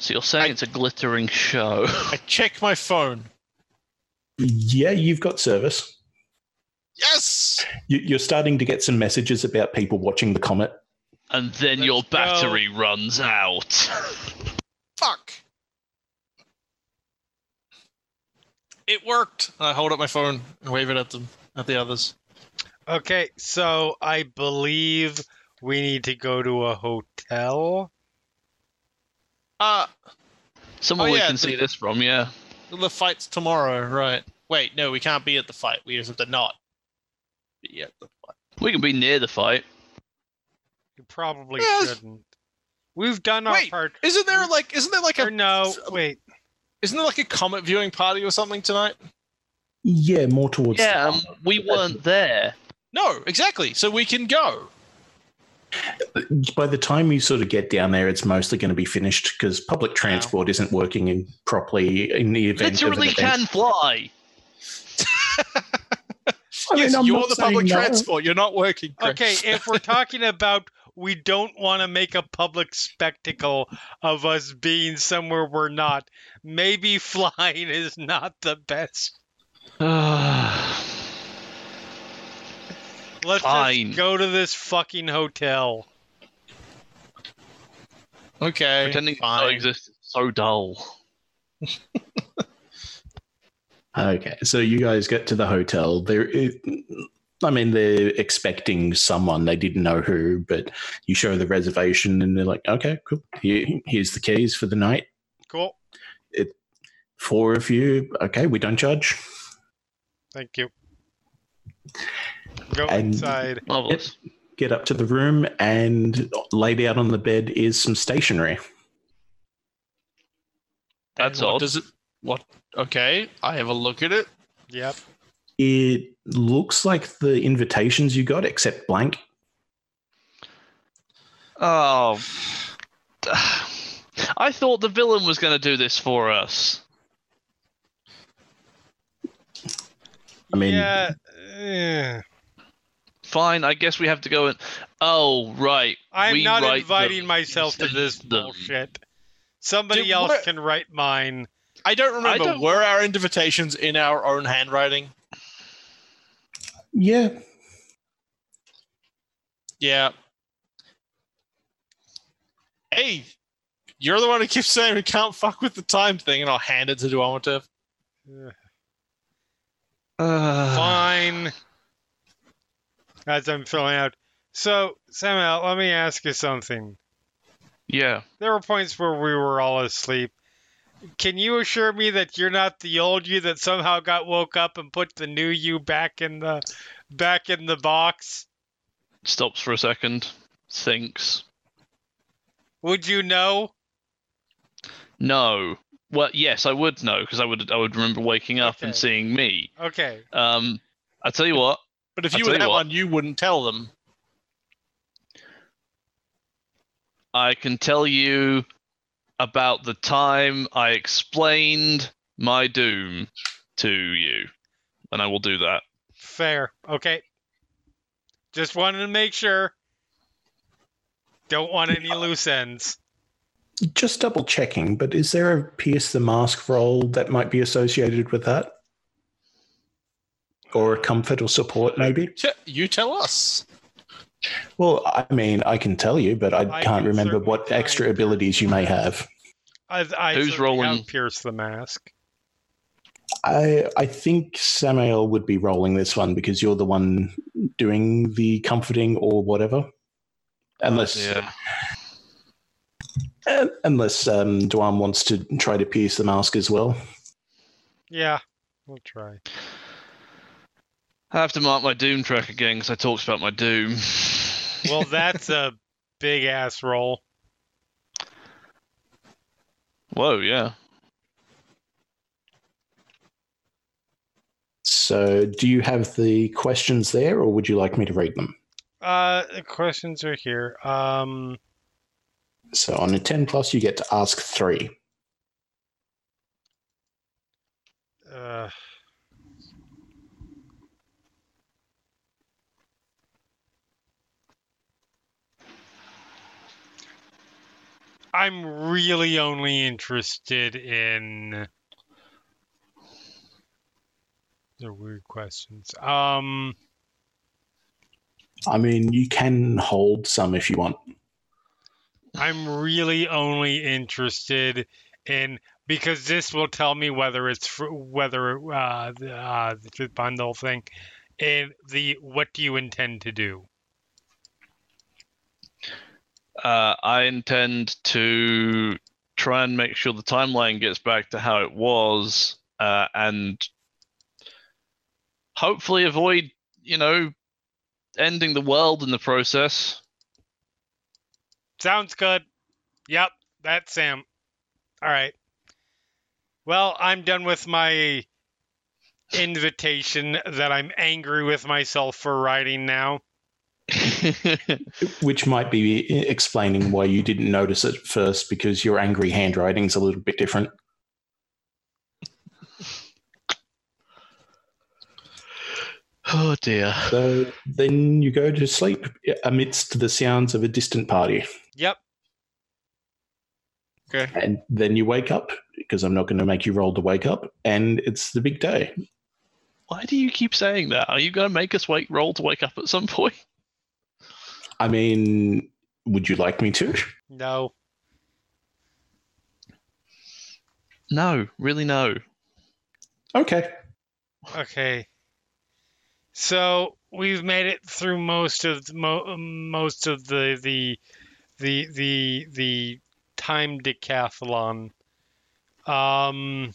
Speaker 5: So you're saying it's a glittering show?
Speaker 4: I check my phone.
Speaker 2: Yeah, you've got service.
Speaker 4: Yes.
Speaker 2: You, you're starting to get some messages about people watching the comet.
Speaker 5: and then your
Speaker 3: Let's go.
Speaker 5: battery runs out.
Speaker 4: Fuck. It worked. I hold up my phone and wave it at them, at the others.
Speaker 3: Okay, so I believe we need to go to a hotel.
Speaker 4: Uh,
Speaker 5: Somewhere
Speaker 4: Oh,
Speaker 5: we
Speaker 4: yeah,
Speaker 5: can
Speaker 4: the-
Speaker 5: see this from, yeah.
Speaker 4: the fight's tomorrow, right? Wait, no, we can't be at the fight. We just have to not be at the fight.
Speaker 5: We can be near the fight.
Speaker 3: You probably
Speaker 4: Yes.
Speaker 3: shouldn't. We've done our
Speaker 4: Wait,
Speaker 3: part.
Speaker 4: Isn't there like, isn't there like
Speaker 3: Or
Speaker 4: a,
Speaker 3: no, wait.
Speaker 4: isn't there like a comet viewing party or something tonight?
Speaker 2: Yeah, more towards the
Speaker 5: Yeah, um, we weren't there.
Speaker 4: No, exactly. So we can go.
Speaker 2: by the time you sort of get down there, it's mostly going to be finished because public transport isn't working in properly in the event.
Speaker 5: Literally
Speaker 2: of an event.
Speaker 5: can fly.
Speaker 2: I mean,
Speaker 4: yes,
Speaker 2: I'm
Speaker 4: you're
Speaker 2: not
Speaker 4: the public
Speaker 2: saying no.
Speaker 4: transport. You're not working. Chris.
Speaker 3: Okay, if we're talking about we don't want to make a public spectacle of us being somewhere we're not, maybe flying is not the best. Let's
Speaker 5: Fine.
Speaker 3: just go to this fucking hotel.
Speaker 4: Okay.
Speaker 5: Pretending it
Speaker 4: fine.
Speaker 5: exists is so dull.
Speaker 2: Okay, so you guys get to the hotel. There, is- I mean, they're expecting someone. They didn't know who, but you show the reservation, and they're like, "Okay, cool. Here, here's the keys for the night.
Speaker 3: Cool.
Speaker 2: Four of you. Okay, we don't judge."
Speaker 3: Thank you. Go
Speaker 2: And-
Speaker 3: inside.
Speaker 5: Marvelous.
Speaker 2: Get up to the room, and laid out on the bed is some stationery.
Speaker 4: And
Speaker 5: That's
Speaker 4: what
Speaker 5: odd.
Speaker 4: Does it? What? Okay, I have a look at it.
Speaker 3: Yep.
Speaker 2: It looks like the invitations you got, except blank.
Speaker 5: Oh. I thought the villain was going to do this for us.
Speaker 2: I mean-
Speaker 3: yeah. eh.
Speaker 5: Fine, I guess we have to go and. Oh, right.
Speaker 3: I'm
Speaker 5: we
Speaker 3: not
Speaker 5: write
Speaker 3: inviting
Speaker 5: them.
Speaker 3: myself to
Speaker 5: send
Speaker 3: this
Speaker 5: them.
Speaker 3: bullshit. Somebody
Speaker 4: Dude,
Speaker 3: else
Speaker 4: what-
Speaker 3: can write mine.
Speaker 4: I don't remember.
Speaker 5: don't-
Speaker 4: Were our invitations in our own handwriting?
Speaker 2: Yeah,
Speaker 4: Yeah. Hey, you're the one who keeps saying we can't fuck with the time thing, and I'll hand it to Duomotiv.
Speaker 3: Ugh.
Speaker 5: Ugh.
Speaker 3: Fine. Uh-huh. As I'm filling out. So, Samuel, let me ask you something.
Speaker 5: Yeah.
Speaker 3: There were points where we were all asleep. Can you assure me that you're not the old you that somehow got woke up and put the new you back in the back in the box?
Speaker 5: Stops for a second. Thinks.
Speaker 3: Would you know?
Speaker 5: No. Well, yes, I would know because I would I would remember waking up and
Speaker 3: Okay.
Speaker 5: seeing me.
Speaker 3: Okay.
Speaker 5: Um, I tell you what,
Speaker 4: But if
Speaker 5: I'll
Speaker 4: you
Speaker 5: tell
Speaker 4: were
Speaker 5: you
Speaker 4: that
Speaker 5: what.
Speaker 4: one, you wouldn't tell them.
Speaker 5: I can tell you about the time I explained my doom to you, and I will do that.
Speaker 3: Fair. Okay. Just wanted to make sure. Don't want any loose ends.
Speaker 2: Just double checking, but is there a Pierce the Mask role that might be associated with that? or comfort or support, maybe?
Speaker 4: Yeah, you tell us.
Speaker 2: Well, I mean, I can tell you, but I,
Speaker 3: I
Speaker 2: can't
Speaker 3: can
Speaker 2: remember what
Speaker 3: certainly
Speaker 2: extra
Speaker 3: try.
Speaker 2: abilities you may have.
Speaker 3: I, I
Speaker 5: Who's
Speaker 3: certainly have
Speaker 5: rolling?
Speaker 3: Pierce the mask.
Speaker 2: I I think Samael would be rolling this one because you're the one doing the comforting or whatever. Unless
Speaker 5: Yeah.
Speaker 2: uh, unless um, Dwan wants to try to pierce the mask as well.
Speaker 3: Yeah, we'll try.
Speaker 5: I have to mark my doom track again because I talked about my doom.
Speaker 3: Well, that's a big ass roll.
Speaker 5: Whoa, yeah.
Speaker 2: So, do you have the questions there, or would you like me to read them?
Speaker 3: Uh, the questions are here. Um,
Speaker 2: So, on a ten plus, you get to ask three.
Speaker 3: uh, I'm really only interested in the weird questions. Um,
Speaker 2: I mean, you can hold some if you want.
Speaker 3: I'm really only interested in because this will tell me whether it's fr- whether uh, the, uh, the truth behind the whole thing, and the what do you intend to do?
Speaker 5: Uh, I intend to try and make sure the timeline gets back to how it was, uh, and hopefully avoid, you know, ending the world in the process.
Speaker 3: Sounds good. Yep, that's Sam. All right. Well, I'm done with my invitation that I'm angry with myself for writing now.
Speaker 2: Which might be explaining why you didn't notice it first, because your angry handwriting's a little bit different.
Speaker 5: oh dear.
Speaker 2: So then you go to sleep amidst the sounds of a distant party.
Speaker 3: Yep.
Speaker 4: Okay.
Speaker 2: And then you wake up, because I'm not going to make you roll to wake up, and it's the big day.
Speaker 5: Why do you keep saying that? Are you going to make us wait roll to wake up at some point?
Speaker 2: I mean, would you like me to?
Speaker 3: No.
Speaker 5: No, really, no.
Speaker 2: Okay.
Speaker 3: Okay. So we've made it through most of mo- most of the the the the the time decathlon. Um,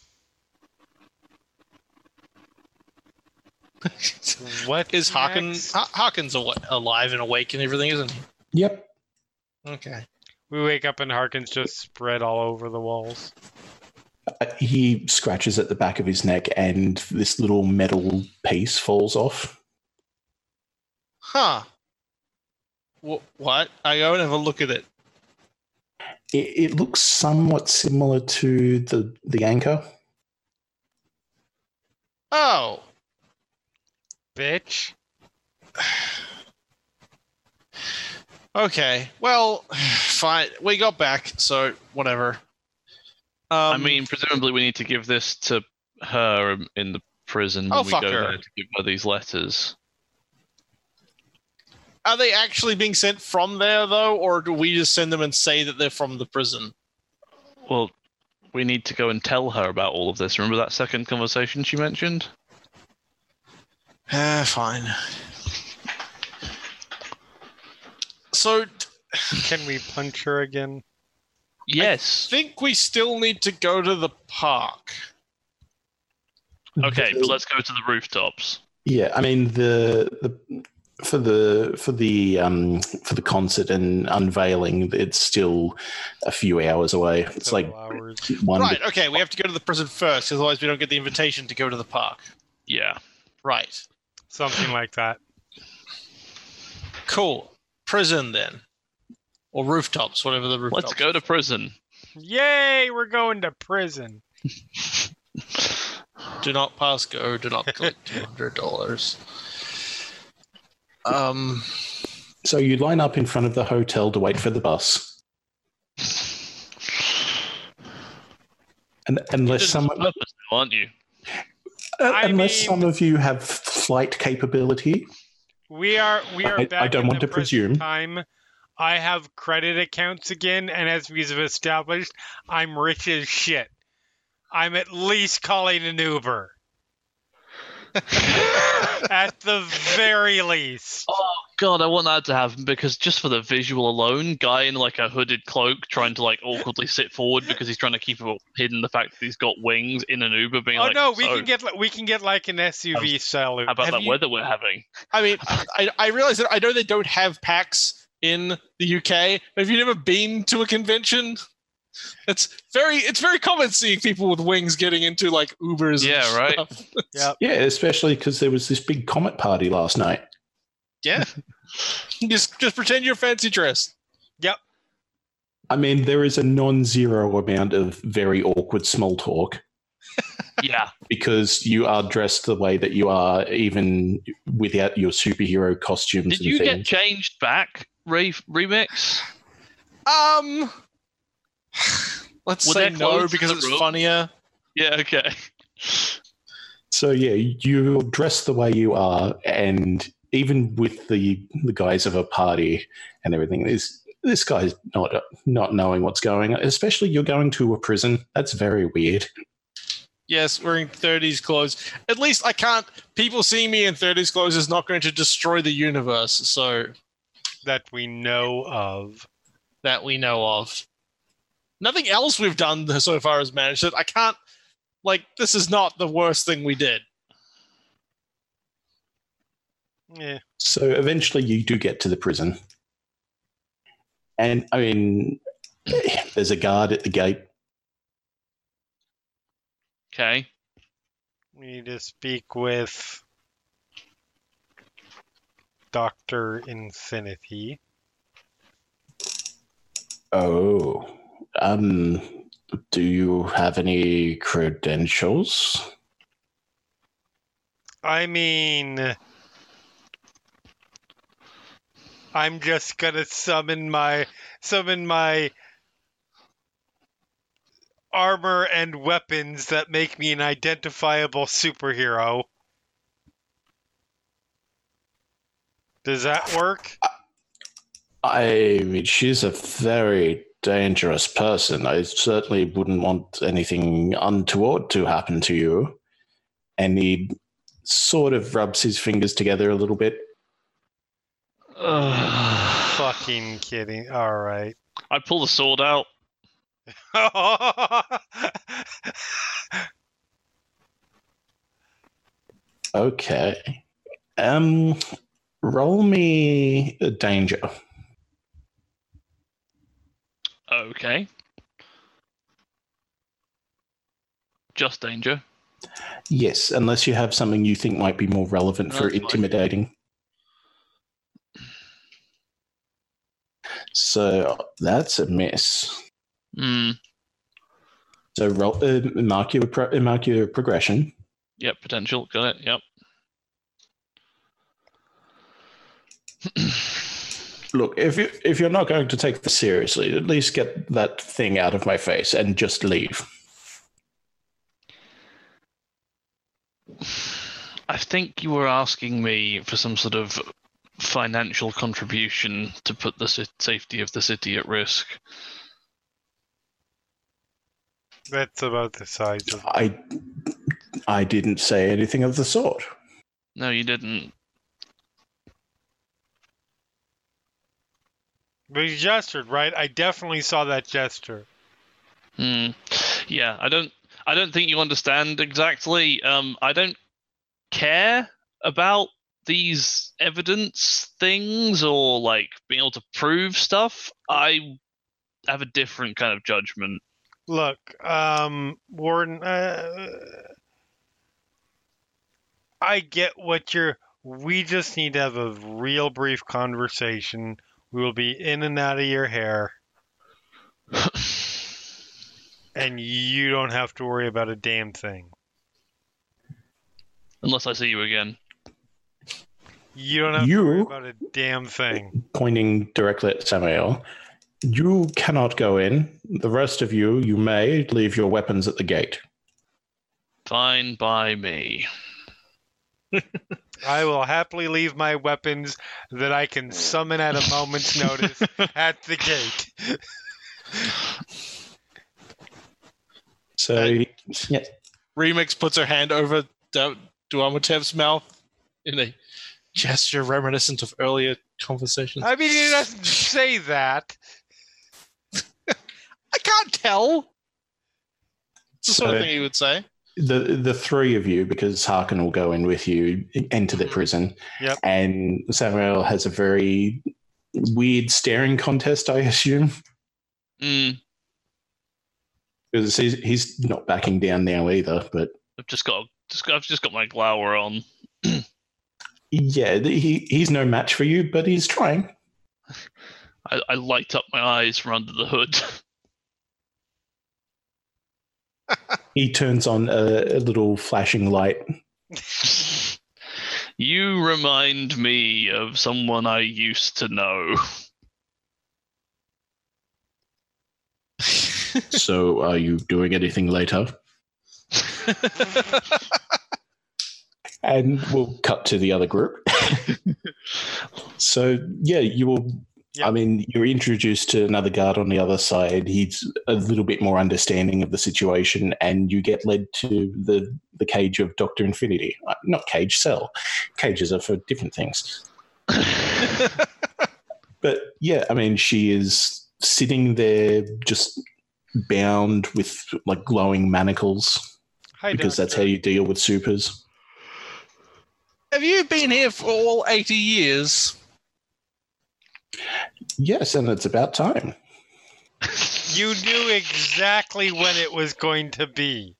Speaker 3: what
Speaker 4: Is Hawken
Speaker 3: next?
Speaker 4: Ha- Hawken's awa- alive and awake and everything, isn't he?
Speaker 2: Yep.
Speaker 4: Okay.
Speaker 3: We wake up and Harkin's just spread all over the walls.
Speaker 2: Uh, He scratches at the back of his neck, and this little metal piece falls off.
Speaker 4: Huh. Wh- what? I go and have a look at it.
Speaker 2: It, it looks somewhat similar to the the anchor.
Speaker 4: Oh.
Speaker 3: Bitch.
Speaker 4: Okay. Well, fine. We got back, so whatever. Um,
Speaker 5: I mean, presumably we need to give this to her in the prison when
Speaker 4: Oh,
Speaker 5: we
Speaker 4: fuck
Speaker 5: go
Speaker 4: her.
Speaker 5: there to give her these letters.
Speaker 4: are they actually being sent from there though, or do we just send them and say that they're from the prison?
Speaker 5: Well, we need to go and tell her about all of this. Remember that second conversation she mentioned?
Speaker 4: Ah, fine. So, t-
Speaker 3: Can we punch her again?
Speaker 5: Yes.
Speaker 4: think we still need to go to the park.
Speaker 5: Okay, but let's go to the rooftops.
Speaker 2: Yeah, I mean the the for the for the um for the concert and unveiling, it's still a few hours away. It's like
Speaker 3: Several hours.
Speaker 2: one.
Speaker 4: Right. Okay, we have to go to the prison first, otherwise we don't get the invitation to go to the park.
Speaker 5: Yeah.
Speaker 4: Right.
Speaker 3: Something like that.
Speaker 4: Cool. Prison then, or rooftops, whatever the rooftops.
Speaker 5: Let's go to prison.
Speaker 3: Yay, we're going to prison.
Speaker 4: Do not pass go. Do not collect two hundred dollars. Um.
Speaker 2: So you line up in front of the hotel to wait for the bus, and unless
Speaker 5: Doing this
Speaker 2: some
Speaker 5: on purpose now, aren't you?
Speaker 2: uh,
Speaker 3: I
Speaker 2: unless
Speaker 3: mean-
Speaker 2: some of you have flight capability.
Speaker 3: We are we are
Speaker 2: I- I
Speaker 3: back
Speaker 2: don't
Speaker 3: in
Speaker 2: want
Speaker 3: the
Speaker 2: to
Speaker 3: present
Speaker 2: presume.
Speaker 3: time. I have credit accounts again, and as we've established, I'm rich as shit. I'm at least calling an Uber. at the very least.
Speaker 5: God, I want that to happen because just for the visual alone, guy in like a hooded cloak trying to like awkwardly sit forward because he's trying to keep it hidden the fact that he's got wings in an Uber. Being
Speaker 3: oh
Speaker 5: like,
Speaker 3: no, we
Speaker 5: "So,
Speaker 3: can get li- we can get like an SUV salute.
Speaker 5: How about
Speaker 4: have
Speaker 5: that
Speaker 4: you-
Speaker 5: weather we're having?
Speaker 4: I mean, I, I realize that I know they don't have PAX in the UK, but have you never been to a convention? It's very it's very common seeing people with wings getting into like Ubers. and
Speaker 5: Yeah, right.
Speaker 4: stuff.
Speaker 2: Yeah, especially because there was this big comet party last night.
Speaker 4: Just just pretend you're fancy dressed.
Speaker 2: I mean, there is a non zero amount of very awkward small talk
Speaker 5: Yeah,
Speaker 2: because you are dressed the way that you are, even without your superhero costumes
Speaker 5: did
Speaker 2: and
Speaker 5: you get
Speaker 2: things.
Speaker 5: changed back re- remix?
Speaker 4: Um, let's
Speaker 5: Were
Speaker 4: say
Speaker 5: there
Speaker 4: no
Speaker 5: clothes in
Speaker 4: because
Speaker 5: the
Speaker 4: it's
Speaker 5: room?
Speaker 4: funnier.
Speaker 5: Yeah, okay.
Speaker 2: so, yeah, you're dressed the way you are, and even with the, the guise of a party and everything, this, this guy's not, not knowing what's going on, especially you're going to a prison. That's very weird.
Speaker 4: Yes, wearing 30s clothes. At least I can't. People seeing me in 30s clothes is not going to destroy the universe, so
Speaker 3: that we know of.
Speaker 4: that we know of. Nothing else we've done so far has managed it. I can't. Like, this is not the worst thing we did.
Speaker 3: Yeah.
Speaker 2: So eventually you do get to the prison. And I mean, there's a guard at the gate.
Speaker 5: Okay.
Speaker 3: We need to speak with Doctor Infinity.
Speaker 2: Oh, um, do you have any credentials?
Speaker 3: I mean, I'm just gonna summon my summon my armor and weapons that make me an identifiable superhero. Does that work?
Speaker 2: I mean, she's a very dangerous person. I certainly wouldn't want anything untoward to happen to you. And he sort of rubs his fingers together a little bit.
Speaker 5: Fuck.
Speaker 3: Fucking kidding. All right.
Speaker 5: I pull the sword out.
Speaker 2: Okay. Um, roll me a danger.
Speaker 5: Okay. Just danger.
Speaker 2: Yes, unless you have something you think might be more relevant
Speaker 5: No,
Speaker 2: for
Speaker 5: that's fine.
Speaker 2: intimidating. So that's a miss.
Speaker 5: Hmm.
Speaker 2: So roll, uh, mark your pro- uh, mark your progression.
Speaker 5: Yep. Potential. Got it. Yep.
Speaker 2: Look, if you if you're not going to take this seriously, at least get that thing out of my face and just leave.
Speaker 5: I think you were asking me for some sort of financial contribution to put the ci- safety of the city at risk.
Speaker 3: That's about the size of
Speaker 2: I I didn't say anything of the sort.
Speaker 5: No, you didn't.
Speaker 3: But he gestured, right? I definitely saw that gesture.
Speaker 5: Hmm. Yeah, I don't. I don't think you understand exactly. Um, I don't care about these evidence things or like being able to prove stuff. I have a different kind of judgment.
Speaker 3: Look, um, Warden, uh, I get what you're. We just need to have a real brief conversation. We will be in and out of your hair, and you don't have to worry about a damn thing.
Speaker 5: Unless I see you again.
Speaker 3: You don't have to worry
Speaker 2: You
Speaker 3: about a damn thing.
Speaker 2: pointing directly at Samuel. You cannot go in. The rest of you, you may leave your weapons at the gate.
Speaker 5: Fine by me.
Speaker 3: I will happily leave my weapons that I can summon at a moment's notice at the gate.
Speaker 2: So yeah,
Speaker 4: Remix puts her hand over Du- Duamatev's mouth in a gesture reminiscent of earlier conversations.
Speaker 3: I mean, he doesn't say that.
Speaker 4: I can't tell. It's the sort of
Speaker 2: So-
Speaker 4: thing he would say.
Speaker 2: the the three of you, because Harkin will go in with you, enter the prison.
Speaker 3: Yep.
Speaker 2: And Samuel has a very weird staring contest, I assume,
Speaker 5: Mm,
Speaker 2: because he's he's not backing down now either. But
Speaker 5: I've just got, just got, I've just got my glower on.
Speaker 2: yeah, he he's no match for you, but he's trying.
Speaker 5: I, I light up my eyes from under the hood.
Speaker 2: He turns on a, a little flashing light.
Speaker 5: you remind me of someone I used to know.
Speaker 2: so, are you doing anything later? And we'll cut to the other group. so yeah, you will.
Speaker 3: Yeah.
Speaker 2: I mean, you're introduced to another guard on the other side. He's a little bit more understanding of the situation, and you get led to the the cage of Doctor Infinity. Uh, Not cage cell. Cages are for different things. But yeah, I mean, she is sitting there just bound with like glowing manacles
Speaker 3: Hi,
Speaker 2: because that's how
Speaker 3: Doctor.
Speaker 2: you deal with supers.
Speaker 4: Have you been here for all 80 years?
Speaker 2: Yes, and it's about time.
Speaker 3: you knew exactly when it was going to be.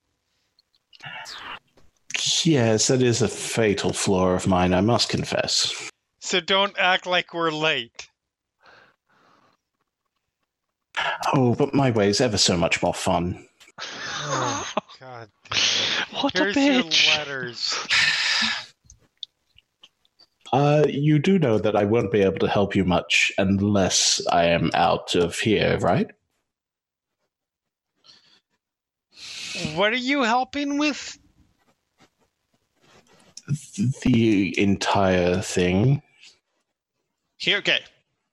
Speaker 2: Yes, that is a fatal flaw of mine, I must confess.
Speaker 3: So don't act like we're late.
Speaker 2: Oh, but my way's ever so much more fun.
Speaker 3: Oh, God. damn it.
Speaker 5: what
Speaker 3: Here's
Speaker 5: a
Speaker 3: your
Speaker 5: bitch!
Speaker 3: letters.
Speaker 2: Uh, you do know that I won't be able to help you much unless I am out of here, right?
Speaker 3: What are you helping with?
Speaker 2: The entire thing.
Speaker 4: Here, okay.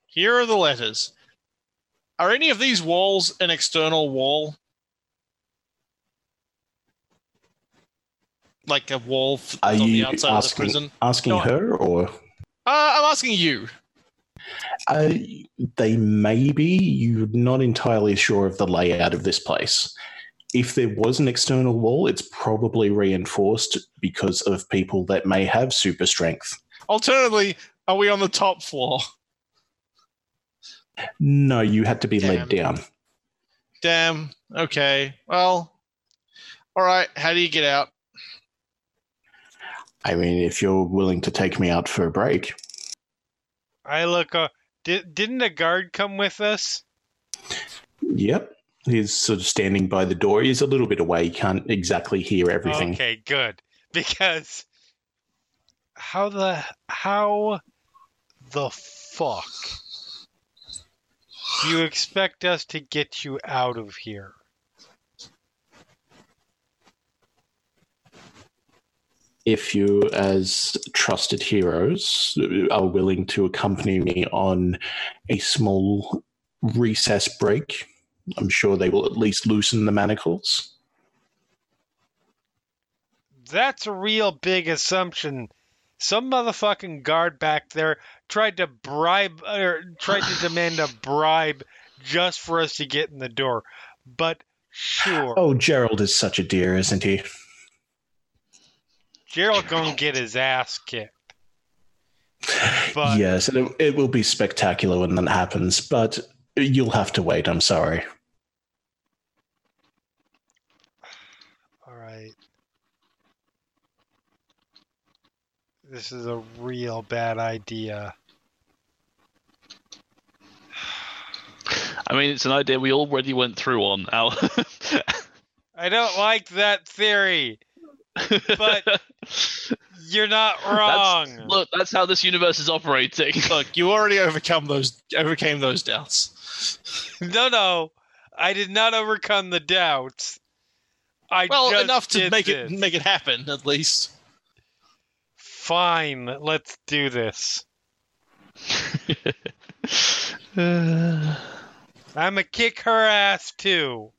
Speaker 4: Here are the letters. Are any of these walls an external wall? Like a wall f-
Speaker 2: Are
Speaker 4: on the
Speaker 2: you
Speaker 4: outside of the
Speaker 2: asking,
Speaker 4: prison?
Speaker 2: asking
Speaker 4: No.
Speaker 2: her, or
Speaker 4: Uh, I'm asking you.
Speaker 2: uh, they may be? You're not entirely sure of the layout of this place. If there was an external wall, it's probably reinforced because of people that may have super strength.
Speaker 4: Alternatively, are we on the top floor?
Speaker 2: No, you had to be
Speaker 4: Damn.
Speaker 2: led down.
Speaker 4: Damn. Okay. Well, all right. How do you get out?
Speaker 2: I mean, if you're willing to take me out for a break,
Speaker 3: I look. Uh, did, didn't a guard come with us?
Speaker 2: yep. He's sort of standing by the door. He's a little bit away. You can't exactly hear everything.
Speaker 3: Okay, good. Because how the how the fuck do you expect us to get you out of here?
Speaker 2: If you, as trusted heroes, are willing to accompany me on a small recess break, I'm sure they will at least loosen the manacles.
Speaker 3: That's a real big assumption. Some motherfucking guard back there tried to bribe or tried to demand a bribe just for us to get in the door. But sure,
Speaker 2: Oh, Gerald is such a dear, isn't he?
Speaker 3: Gerald gonna get his ass kicked. But
Speaker 2: yes, and it, it will be spectacular when that happens, but you'll have to wait. I'm sorry.
Speaker 3: All right. This is a real bad idea.
Speaker 5: I mean, it's an idea we already went through on. Al.
Speaker 3: I don't like that theory. But you're not wrong.
Speaker 5: Look, that's how this universe is operating.
Speaker 4: Look, you already overcome those overcame those doubts.
Speaker 3: No, no. I did not overcome the doubts. I
Speaker 4: Well,
Speaker 3: just
Speaker 4: enough to
Speaker 3: did
Speaker 4: make
Speaker 3: this.
Speaker 4: it make it happen at least.
Speaker 3: Fine, let's do this. I'ma kick her ass too.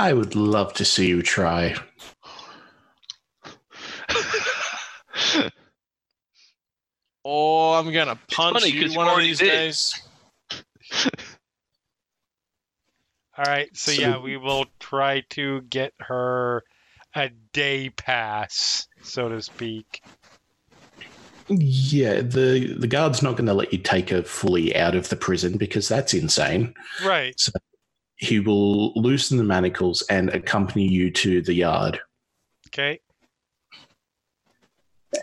Speaker 2: I would love to see you try.
Speaker 4: Oh, I'm gonna punch
Speaker 5: funny 'cause
Speaker 4: you
Speaker 5: you
Speaker 4: one of
Speaker 5: already
Speaker 4: these
Speaker 5: did.
Speaker 4: days.
Speaker 3: All right, so,
Speaker 2: So-
Speaker 3: yeah, we will try to get her a day pass, so to speak.
Speaker 2: Yeah, the the guard's not going to let you take her fully out of the prison because that's insane.
Speaker 3: Right.
Speaker 2: He will loosen the manacles and accompany you to the yard.
Speaker 3: Okay.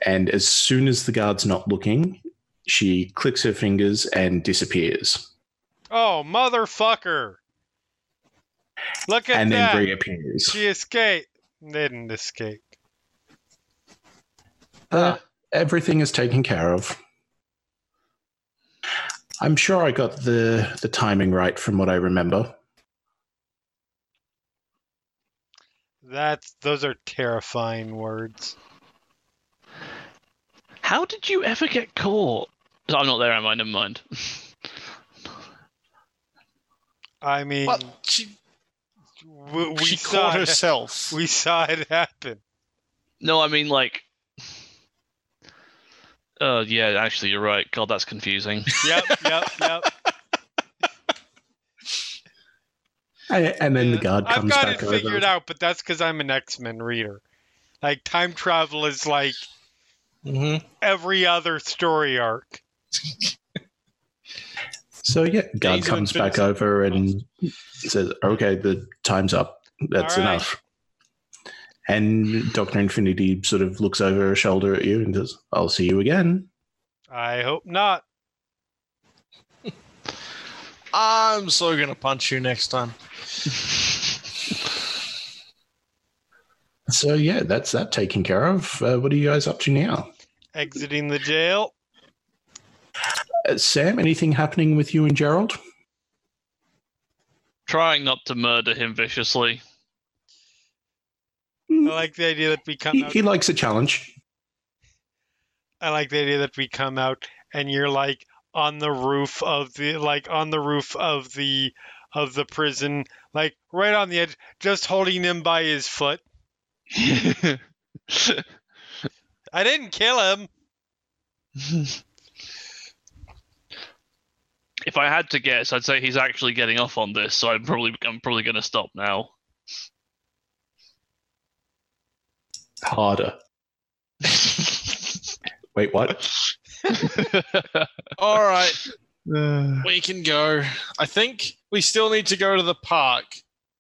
Speaker 2: And as soon as the guard's not looking, she clicks her fingers and disappears,
Speaker 3: Oh, motherfucker! Look at
Speaker 2: and
Speaker 3: that.
Speaker 2: then reappears.
Speaker 3: She escaped. Didn't escape.
Speaker 2: Uh, everything is taken care of. I'm sure I got the the timing right from what I remember.
Speaker 3: That's those are terrifying words.
Speaker 5: How did you ever get caught? I'm not there, am I? Never mind.
Speaker 3: I mean,
Speaker 4: Well, she,
Speaker 3: we, we
Speaker 4: she
Speaker 3: saw
Speaker 4: caught
Speaker 3: it-
Speaker 4: herself.
Speaker 3: we saw it happen.
Speaker 5: No, I mean like. Oh yeah, actually, you're right. God, that's confusing.
Speaker 3: Yep, yep, yep.
Speaker 2: And, and then the guard
Speaker 3: I've
Speaker 2: comes
Speaker 3: got
Speaker 2: back
Speaker 3: it
Speaker 2: over.
Speaker 3: figured out, but that's because I'm an X Men reader. Like time travel is like
Speaker 4: Mhm.
Speaker 5: Mm-hmm.
Speaker 3: every other story arc.
Speaker 2: So yeah, guard
Speaker 4: Days of
Speaker 2: comes back over and says, "Okay, the time's up. That's
Speaker 3: All right.
Speaker 2: enough." And Doctor Infinity sort of looks over her shoulder at you and says, "I'll see you again."
Speaker 3: I hope not.
Speaker 4: I'm so gonna punch you next time.
Speaker 2: So yeah, that's that taken care of. Uh, what are you guys up to now?
Speaker 3: Exiting the jail.
Speaker 2: Uh, Sam, anything happening with you and Gerald?
Speaker 5: Trying not to murder him viciously.
Speaker 3: I like the idea that we come
Speaker 2: Hmm, he,
Speaker 3: out.
Speaker 2: he likes a challenge.
Speaker 3: I like the idea that we come out and you're like on the roof of the like on the roof of the of the prison, like right on the edge, just holding him by his foot. I didn't kill him.
Speaker 5: if I had to guess, I'd say he's actually getting off on this, so I'm probably I'm probably going to stop now.
Speaker 2: Harder. Wait, what?
Speaker 4: All right, we can go. I think we still need to go to the park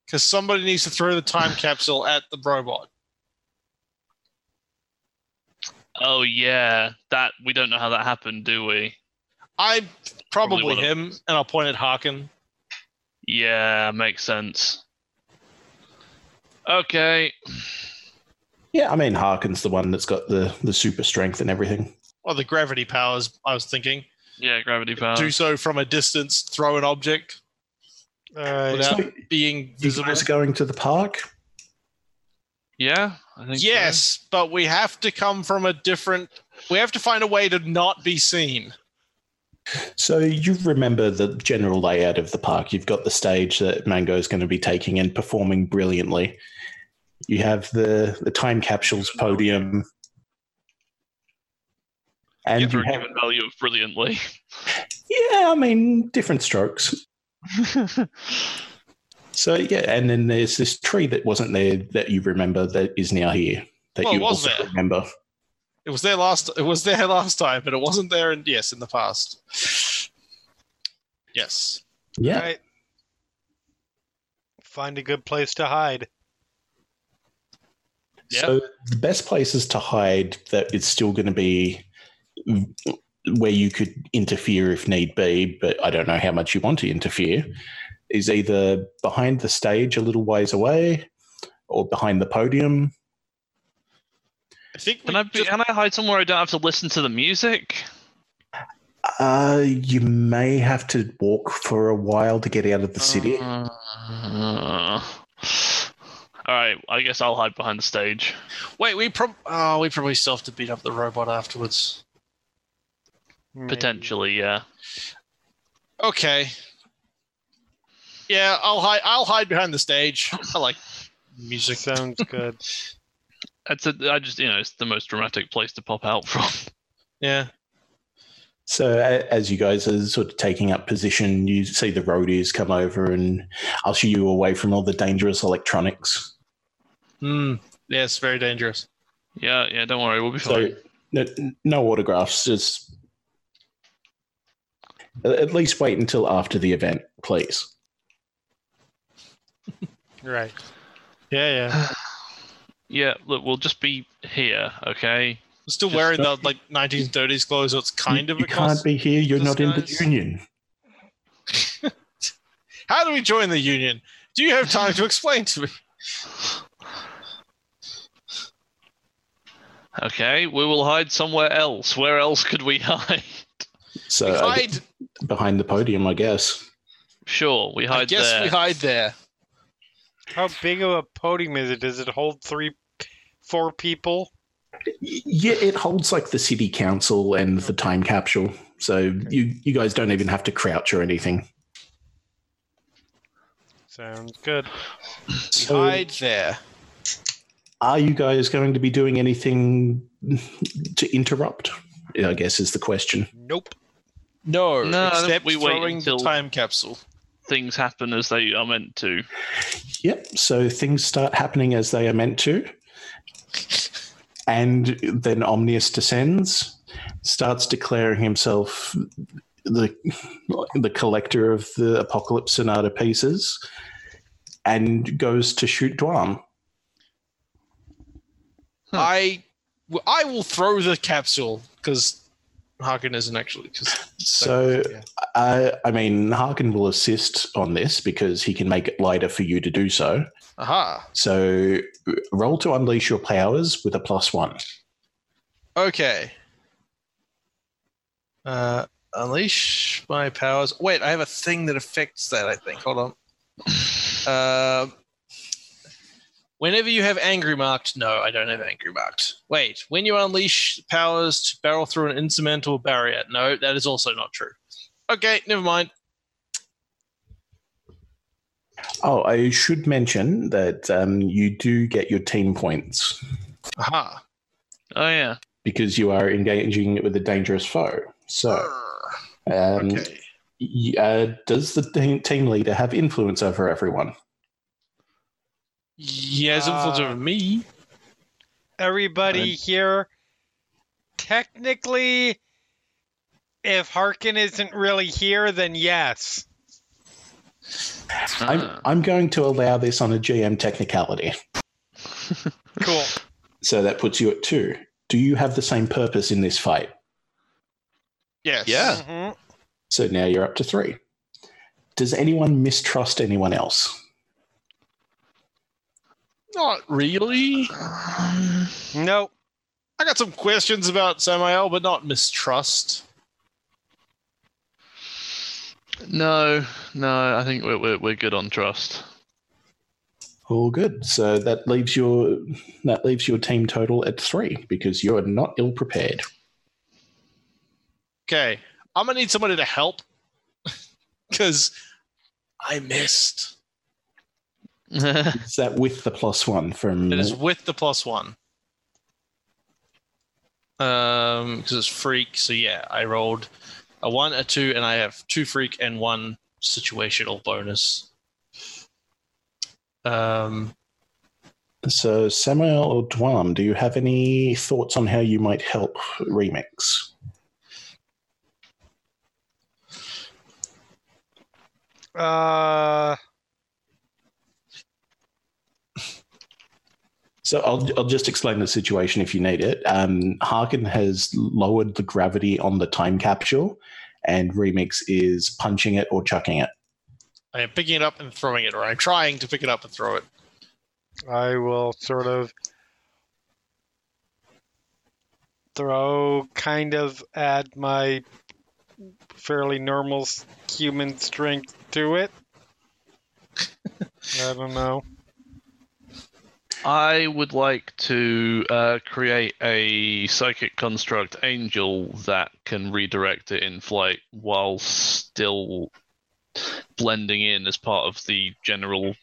Speaker 4: because somebody needs to throw the time capsule at the robot.
Speaker 5: oh yeah, that we don't know how that happened, do we?
Speaker 4: I probably,
Speaker 5: Probably one of
Speaker 4: him, and I'll point at Harkin.
Speaker 5: Yeah, makes sense. Okay.
Speaker 2: Yeah, I mean Harkin's the one that's got the the super strength and everything.
Speaker 4: Well, the gravity powers. I was thinking
Speaker 5: Yeah, gravity power.
Speaker 4: do so from a distance, throw an object
Speaker 3: All
Speaker 5: Uh,
Speaker 3: right.
Speaker 4: without
Speaker 2: So-
Speaker 4: being
Speaker 2: You
Speaker 4: visible.
Speaker 2: guys going to the park?
Speaker 5: Yeah, I think so.
Speaker 4: Yes, but we have to come from a different. We have to find a way to not be seen.
Speaker 2: So you remember the general layout of the park. You've got the stage that Mango is going to be taking and performing brilliantly. You have the the time capsules podium, and
Speaker 5: Give her
Speaker 2: you
Speaker 5: a
Speaker 2: have
Speaker 5: given value of brilliantly.
Speaker 2: yeah, I mean different strokes. So yeah, and then there's this tree that wasn't there that you remember that is now here that
Speaker 4: Well, Oh, it
Speaker 2: you
Speaker 4: was
Speaker 2: also
Speaker 4: there.
Speaker 2: remember.
Speaker 4: It was there last. It was there last time, but it wasn't there. And yes, in the past. Yes.
Speaker 2: Yeah,
Speaker 3: All right. Find a good place to hide.
Speaker 5: Yeah.
Speaker 2: So the best places to hide that it's still going to be where you could interfere if need be, but I don't know how much you want to interfere, is either behind the stage a little ways away or behind the podium.
Speaker 4: I think.
Speaker 5: Can
Speaker 4: we
Speaker 5: I be,
Speaker 4: just-
Speaker 5: can I hide somewhere I don't have to listen to the music?
Speaker 2: Uh, you may have to walk for a while to get out of the city.
Speaker 5: Uh, All right, I guess I'll hide behind the stage.
Speaker 4: Wait, we prob oh, we probably still have to beat up the robot afterwards.
Speaker 5: Hmm.
Speaker 3: Maybe.
Speaker 5: Potentially, yeah.
Speaker 4: Okay. Yeah, I'll hide. I'll hide behind the stage. I like music.
Speaker 3: Sounds good.
Speaker 5: It's a, I just, you know, it's the most dramatic place to pop out from.
Speaker 4: Yeah.
Speaker 2: So a- as you guys are sort of taking up position, you see the roadies come over and usher you away from all the dangerous electronics.
Speaker 4: Hmm. Yes, very dangerous.
Speaker 5: Yeah, yeah. Don't worry, we'll be
Speaker 2: So
Speaker 5: fine.
Speaker 2: no, no autographs. Just at least wait until after the event, please.
Speaker 3: Right.
Speaker 4: Yeah, yeah.
Speaker 5: yeah, look, we'll just be here, okay?
Speaker 4: I'm still
Speaker 5: Just
Speaker 4: wearing the like 1930s clothes, so it's kind
Speaker 2: you,
Speaker 4: of.
Speaker 2: you
Speaker 4: a cost-
Speaker 2: can't be here. You're not in the
Speaker 4: disguise.
Speaker 2: union.
Speaker 4: How do we join the union? Do you have time to explain to me?
Speaker 5: Okay, we will hide somewhere else. Where else could we hide?
Speaker 2: So
Speaker 4: We
Speaker 2: Uh, I
Speaker 4: hide.
Speaker 2: guess behind the podium, I guess.
Speaker 5: Sure, we hide
Speaker 4: I guess
Speaker 5: there.
Speaker 4: we hide there.
Speaker 3: How big of a podium is it? Does it hold three, four people?
Speaker 2: Y- Yeah, it holds like the city council and the time capsule. So you you guys don't even have to crouch or anything.
Speaker 3: Sounds good.
Speaker 4: We
Speaker 2: So
Speaker 4: hide there.
Speaker 2: are you guys going to be doing anything to interrupt? I guess is the question.
Speaker 3: Nope.
Speaker 4: No,
Speaker 5: No,
Speaker 4: except
Speaker 5: we
Speaker 4: we
Speaker 5: wait
Speaker 4: throwing
Speaker 5: until-
Speaker 4: the time capsule.
Speaker 5: Things happen as they are meant to.
Speaker 2: Yep. So things start happening as they are meant to. And then Omnius descends, starts declaring himself the the collector of the Apocalypse Sonata pieces, and goes to shoot Dwam.
Speaker 5: Huh.
Speaker 4: I, w- I will throw the capsule because Harkin isn't actually. 'cause-
Speaker 2: So,
Speaker 4: yeah.
Speaker 2: I, I mean, Harkin will assist on this because he can make it lighter for you to do so.
Speaker 4: aha.
Speaker 2: So, roll to unleash your powers with a plus one.
Speaker 4: Okay. Uh, unleash my powers. Wait, I have a thing that affects that. I think. Hold on. Um. whenever you have angry marked, no, I don't have angry marked. Wait, when you unleash powers to barrel through an insurmountable barrier, no, that is also not true. Okay, never mind.
Speaker 2: Oh, I should mention that um, you do get your team points
Speaker 4: Aha.
Speaker 5: Oh yeah.
Speaker 2: because you are engaging with a dangerous foe. So,
Speaker 4: Brr.
Speaker 2: um,
Speaker 4: Okay.
Speaker 2: y- uh, does the te- team leader have influence over everyone?
Speaker 4: He has influence
Speaker 3: Uh,
Speaker 4: over me.
Speaker 3: Everybody
Speaker 2: Good.
Speaker 3: here, technically, if Harkin isn't really here, then yes.
Speaker 5: Ah.
Speaker 2: I'm, I'm going to allow this on a GM technicality.
Speaker 3: Cool.
Speaker 2: So that puts you at two. Do you have the same purpose in this fight?
Speaker 4: Yes.
Speaker 5: Yeah.
Speaker 3: Mhm.
Speaker 2: So now you're up to three. Does anyone mistrust anyone else?
Speaker 4: Not really.
Speaker 5: Um,
Speaker 3: Nope.
Speaker 4: I got some questions about Samael, but not mistrust.
Speaker 5: no, no. I think we're we're, we're good on trust.
Speaker 2: All good. So that leaves your that leaves your team total at three because you are not ill prepared.
Speaker 4: Okay. I'm gonna need somebody to help. Cause I missed.
Speaker 5: yeah,
Speaker 2: Is that with the plus one from?
Speaker 4: It is with the plus one. Um, because it's freak. So yeah, I rolled a one, a two, and I have two freak and one situational bonus. Um,
Speaker 2: So Samuel or Dwam, do you have any thoughts on how you might help Remix?
Speaker 3: Uh,
Speaker 2: So I'll I'll just explain the situation if you need it. Um, Harkin has lowered the gravity on the time capsule, and Remix is punching it or chucking it.
Speaker 4: I am picking it up and throwing it, or I'm trying to pick it up and throw it.
Speaker 3: I will sort of throw kind of add my fairly normal s- human strength to it. I don't know.
Speaker 5: I would like to uh, create a psychic construct angel that can redirect it in flight while still blending in as part of the general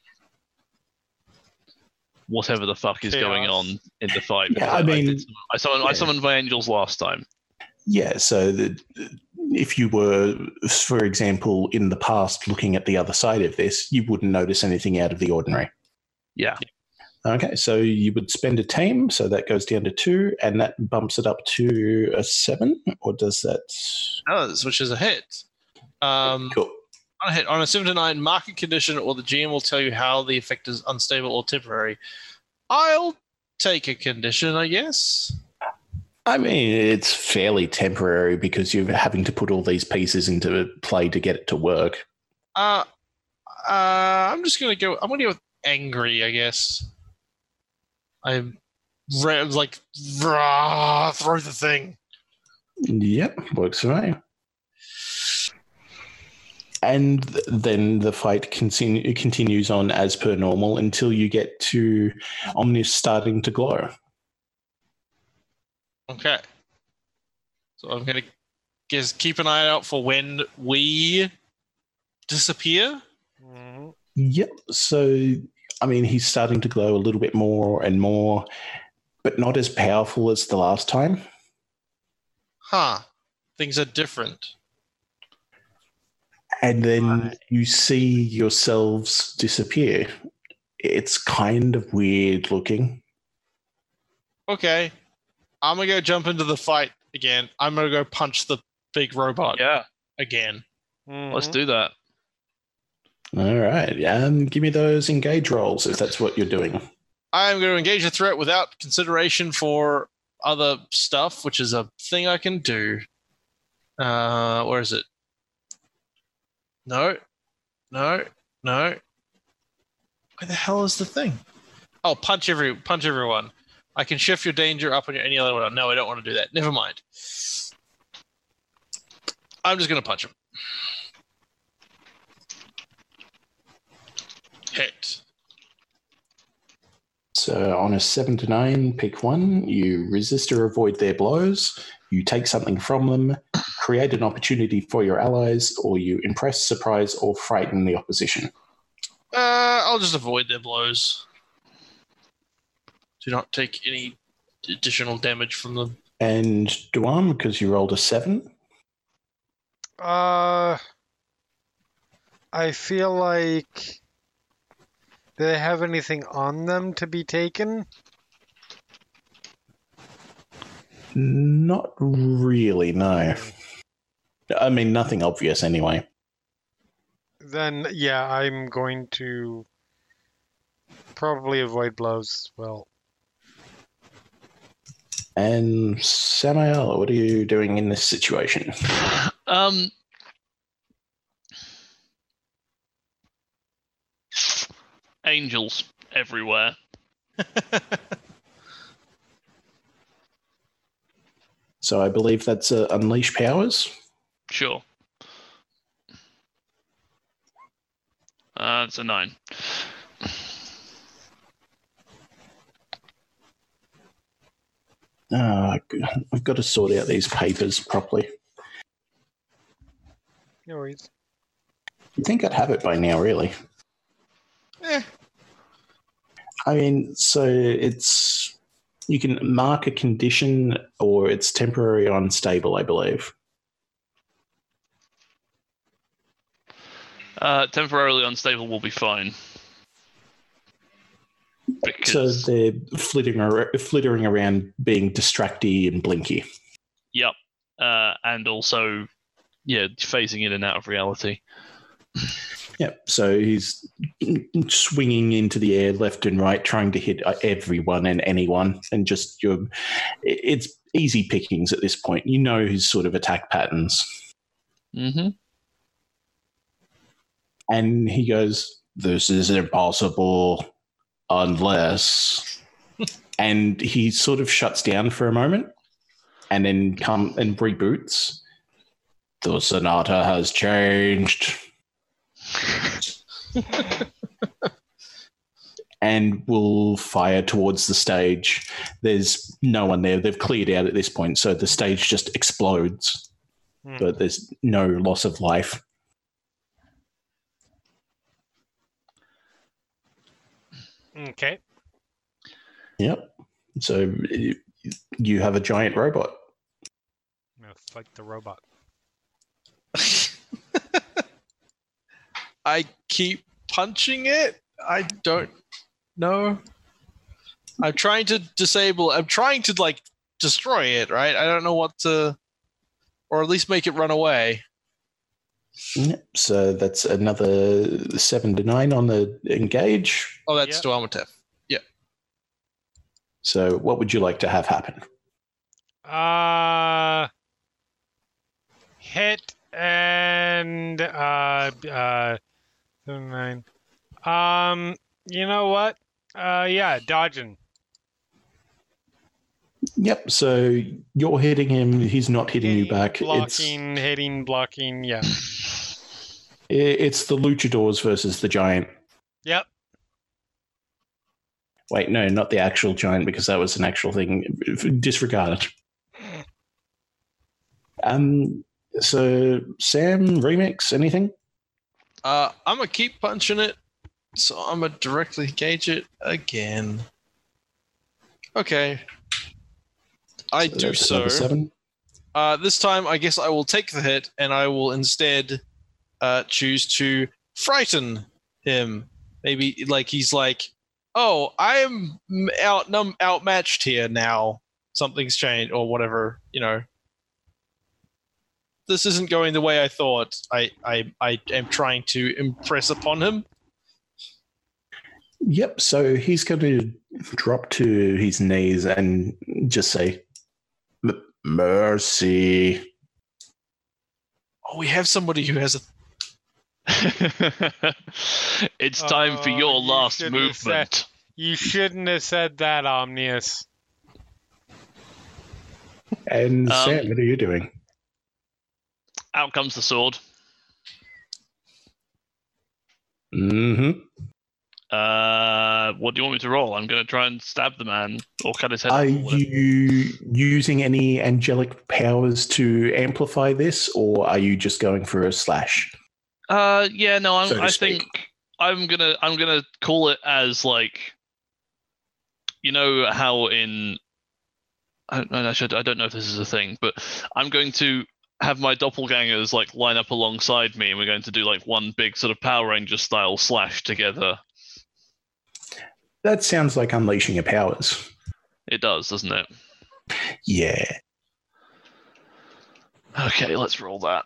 Speaker 5: whatever the fuck is going
Speaker 3: Chaos.
Speaker 5: on in the fight.
Speaker 2: Yeah,
Speaker 5: because
Speaker 2: I mean-
Speaker 5: did summon- I summoned, I
Speaker 2: Yeah.
Speaker 5: summoned my angels last time.
Speaker 2: Yeah, so the, if you were, for example, in the past looking at the other side of this, you wouldn't notice anything out of the ordinary.
Speaker 5: Yeah.
Speaker 2: Okay, so you would spend a tame, so that goes down to two, and that bumps it up to a seven, or does that?
Speaker 4: does, which is a hit. Um,
Speaker 2: Cool.
Speaker 4: on a hit on a seven to nine market condition, or the GM will tell you how the effect is unstable or temporary. I'll take a condition, I guess.
Speaker 2: I mean, it's fairly temporary because you're having to put all these pieces into play to get it to work.
Speaker 4: Uh, uh, I'm just gonna go. I'm gonna go with angry, I guess. I'm re- like rah, throw the thing.
Speaker 2: Yep, works for me. And th- then the fight continu- continues on as per normal until you get to Omnis starting to glow.
Speaker 4: Okay. So I'm gonna guess keep an eye out for when we disappear.
Speaker 3: Mhm.
Speaker 2: Yep. So, I mean, he's starting to glow a little bit more and more, but not as powerful as the last time.
Speaker 4: Huh. Things are different.
Speaker 2: And then
Speaker 3: Right.
Speaker 2: you see yourselves disappear. It's kind of weird looking.
Speaker 4: okay, I'm gonna go jump into the fight again. I'm gonna go punch the big robot
Speaker 5: Yeah,
Speaker 4: again.
Speaker 5: let's
Speaker 3: Mhm.
Speaker 5: do that.
Speaker 2: All right. Um, give me those engage rolls if that's what you're doing.
Speaker 4: I'm gonna engage the threat without consideration for other stuff, which is a thing I can do. Uh, where is it? No, no, no. Where the hell is the thing? Oh, punch every punch everyone. I can shift your danger up on your any other one. No, I don't want to do that. Never mind. I'm just gonna punch him. Hit.
Speaker 2: So on a seven to nine, pick one. You resist or avoid their blows. You take something from them, create an opportunity for your allies, or you impress, surprise, or frighten the opposition.
Speaker 4: Uh, I'll just avoid their blows. Do not take any additional damage from them.
Speaker 2: And Duam, because you rolled a seven.
Speaker 3: Uh, I feel like. Do they have anything on them to be taken?
Speaker 2: Not really, no. I mean, nothing obvious anyway.
Speaker 3: Then, yeah, I'm going to probably avoid blows as well.
Speaker 2: And Samuel, what are you doing in this situation?
Speaker 5: Um. Angels everywhere.
Speaker 2: So I believe that's uh, Unleash Powers.
Speaker 5: Sure. Uh, it's a nine.
Speaker 2: Uh, I've got to sort out these papers properly.
Speaker 3: No worries.
Speaker 2: You'd think I'd have it by now, really.
Speaker 4: Eh.
Speaker 2: I mean, so it's you can mark a condition or it's temporary or unstable, I believe.
Speaker 5: Uh, temporarily unstable will be fine. Because
Speaker 2: So they're flitting, ar- flittering around, being distracty and blinky.
Speaker 5: yep, uh, and also yeah, phasing in and out of reality.
Speaker 2: Yep. So he's swinging into the air left and right, trying to hit uh, everyone and anyone, and just your. it- It's easy pickings at this point. You know his sort of attack patterns.
Speaker 5: Mm-hmm.
Speaker 2: And he goes, This is impossible unless. and he sort of shuts down for a moment and then come and reboots. The sonata has changed. and will fire towards the stage. There's no one there. They've cleared out at this point, so the stage just explodes,
Speaker 3: Hmm.
Speaker 2: but there's no loss of life.
Speaker 3: Okay.
Speaker 2: Yep. So uh, you have a giant robot.
Speaker 3: No, it's like the robot.
Speaker 4: I keep punching it. I don't know. I'm trying to disable. I'm trying to like destroy it, right? I don't know what to, or at least make it run away.
Speaker 2: Yep. So that's another seven to nine on the engage.
Speaker 4: Oh, that's
Speaker 3: Yeah.
Speaker 4: Duamatef.
Speaker 2: So what would you like to have happen?
Speaker 3: Uh, hit and uh, uh, seven, nine. Um, you know what? Uh, yeah, dodging.
Speaker 2: Yep. So you're hitting him. He's not hitting you back. It's
Speaker 3: Blocking, hitting, blocking. Yeah.
Speaker 2: i- it's the luchadors versus the giant.
Speaker 3: Yep.
Speaker 2: Wait, no, not the actual giant because that was an actual thing. Disregard it. Um. So Sam remix anything?
Speaker 4: Uh, I'm gonna keep punching it, so I'm gonna directly gauge it again. Okay. I do
Speaker 2: That's
Speaker 4: so.
Speaker 2: another Seven.
Speaker 4: Uh, this time, I guess I will take the hit, and I will instead uh, choose to frighten him. Maybe like he's like, "Oh, I am m- out num outmatched here now. Something's changed, or whatever. You know, this isn't going the way I thought. I I I am trying to impress upon him.
Speaker 2: Yep. So he's going to drop to his knees and just say, "M- "Mercy."
Speaker 4: Oh, we have somebody who has a.
Speaker 5: it's time for
Speaker 3: Oh,
Speaker 5: your
Speaker 3: you
Speaker 5: last
Speaker 3: shouldn't have said-
Speaker 5: movement.
Speaker 3: You shouldn't have said that, Omnius.
Speaker 2: And
Speaker 5: Um,
Speaker 2: Sam, what are you doing?
Speaker 5: Out comes the sword.
Speaker 2: hmm
Speaker 5: Uh, what do you want me to roll? I'm going to try and stab the man or cut his head.
Speaker 2: Are
Speaker 5: off or whatever.
Speaker 2: you using any angelic powers to amplify this, or are you just going for a slash?
Speaker 5: Uh, yeah, no, I'm,
Speaker 2: so to
Speaker 5: I
Speaker 2: speak.
Speaker 5: think I'm gonna I'm gonna call it as like, you know how in, I don't know, I should I don't know if this is a thing, but I'm going to have my doppelgangers like line up alongside me, and we're going to do like one big sort of Power Ranger style slash together.
Speaker 2: That sounds like unleashing your powers.
Speaker 5: It does, doesn't it?
Speaker 2: Yeah.
Speaker 5: Okay, let's roll that.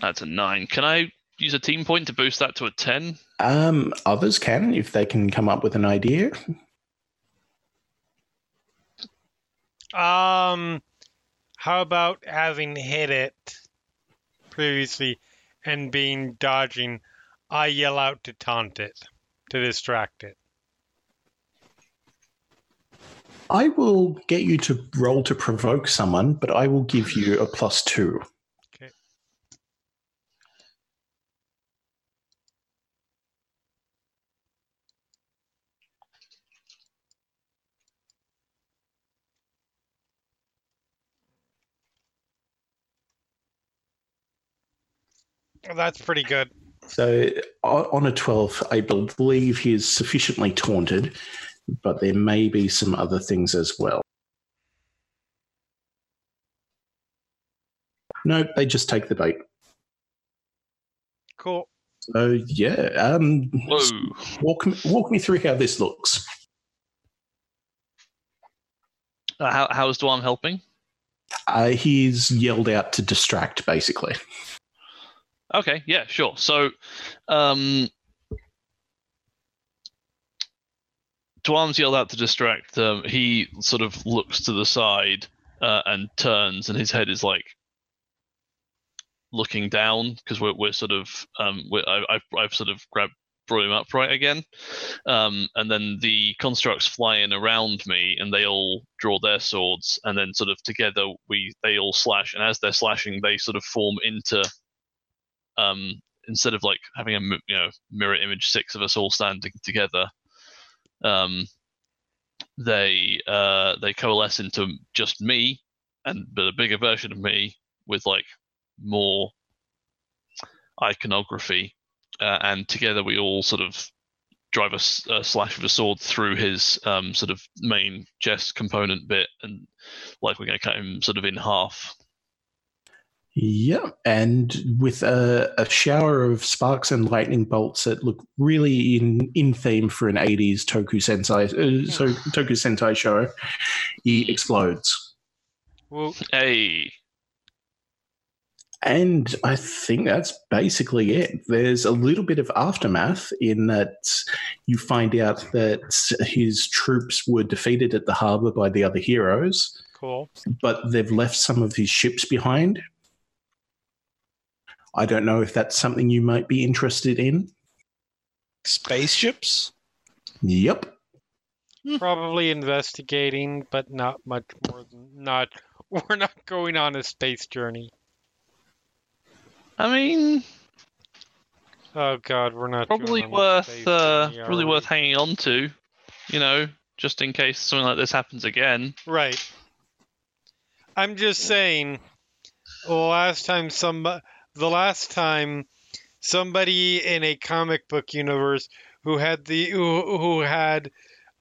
Speaker 5: That's a nine. Can I use a team point to boost that to a ten?
Speaker 2: Um, others can if they can come up with an idea.
Speaker 3: Um, how about having hit it previously and being dodging? I yell out to taunt it, to distract it.
Speaker 2: I will get you to roll to provoke someone, but I will give you a plus two.
Speaker 3: That's pretty good.
Speaker 2: So o- on a 12, I believe he is sufficiently taunted, but there may be some other things as well. No, they just take the bait.
Speaker 3: Cool.
Speaker 2: So yeah, um,
Speaker 5: Whoa!
Speaker 2: walk me, walk me through how this looks.
Speaker 5: Uh, how how's Dwan helping?
Speaker 2: Uh, he's yelled out to distract, basically.
Speaker 5: Okay, yeah, sure. So, um, Dwan's yelled out to distract them. He sort of looks to the side uh, and turns, and his head is like looking down because we're, we're sort of um, we're, I, I've I've sort of grabbed brought him upright again, um, and then the constructs fly in around me, and they all draw their swords, and then sort of together we they all slash, and as they're slashing, they sort of form into um, instead of like having a mi- you know mirror image six of us all standing together, um, they uh, they coalesce into just me and but a bigger version of me with like more iconography, uh, and together we all sort of drive a, s- a slash of a sword through his um, sort of main chest component bit, and like we're going to cut him sort of in half.
Speaker 2: Yeah, and with a, a shower of sparks and lightning bolts that look really in, in theme for an 80s Toku Sentai, uh, so Toku Sentai show, he explodes.
Speaker 3: Well,
Speaker 5: Hey,
Speaker 2: And I think that's basically it. There's a little bit of aftermath in that you find out that his troops were defeated at the harbor by the other heroes.
Speaker 3: cool.
Speaker 2: but they've left some of his ships behind. I don't know if that's something you might be interested in.
Speaker 4: Spaceships?
Speaker 2: Yep.
Speaker 3: Probably investigating, but not much more than not. We're not going on a space journey.
Speaker 5: I mean,
Speaker 3: Oh God, we're not. going
Speaker 5: probably
Speaker 3: on a
Speaker 5: worth
Speaker 3: space
Speaker 5: uh,
Speaker 3: journey, are
Speaker 5: probably
Speaker 3: we?
Speaker 5: worth hanging on to, you know, just in case something like this happens again.
Speaker 3: Right. I'm just saying. The last time some, the last time somebody in a comic book universe who had the who, who had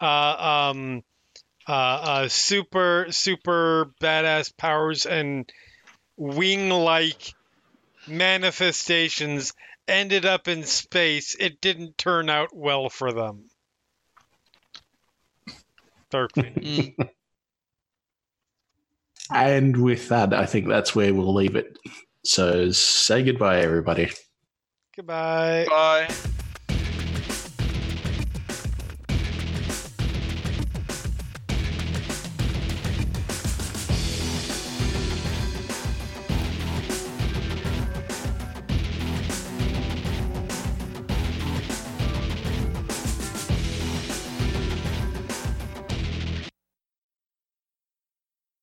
Speaker 3: uh, um, uh, uh, super super badass powers and wing like manifestations ended up in space. It didn't turn out well for them. Thirteen.
Speaker 5: Mm.
Speaker 2: And with that, I think that's where we'll leave it. So say goodbye, everybody.
Speaker 3: Goodbye.
Speaker 4: Bye.